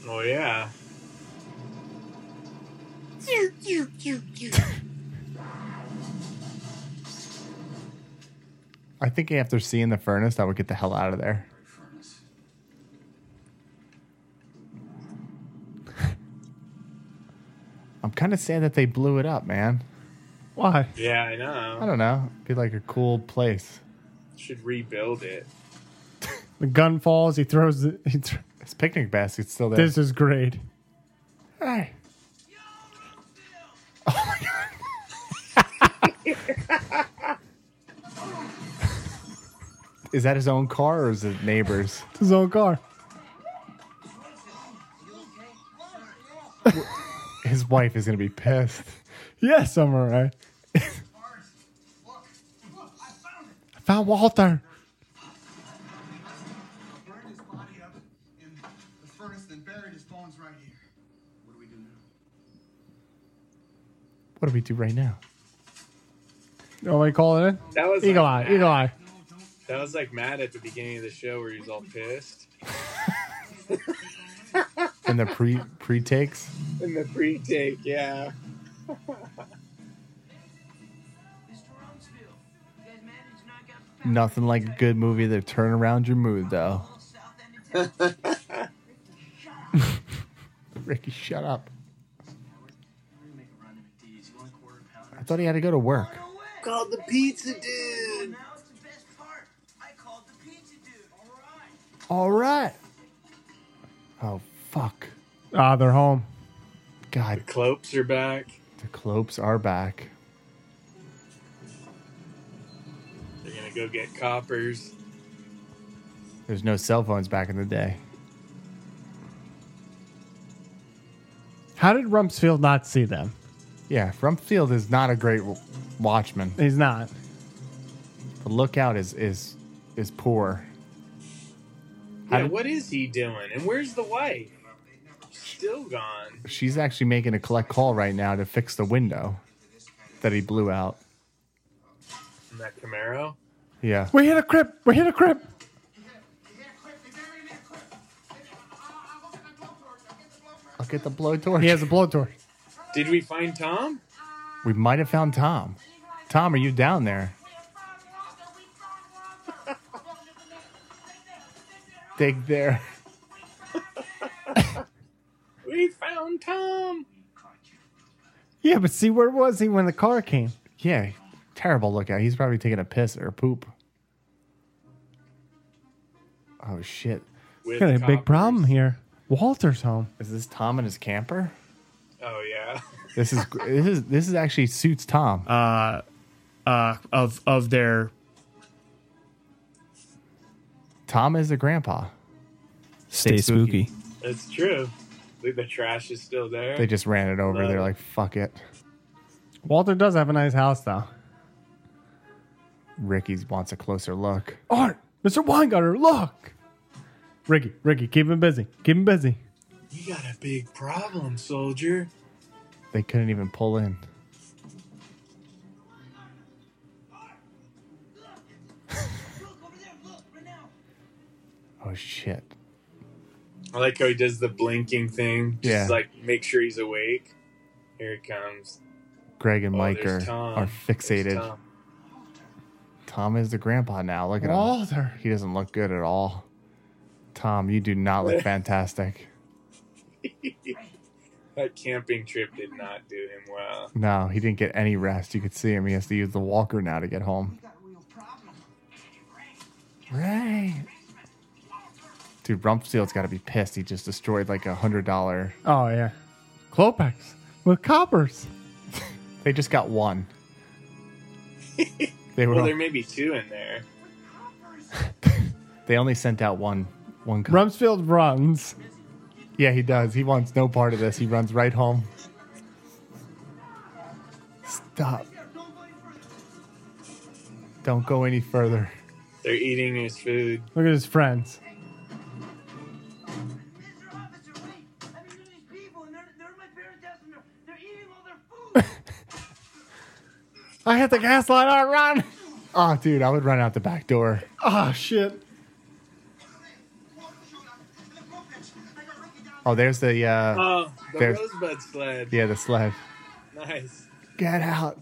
[SPEAKER 4] Oh yeah.
[SPEAKER 5] I think after seeing the furnace, I would get the hell out of there. I'm kind of sad that they blew it up, man. Why?
[SPEAKER 4] Yeah, I know.
[SPEAKER 5] I don't know. It'd be like a cool place.
[SPEAKER 4] Should rebuild it.
[SPEAKER 3] The gun falls. He throws. The, he thr-
[SPEAKER 5] His picnic basket's still there.
[SPEAKER 3] this is great.
[SPEAKER 5] Hey. Oh Is that his own car or is it neighbors?
[SPEAKER 3] It's his own car.
[SPEAKER 5] His wife is gonna be pissed.
[SPEAKER 3] Yes, I'm all right. I found Walter.
[SPEAKER 9] Burned his body up in the furnace, then buried his bones right here. What do we do now?
[SPEAKER 5] What do we do right now?
[SPEAKER 3] You want me to Oh, call it in?
[SPEAKER 4] That was
[SPEAKER 3] Eagle
[SPEAKER 4] like
[SPEAKER 3] Eye. Eagle Eye.
[SPEAKER 4] That was like Matt at the beginning of the show where he's all pissed
[SPEAKER 5] In the pre pre takes?
[SPEAKER 4] in the pre-take. Yeah.
[SPEAKER 5] Nothing like a good movie that turn around your mood though. Ricky, shut up. I thought he had to go to work.
[SPEAKER 4] Called the pizza dude.
[SPEAKER 5] All right. Oh fuck.
[SPEAKER 3] Ah, they're home.
[SPEAKER 5] God,
[SPEAKER 4] Clopes are back.
[SPEAKER 5] the Clopes are back.
[SPEAKER 4] They're gonna go get coppers.
[SPEAKER 5] There's no cell phones back in the day.
[SPEAKER 3] How did Rumsfeld not see them?
[SPEAKER 5] Yeah, Rumfield is not a great w- watchman.
[SPEAKER 3] He's not.
[SPEAKER 5] The lookout is is is poor.
[SPEAKER 4] Yeah, what is he doing? And where's the wife? Still gone.
[SPEAKER 5] She's actually making a collect call right now to fix the window that he blew out.
[SPEAKER 4] In that Camaro.
[SPEAKER 5] Yeah.
[SPEAKER 3] We hit a crib. We hit a crib.
[SPEAKER 5] I'll get the blowtorch.
[SPEAKER 3] He has a blowtorch.
[SPEAKER 4] Did we find Tom?
[SPEAKER 5] We might have found Tom. Tom, are you down there? Dig there.
[SPEAKER 4] We found Tom.
[SPEAKER 3] Yeah, but see, where was he when the car came?
[SPEAKER 5] Yeah, terrible lookout. He's probably taking a piss or a poop. Oh shit!
[SPEAKER 4] With
[SPEAKER 3] Got a
[SPEAKER 4] coppers.
[SPEAKER 3] big problem here. Walter's home.
[SPEAKER 5] Is this Tom in his camper?
[SPEAKER 4] Oh yeah.
[SPEAKER 5] This is this is this is actually suits Tom.
[SPEAKER 2] uh, uh, of of their
[SPEAKER 5] Tom is the grandpa.
[SPEAKER 15] Stay spooky.
[SPEAKER 4] That's true. I think the trash is still there.
[SPEAKER 5] They just ran it over.
[SPEAKER 4] Love
[SPEAKER 5] They're
[SPEAKER 4] it.
[SPEAKER 5] like, fuck it.
[SPEAKER 3] Walter does have a nice house, though.
[SPEAKER 5] Ricky wants a closer look.
[SPEAKER 3] Art, Mr. Weingartner, look. Ricky, Ricky, keep him busy. Keep him busy.
[SPEAKER 4] You got a big problem, soldier.
[SPEAKER 5] They couldn't even pull in. oh shit!
[SPEAKER 4] I like how he does the blinking thing. Just
[SPEAKER 5] Yeah.
[SPEAKER 4] like make sure he's awake. Here it comes.
[SPEAKER 5] Greg and
[SPEAKER 4] Oh,
[SPEAKER 5] Mike
[SPEAKER 4] there's
[SPEAKER 5] are,
[SPEAKER 4] Tom.
[SPEAKER 5] are
[SPEAKER 4] There's
[SPEAKER 5] fixated. Tom.
[SPEAKER 4] Tom.
[SPEAKER 5] is the grandpa now. Look at him.
[SPEAKER 3] Walter.
[SPEAKER 5] He doesn't look good at all. Tom, you do not look fantastic.
[SPEAKER 4] That camping trip did not do him well.
[SPEAKER 5] No, he didn't get any rest. You could see him. He has to use the walker now to get home. Right. Dude, Rumpfield's got to be pissed. He just destroyed like a hundred dollar.
[SPEAKER 3] Oh, yeah. Clopex with coppers. They just got one. They were
[SPEAKER 4] well, there may be two in there.
[SPEAKER 3] they only sent out one one copy.
[SPEAKER 5] Rumsfeld runs.
[SPEAKER 3] Yeah, he does. He wants no part of this. He runs right home. Stop. Don't go any further.
[SPEAKER 4] They're eating his food.
[SPEAKER 5] Look at his friends.
[SPEAKER 3] I hit the gas line. I run. Oh, dude, I would run out the back door.
[SPEAKER 5] Oh shit.
[SPEAKER 3] Oh, there's the. Uh,
[SPEAKER 4] Oh, the
[SPEAKER 3] there's,
[SPEAKER 4] rosebud sled.
[SPEAKER 3] yeah, the sled.
[SPEAKER 4] Nice.
[SPEAKER 3] Get out.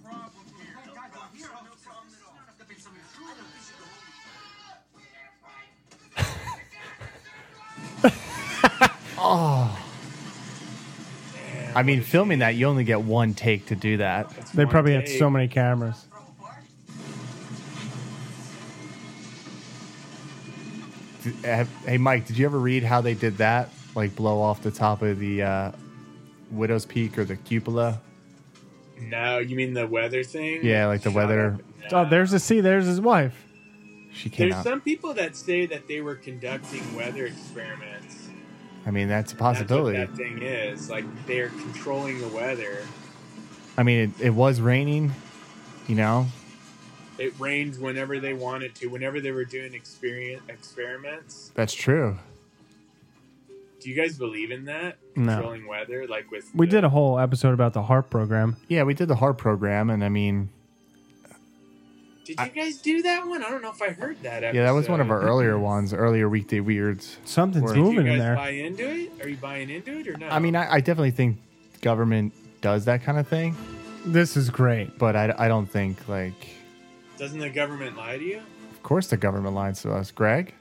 [SPEAKER 3] oh. I mean, filming that, you only get one take to do that.
[SPEAKER 5] They probably had so many cameras.
[SPEAKER 3] Did- eh, Hey, Mike, did you ever read how they did that? Like blow off the top of the uh, Widow's Peak or the cupola?
[SPEAKER 4] No, you mean the weather thing?
[SPEAKER 3] Yeah, like the weather.
[SPEAKER 5] Oh, there's a see. There's his wife.
[SPEAKER 3] She came
[SPEAKER 4] There's
[SPEAKER 3] out.
[SPEAKER 4] some people that say that they were conducting weather experiments.
[SPEAKER 3] I mean, that's a
[SPEAKER 4] That's what
[SPEAKER 3] possibility.
[SPEAKER 4] that thing is. Like they're controlling the weather.
[SPEAKER 3] I mean, it, it was raining, you know?
[SPEAKER 4] It rains whenever they wanted to. Whenever they were doing experien experiments.
[SPEAKER 3] That's true.
[SPEAKER 4] Do you guys believe in that?
[SPEAKER 5] No.
[SPEAKER 4] Controlling weather, like with
[SPEAKER 5] We did a whole episode about the harp program.
[SPEAKER 3] Yeah, we did the harp program, and I mean,
[SPEAKER 4] Did you guys do that one? I don't know if I heard that. Episode.
[SPEAKER 3] yeah, that was one of our earlier ones, earlier weekday weirds.
[SPEAKER 5] Something's
[SPEAKER 3] Where-
[SPEAKER 4] Did mm-hmm. you guys buy into it? Are you buying into it or not?
[SPEAKER 3] I mean, I, I definitely think government does that kind of thing,
[SPEAKER 5] This is great.
[SPEAKER 3] but I, I don't think like,
[SPEAKER 4] doesn't the government lie to you?
[SPEAKER 3] of course, the government lies to us. Greg,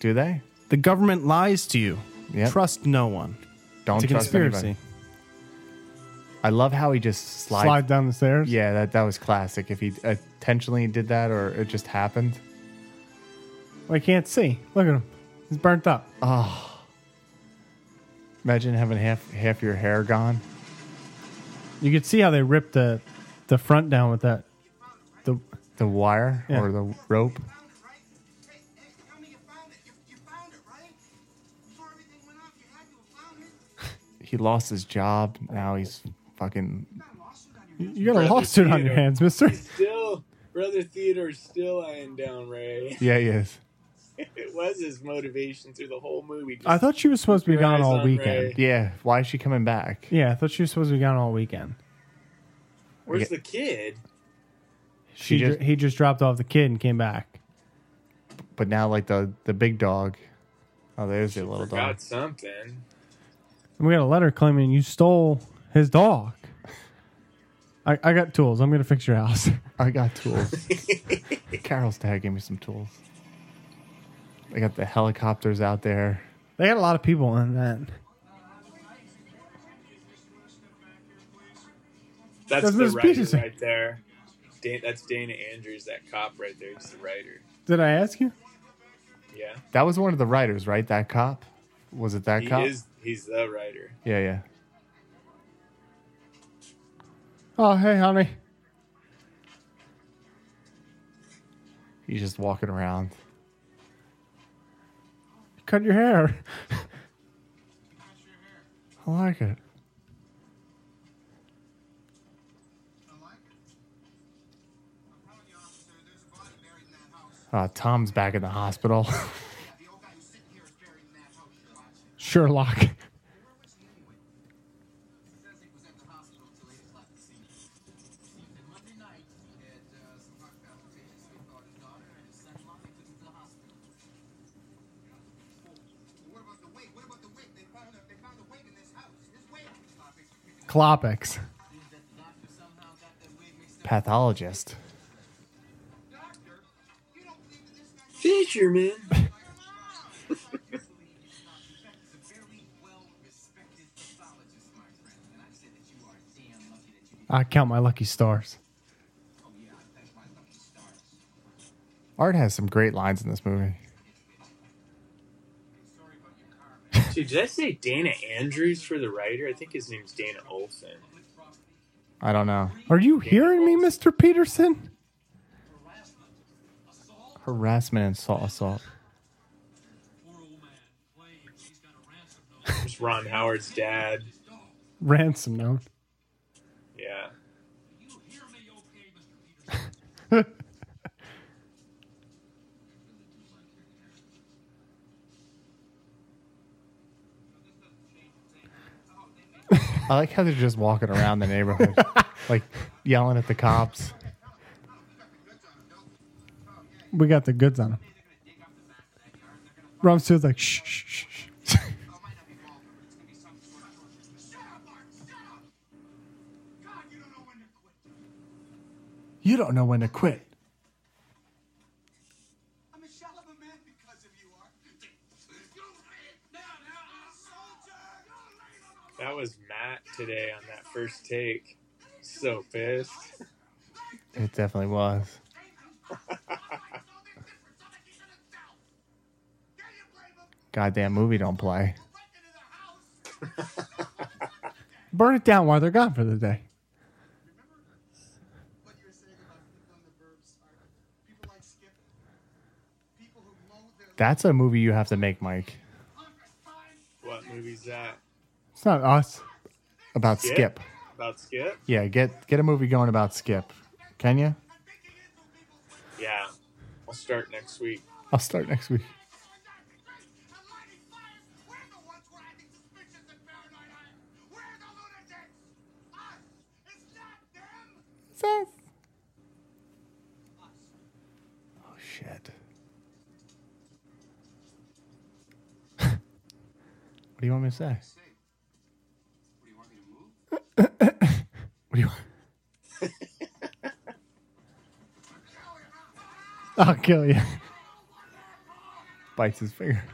[SPEAKER 3] do they?
[SPEAKER 16] The government lies to you.
[SPEAKER 3] Yep.
[SPEAKER 16] Trust no one.
[SPEAKER 3] Don't
[SPEAKER 16] it's a
[SPEAKER 3] trust
[SPEAKER 16] conspiracy.
[SPEAKER 3] anybody. I love how he just slides.
[SPEAKER 5] Slide down the stairs.
[SPEAKER 3] Yeah, that that was classic. If he intentionally did that or it just happened,
[SPEAKER 5] I can't see. Look at him. He's burnt up.
[SPEAKER 3] oh, imagine having half half your hair gone.
[SPEAKER 5] You could see how they ripped the the front down with that. The
[SPEAKER 3] The wire
[SPEAKER 5] Yeah.
[SPEAKER 3] or the rope. He lost his job. Now he's fucking.
[SPEAKER 5] you got a lawsuit on your hands, Mister.
[SPEAKER 4] Still, brother Theodore's still eyeing down Ray.
[SPEAKER 3] Yeah, he is.
[SPEAKER 4] it was his motivation through the whole movie. Just-
[SPEAKER 5] I thought she was supposed to be
[SPEAKER 4] Your
[SPEAKER 5] gone
[SPEAKER 4] eyes
[SPEAKER 5] all
[SPEAKER 4] on
[SPEAKER 5] weekend.
[SPEAKER 4] Ray.
[SPEAKER 3] Yeah. Why is she coming back?
[SPEAKER 5] Yeah, I thought she was supposed to be gone all weekend.
[SPEAKER 4] Where's
[SPEAKER 3] Okay.
[SPEAKER 4] the kid?
[SPEAKER 3] She
[SPEAKER 5] She,
[SPEAKER 3] just-
[SPEAKER 5] dr- he just dropped off the kid and came back.
[SPEAKER 3] But now, like the the big dog. Oh, there's the little dog.
[SPEAKER 4] Got something.
[SPEAKER 5] And we got a letter claiming you stole his dog. I, I got tools. I'm gonna fix your house.
[SPEAKER 3] I got tools. Carol's dad gave me some tools. They got the helicopters out there.
[SPEAKER 5] they had a lot of people in that.
[SPEAKER 4] That's
[SPEAKER 5] Doesn't
[SPEAKER 4] the
[SPEAKER 5] this
[SPEAKER 4] writer
[SPEAKER 5] piece-
[SPEAKER 4] right there. Dan- that's Dana Andrews, that cop right there. He's the writer.
[SPEAKER 5] Did I ask you?
[SPEAKER 4] Yeah,
[SPEAKER 3] That was one of the writers, right? That cop. Was it that
[SPEAKER 4] he
[SPEAKER 3] cop?
[SPEAKER 4] is. He's the writer.
[SPEAKER 3] Yeah, yeah.
[SPEAKER 5] Oh hey honey.
[SPEAKER 3] He's just walking around.
[SPEAKER 5] Cut your hair.
[SPEAKER 3] I like it. Uh, Tom's back in the hospital.
[SPEAKER 5] Sherlock. Klopix.
[SPEAKER 3] Pathologist.
[SPEAKER 4] Fisherman.
[SPEAKER 5] I count my lucky stars.
[SPEAKER 3] Art has some great lines in this movie.
[SPEAKER 4] Dude, did I say Dana Andrews for the writer? I think his name's Dana Olson.
[SPEAKER 3] I don't know.
[SPEAKER 5] Are you hearing me, Mr. Peterson?
[SPEAKER 3] Harassment and assault. assault.
[SPEAKER 4] There's Ron Howard's dad.
[SPEAKER 5] Ransom note.
[SPEAKER 4] Yeah.
[SPEAKER 3] I like how they're just walking around the neighborhood, like yelling at the cops.
[SPEAKER 5] We got the goods on him. Rumsfeld's like, shh, shh, shh, shh.
[SPEAKER 3] You don't know when to quit.
[SPEAKER 4] That was Matt today on that first take. So pissed.
[SPEAKER 3] It definitely was. Goddamn movie don't play.
[SPEAKER 5] Burn it down while they're gone for the day.
[SPEAKER 3] That's a movie you have to make, Mike.
[SPEAKER 4] What movie's that?
[SPEAKER 5] It's not us.
[SPEAKER 3] About Skip.
[SPEAKER 4] About Skip?
[SPEAKER 3] Yeah, get get a movie going about Skip. Can you?
[SPEAKER 4] Yeah. I'll start next week.
[SPEAKER 3] I'll start next week. Oh shit. what do you want me to say? What do you want?
[SPEAKER 5] I'll kill you.
[SPEAKER 3] Bites his finger.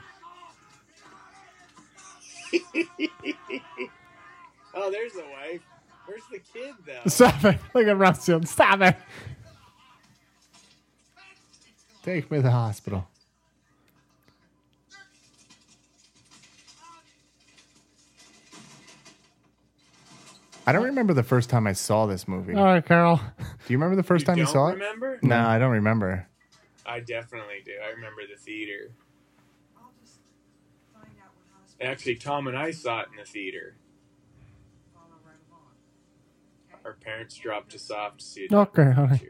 [SPEAKER 4] oh, there's the wife. Where's the kid, though?
[SPEAKER 5] Stop it. Look at Rumsfeld. Stop it.
[SPEAKER 3] Take me to the hospital. I don't remember the first time I saw this movie.
[SPEAKER 5] All right, Carl.
[SPEAKER 3] Do you remember the first
[SPEAKER 4] You
[SPEAKER 3] time you
[SPEAKER 4] don't
[SPEAKER 3] saw
[SPEAKER 4] remember?
[SPEAKER 3] it? No, I don't remember.
[SPEAKER 4] I definitely do. I remember the theater. Actually, Tom and I saw it in the theater. Our parents dropped us off to see it.
[SPEAKER 5] Okay, all right.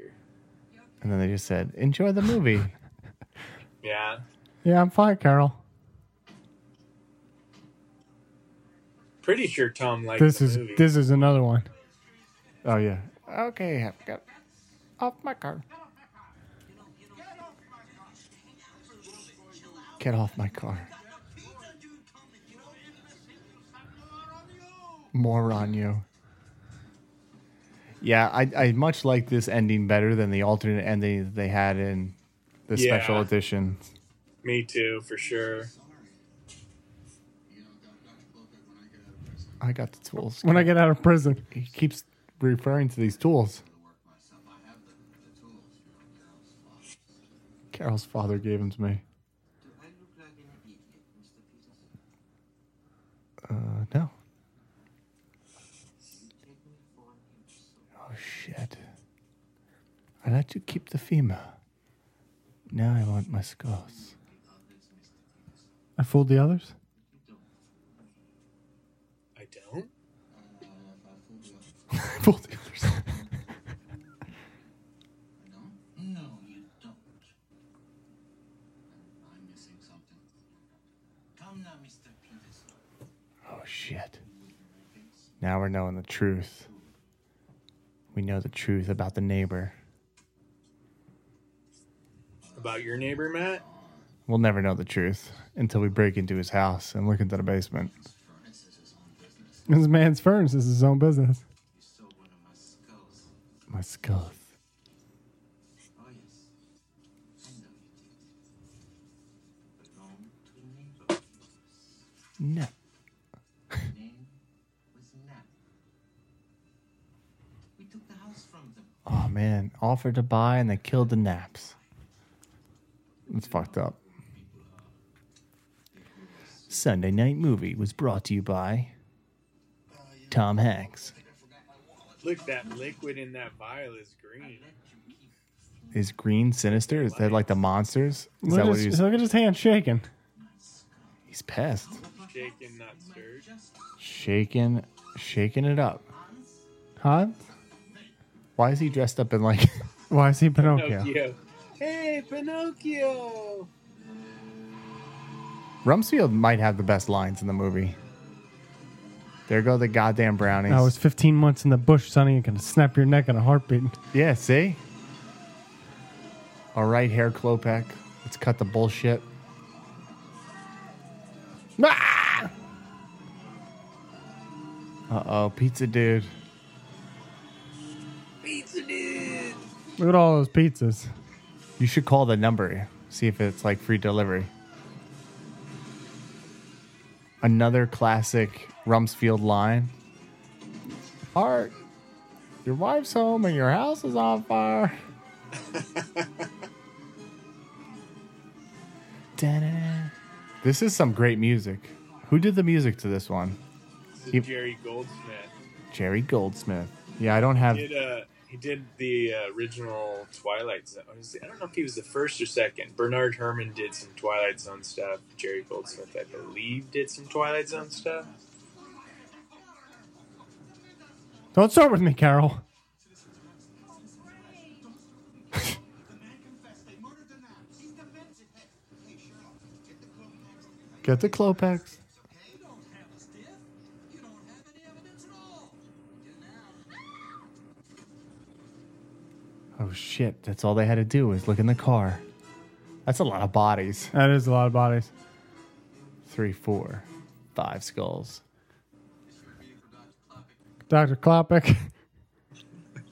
[SPEAKER 3] And then they just said, "Enjoy the movie."
[SPEAKER 4] Yeah.
[SPEAKER 5] Yeah, I'm fine, Carol.
[SPEAKER 4] Pretty sure Tom liked
[SPEAKER 5] This
[SPEAKER 4] the
[SPEAKER 5] is
[SPEAKER 4] movie.
[SPEAKER 5] this is another one.
[SPEAKER 3] oh yeah. Okay, I've got off my car. Get off my car. More on you. Yeah, I, I much like this ending better than the alternate ending that they had in the
[SPEAKER 4] Yeah.
[SPEAKER 3] special edition.
[SPEAKER 4] Me too, for sure.
[SPEAKER 3] I got the tools.
[SPEAKER 5] When I get out of prison,
[SPEAKER 3] he keeps referring to these tools. Carol's father gave them to me. Uh, no. Oh shit! I let you keep the femur. Now I want my scars.
[SPEAKER 5] I fooled the others.
[SPEAKER 4] I don't.
[SPEAKER 3] fooled the others.
[SPEAKER 11] No, you don't. I'm missing something. Come now, Mr. Peterson.
[SPEAKER 3] Oh shit! Now we're knowing the truth. We know the truth about the neighbor.
[SPEAKER 4] About your neighbor, Matt?
[SPEAKER 3] We'll never know the truth until we break into his house and look into the basement.
[SPEAKER 5] This man's furnace is his own business.
[SPEAKER 3] My skull. No.
[SPEAKER 11] Name was Nat. We took the house from them.
[SPEAKER 3] Oh man, offered to buy and they killed the naps. It's fucked up. Sunday Night Movie was brought to you by Tom Hanks,
[SPEAKER 4] Look, that liquid in that vial is green.
[SPEAKER 3] Is green sinister? Is that like the monsters? Is
[SPEAKER 5] Look
[SPEAKER 3] that
[SPEAKER 5] at
[SPEAKER 3] what
[SPEAKER 5] his-
[SPEAKER 3] he's
[SPEAKER 5] look at his hand shaking.
[SPEAKER 3] he's pissed?
[SPEAKER 4] Shaken, not stirred.
[SPEAKER 3] Shaking, shaking it up.
[SPEAKER 5] Huh?
[SPEAKER 3] Why is he dressed up in like?
[SPEAKER 5] Why is he Pinocchio?
[SPEAKER 4] Pinocchio. Hey, Pinocchio.
[SPEAKER 3] Rumsfeld might have the best lines in the movie. There go the goddamn brownies.
[SPEAKER 5] I was 15 months in the bush, Sonny. You can snap your neck in a heartbeat.
[SPEAKER 3] Yeah, see? All right, Hair Klopek. Let's cut the bullshit. Ah! Uh oh, pizza dude.
[SPEAKER 4] Pizza dude.
[SPEAKER 5] Look at all those pizzas.
[SPEAKER 3] You should call the number, see if it's like free delivery. Another classic Rumsfeld line. Art, your wife's home and your house is on fire. Da-da. This is some great music. Who did the music to this one?
[SPEAKER 4] This is
[SPEAKER 3] He-
[SPEAKER 4] Jerry Goldsmith.
[SPEAKER 3] Jerry Goldsmith. Yeah, I don't have.
[SPEAKER 4] He did, uh, he did the uh, original Twilight Zone. What is it? I don't know if he was the first or second. Bernard Herman did some Twilight Zone stuff. Jerry Goldsmith, I believe, did some Twilight Zone stuff.
[SPEAKER 5] Don't start with me, Carol.
[SPEAKER 3] Get the Clopex. Oh shit, that's all they had to do was look in the car. That's a lot of bodies.
[SPEAKER 5] That is a lot of bodies.
[SPEAKER 3] Three, four, five skulls.
[SPEAKER 5] Dr. Klopik.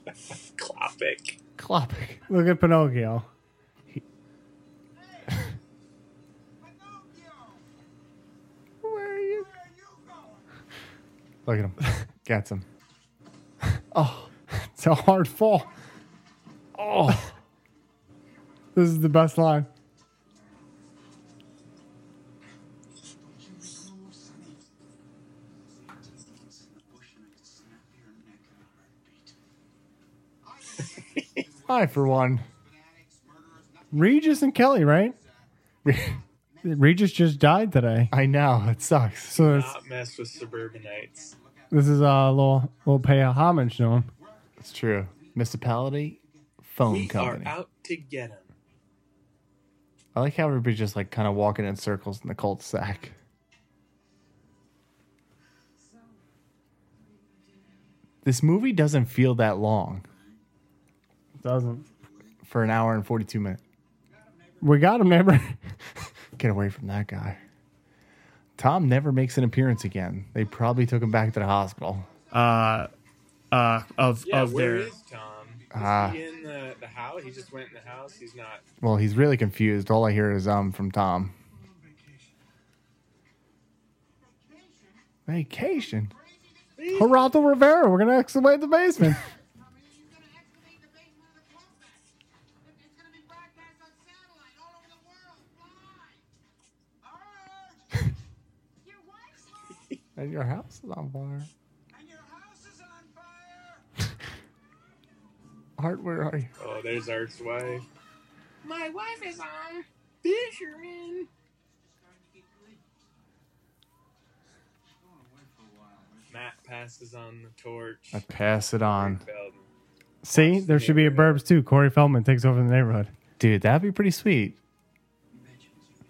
[SPEAKER 4] Klopik.
[SPEAKER 3] Klopik.
[SPEAKER 5] Look at Pinocchio.
[SPEAKER 3] Where are you? Look at him. Gets him. Oh,
[SPEAKER 5] it's a hard fall.
[SPEAKER 3] Oh.
[SPEAKER 5] this is the best line.
[SPEAKER 3] I, for one.
[SPEAKER 5] Regis and Kelly, right? Regis just died today.
[SPEAKER 3] I know. It sucks.
[SPEAKER 5] So it's,
[SPEAKER 4] Not mess with suburbanites.
[SPEAKER 5] this is a little, little pay a homage to him.
[SPEAKER 3] It's true. Municipality phone
[SPEAKER 4] we
[SPEAKER 3] company.
[SPEAKER 4] are out to get him.
[SPEAKER 3] I like how everybody's just like kind of walking in circles in the cul-de-sac. This movie doesn't feel that long
[SPEAKER 5] Doesn't.
[SPEAKER 3] for an hour and 42 minutes.
[SPEAKER 5] We got him, neighbor.
[SPEAKER 3] Get away from that guy. Tom never makes an appearance again. They probably took him back to the hospital.
[SPEAKER 12] Uh, uh, of
[SPEAKER 4] Yeah, where
[SPEAKER 12] of
[SPEAKER 4] is
[SPEAKER 12] their
[SPEAKER 4] Tom? Is
[SPEAKER 3] Ah.
[SPEAKER 4] he in the, the house? He just went in the house. He's not.
[SPEAKER 3] Well, he's really confused. All I hear is um from Tom. Vacation.
[SPEAKER 5] Geraldo Rivera. We're going to excavate the basement.
[SPEAKER 3] And your house is on fire. Art, where are you?
[SPEAKER 4] Oh, there's Art's wife.
[SPEAKER 7] My wife is on fisherman.
[SPEAKER 4] Matt passes on the torch.
[SPEAKER 3] I pass it on.
[SPEAKER 4] Feldman.
[SPEAKER 5] See, there should be a Burbs too. Corey Feldman takes over the neighborhood.
[SPEAKER 3] Dude, that'd be pretty sweet.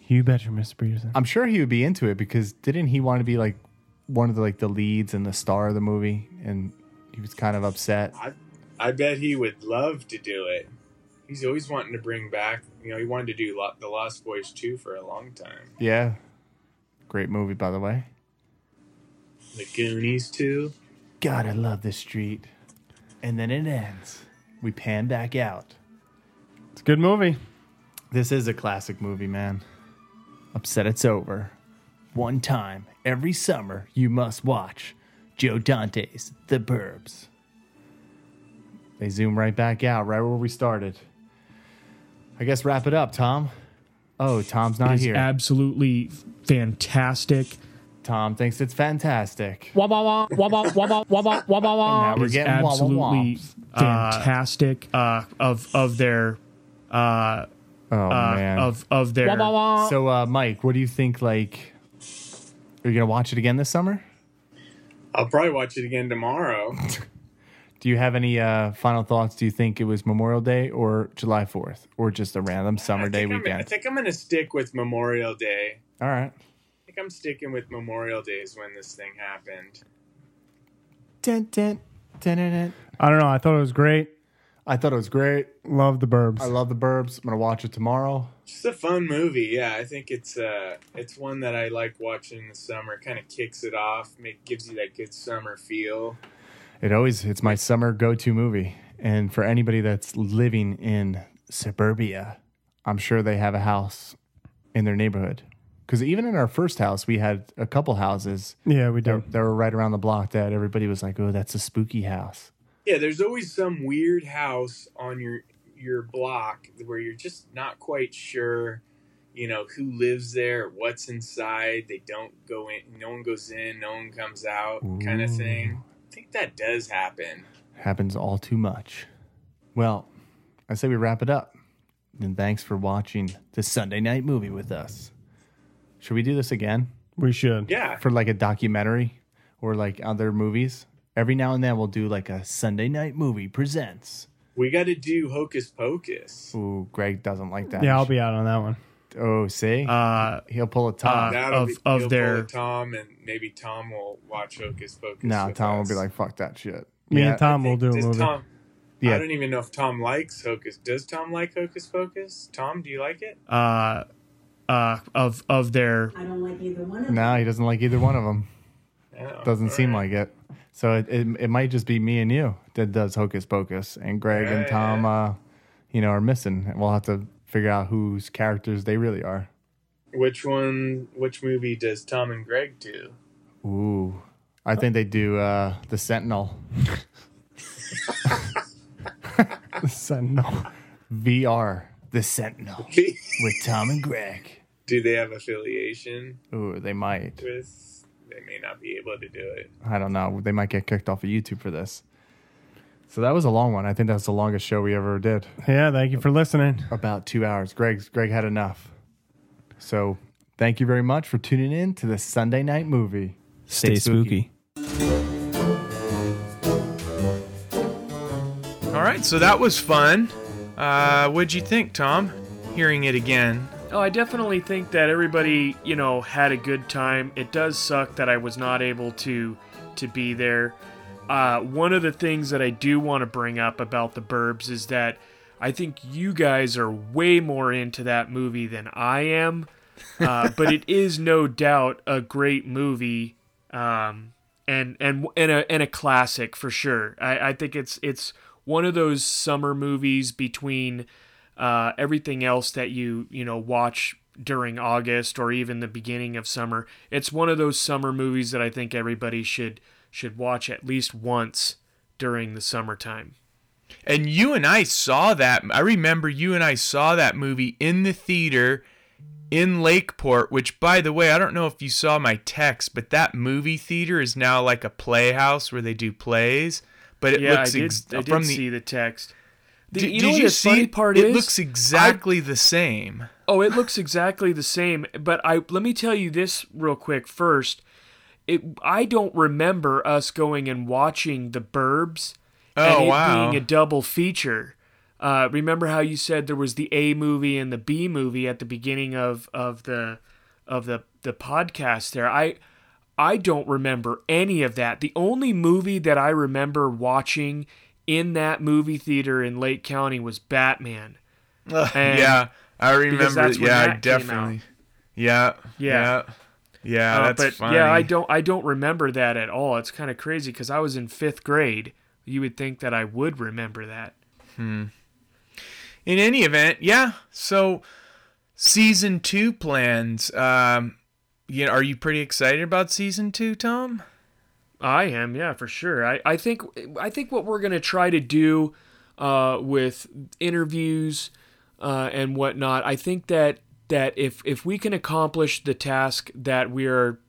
[SPEAKER 5] You betcha, Mr. Peterson.
[SPEAKER 3] I'm sure he would be into it because didn't he want to be like one of the like the leads and the star of the movie? And he was kind of upset.
[SPEAKER 4] I, I bet he would love to do it. He's always wanting to bring back. You know, he wanted to do Lo- the Lost Boys too for a long time.
[SPEAKER 3] Yeah. Great movie, by the way.
[SPEAKER 4] The Goonies too.
[SPEAKER 3] God, I love this street. And then it ends. We pan back out.
[SPEAKER 5] It's a good movie.
[SPEAKER 3] This is a classic movie, man. Upset it's over. One time every summer, you must watch Joe Dante's The Burbs. They zoom right back out, right where we started. I guess wrap it up, Tom. Oh, Tom's not
[SPEAKER 12] is
[SPEAKER 3] here.
[SPEAKER 12] absolutely fantastic.
[SPEAKER 3] Tom thinks it's fantastic.
[SPEAKER 2] Wah wah wah wah wah wah wah wah wah wah wah wah.
[SPEAKER 3] And now we're
[SPEAKER 12] is
[SPEAKER 3] getting wah, wah,
[SPEAKER 12] absolutely
[SPEAKER 3] wahs.
[SPEAKER 12] fantastic uh, of of their uh,
[SPEAKER 3] Oh
[SPEAKER 12] uh,
[SPEAKER 3] man.
[SPEAKER 12] of of their
[SPEAKER 3] So, uh, Mike, what do you think? Like, are you gonna watch it again this summer?
[SPEAKER 4] I'll probably watch it again tomorrow.
[SPEAKER 3] Do you have any uh, final thoughts? Do you think it was Memorial Day or July Fourth or just a random summer day
[SPEAKER 4] I'm- I
[SPEAKER 3] weekend?
[SPEAKER 4] think I'm going to stick with Memorial Day.
[SPEAKER 3] All right.
[SPEAKER 4] I think I'm sticking with Memorial Days when this thing happened.
[SPEAKER 3] Dun, dun, dun, dun, dun.
[SPEAKER 5] I don't know. I thought it was great.
[SPEAKER 3] I thought it was great.
[SPEAKER 5] Love the Burbs.
[SPEAKER 3] I love the Burbs. I'm gonna watch it tomorrow.
[SPEAKER 4] It's a fun movie. Yeah, I think it's uh it's one that I like watching in the summer. Kind of kicks it off, make, gives you that good summer feel.
[SPEAKER 3] It always it's my summer go-to movie. And for anybody that's living in suburbia, I'm sure they have a house in their neighborhood. Cuz even in our first house, we had a couple houses
[SPEAKER 5] Yeah, we do.
[SPEAKER 3] that, that were right around the block that everybody was like, "Oh, that's a spooky house."
[SPEAKER 4] Yeah, there's always some weird house on your your block where you're just not quite sure, you know, who lives there, what's inside. They don't go in. No one goes in. No one comes out. Kind of thing. I think that does happen.
[SPEAKER 3] Happens all too much. Well, I say we wrap it up. And thanks for watching this Sunday night movie with us. Should we do this again?
[SPEAKER 5] We should.
[SPEAKER 4] Yeah.
[SPEAKER 3] for like a documentary or like other movies. Every now and then we'll do like a Sunday night movie presents.
[SPEAKER 4] We got to do Hocus Pocus.
[SPEAKER 3] Ooh, Greg doesn't like that.
[SPEAKER 5] Yeah, I'll be out on that one.
[SPEAKER 3] Oh, see,
[SPEAKER 12] uh,
[SPEAKER 3] he'll pull a Tom.
[SPEAKER 4] That'll
[SPEAKER 12] of-
[SPEAKER 4] be,
[SPEAKER 12] of
[SPEAKER 4] you'll
[SPEAKER 12] their-
[SPEAKER 4] pull a Tom and maybe Tom will watch Hocus Pocus.
[SPEAKER 3] nah,
[SPEAKER 4] with
[SPEAKER 3] Tom will
[SPEAKER 4] us.
[SPEAKER 3] be like, "Fuck that shit."
[SPEAKER 5] Me
[SPEAKER 3] yeah,
[SPEAKER 5] and Tom will
[SPEAKER 4] think-
[SPEAKER 5] do a
[SPEAKER 4] does
[SPEAKER 5] movie.
[SPEAKER 4] Tom,
[SPEAKER 3] Yeah.
[SPEAKER 4] I don't even know if Tom likes Hocus. Does Tom like Hocus Pocus? Tom, do you like it?
[SPEAKER 12] uh, uh, of of their
[SPEAKER 10] I don't like either one of them.
[SPEAKER 3] No, he doesn't like either one of them.
[SPEAKER 4] No.
[SPEAKER 3] Doesn't seem like it. So it, it it might just be me and you that does Hocus Pocus, and Greg and
[SPEAKER 4] Yeah,
[SPEAKER 3] Tom, uh, you know, are missing. And we'll have to figure out whose characters they really are.
[SPEAKER 4] Which one? Which movie does Tom and Greg do?
[SPEAKER 3] Ooh, I think they do uh, the Sentinel.
[SPEAKER 5] Sentinel.
[SPEAKER 3] VR, The Sentinel, with Tom and Greg.
[SPEAKER 4] do they have affiliation
[SPEAKER 3] Ooh, they might.
[SPEAKER 4] with? They may not be able to do it.
[SPEAKER 3] I don't know. They might get kicked off of YouTube for this. So that was a long one. I think that's the longest show we ever did.
[SPEAKER 5] Yeah, thank you for listening.
[SPEAKER 3] About two hours. Greg's Greg had enough. So thank you very much for tuning in to the Sunday night movie.
[SPEAKER 16] Stay spooky.
[SPEAKER 1] All right, so that was fun. Uh, what'd you think, Tom? Hearing it again.
[SPEAKER 2] Oh, I definitely think that everybody, you know, had a good time. It does suck that I was not able to to be there. Uh, one of the things that I do want to bring up about the Burbs is that I think you guys are way more into that movie than I am. Uh, but it is no doubt a great movie, um, and and and a and a classic for sure. I, I think it's it's one of those summer movies between uh, everything else that you you know watch during August or even the beginning of summer. It's one of those summer movies that I think everybody should should watch at least once during the summertime.
[SPEAKER 1] And you and I saw that. I remember you and I saw that movie in the theater in Lakeport, which, by the way, I don't know if you saw my text, but that movie theater is now like a playhouse where they do plays. But it
[SPEAKER 2] yeah, I
[SPEAKER 1] looks
[SPEAKER 2] did,
[SPEAKER 1] ex-
[SPEAKER 2] I did
[SPEAKER 1] from the.
[SPEAKER 2] see the text. The,
[SPEAKER 1] Did-
[SPEAKER 2] you
[SPEAKER 1] did
[SPEAKER 2] know
[SPEAKER 1] you
[SPEAKER 2] the
[SPEAKER 1] see
[SPEAKER 2] funny
[SPEAKER 1] it?
[SPEAKER 2] part
[SPEAKER 1] It
[SPEAKER 2] is?
[SPEAKER 1] looks exactly the same.
[SPEAKER 2] Oh, it looks exactly the same. But I let me tell you this real quick first. It I don't remember us going and watching the Burbs and
[SPEAKER 1] Oh,
[SPEAKER 2] it
[SPEAKER 1] wow.
[SPEAKER 2] being a double feature. Uh, remember how you said there was the A movie and the B movie at the beginning of of the of the the podcast there. I I don't remember any of that. The only movie that I remember watching in that movie theater in Lake County was Batman. And-
[SPEAKER 1] yeah, I remember.
[SPEAKER 2] that's when
[SPEAKER 1] yeah,
[SPEAKER 2] that came out.
[SPEAKER 1] definitely. Yeah,
[SPEAKER 2] Yeah.
[SPEAKER 1] yeah, yeah.
[SPEAKER 2] Uh,
[SPEAKER 1] Oh, that's
[SPEAKER 2] but
[SPEAKER 1] funny.
[SPEAKER 2] yeah, I don't I don't remember that at all. It's kind of crazy because I was in fifth grade. You would think that I would remember that.
[SPEAKER 1] in any event, yeah. So season two plans. Um, you know, are you pretty excited about season two, Tom?
[SPEAKER 2] I am, yeah, for sure. I, I think I think what we're gonna try to do uh, with interviews uh, and whatnot. I think that that if if we can accomplish the task that we are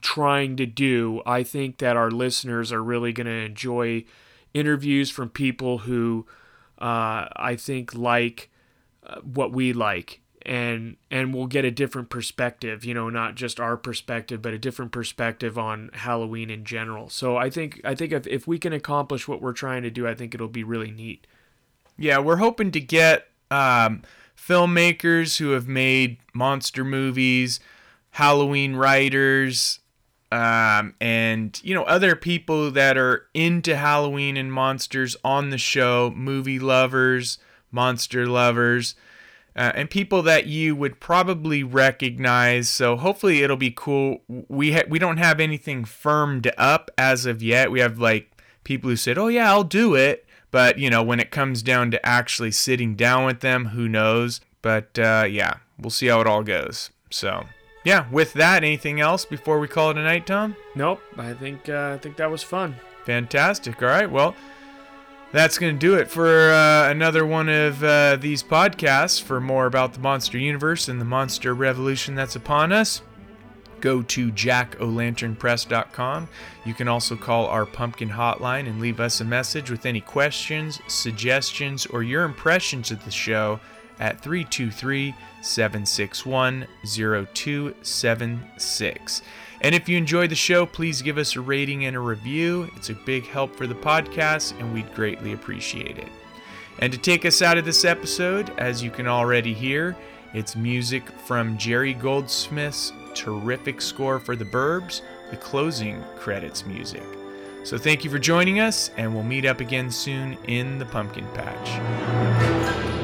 [SPEAKER 2] trying to do. I think that our listeners are really going to enjoy interviews from people who uh, I think like uh, what we like. And and we'll get a different perspective, you know, not just our perspective, but a different perspective on Halloween in general. So I think I think if, if we can accomplish what we're trying to do, I think it'll be really neat.
[SPEAKER 1] Yeah, we're hoping to get um, filmmakers who have made monster movies, Halloween writers, um, and you know other people that are into Halloween and monsters on the show, movie lovers, monster lovers, uh, and people that you would probably recognize. So hopefully it'll be cool. We ha- we don't have anything firmed up as of yet. We have like people who said, "Oh yeah, I'll do it." But you know, when it comes down to actually sitting down with them, who knows? But uh, yeah, we'll see how it all goes. So yeah, with that, anything else before we call it a night, Tom?
[SPEAKER 2] Nope. I think uh, I think that was fun.
[SPEAKER 1] Fantastic. All right. Well, that's going to do it for uh, another one of uh, these podcasts. For more about the monster universe and the monster revolution that's upon us, go to jackolanternpress.com. You can also call our pumpkin hotline and leave us a message with any questions, suggestions, or your impressions of the show at 323 761 0276. And if you enjoy the show, please give us a rating and a review. It's a big help for the podcast, and we'd greatly appreciate it. And to take us out of this episode, as you can already hear, it's music from Jerry Goldsmith's terrific score for The Burbs, the closing credits music. So thank you for joining us, and we'll meet up again soon in the pumpkin patch.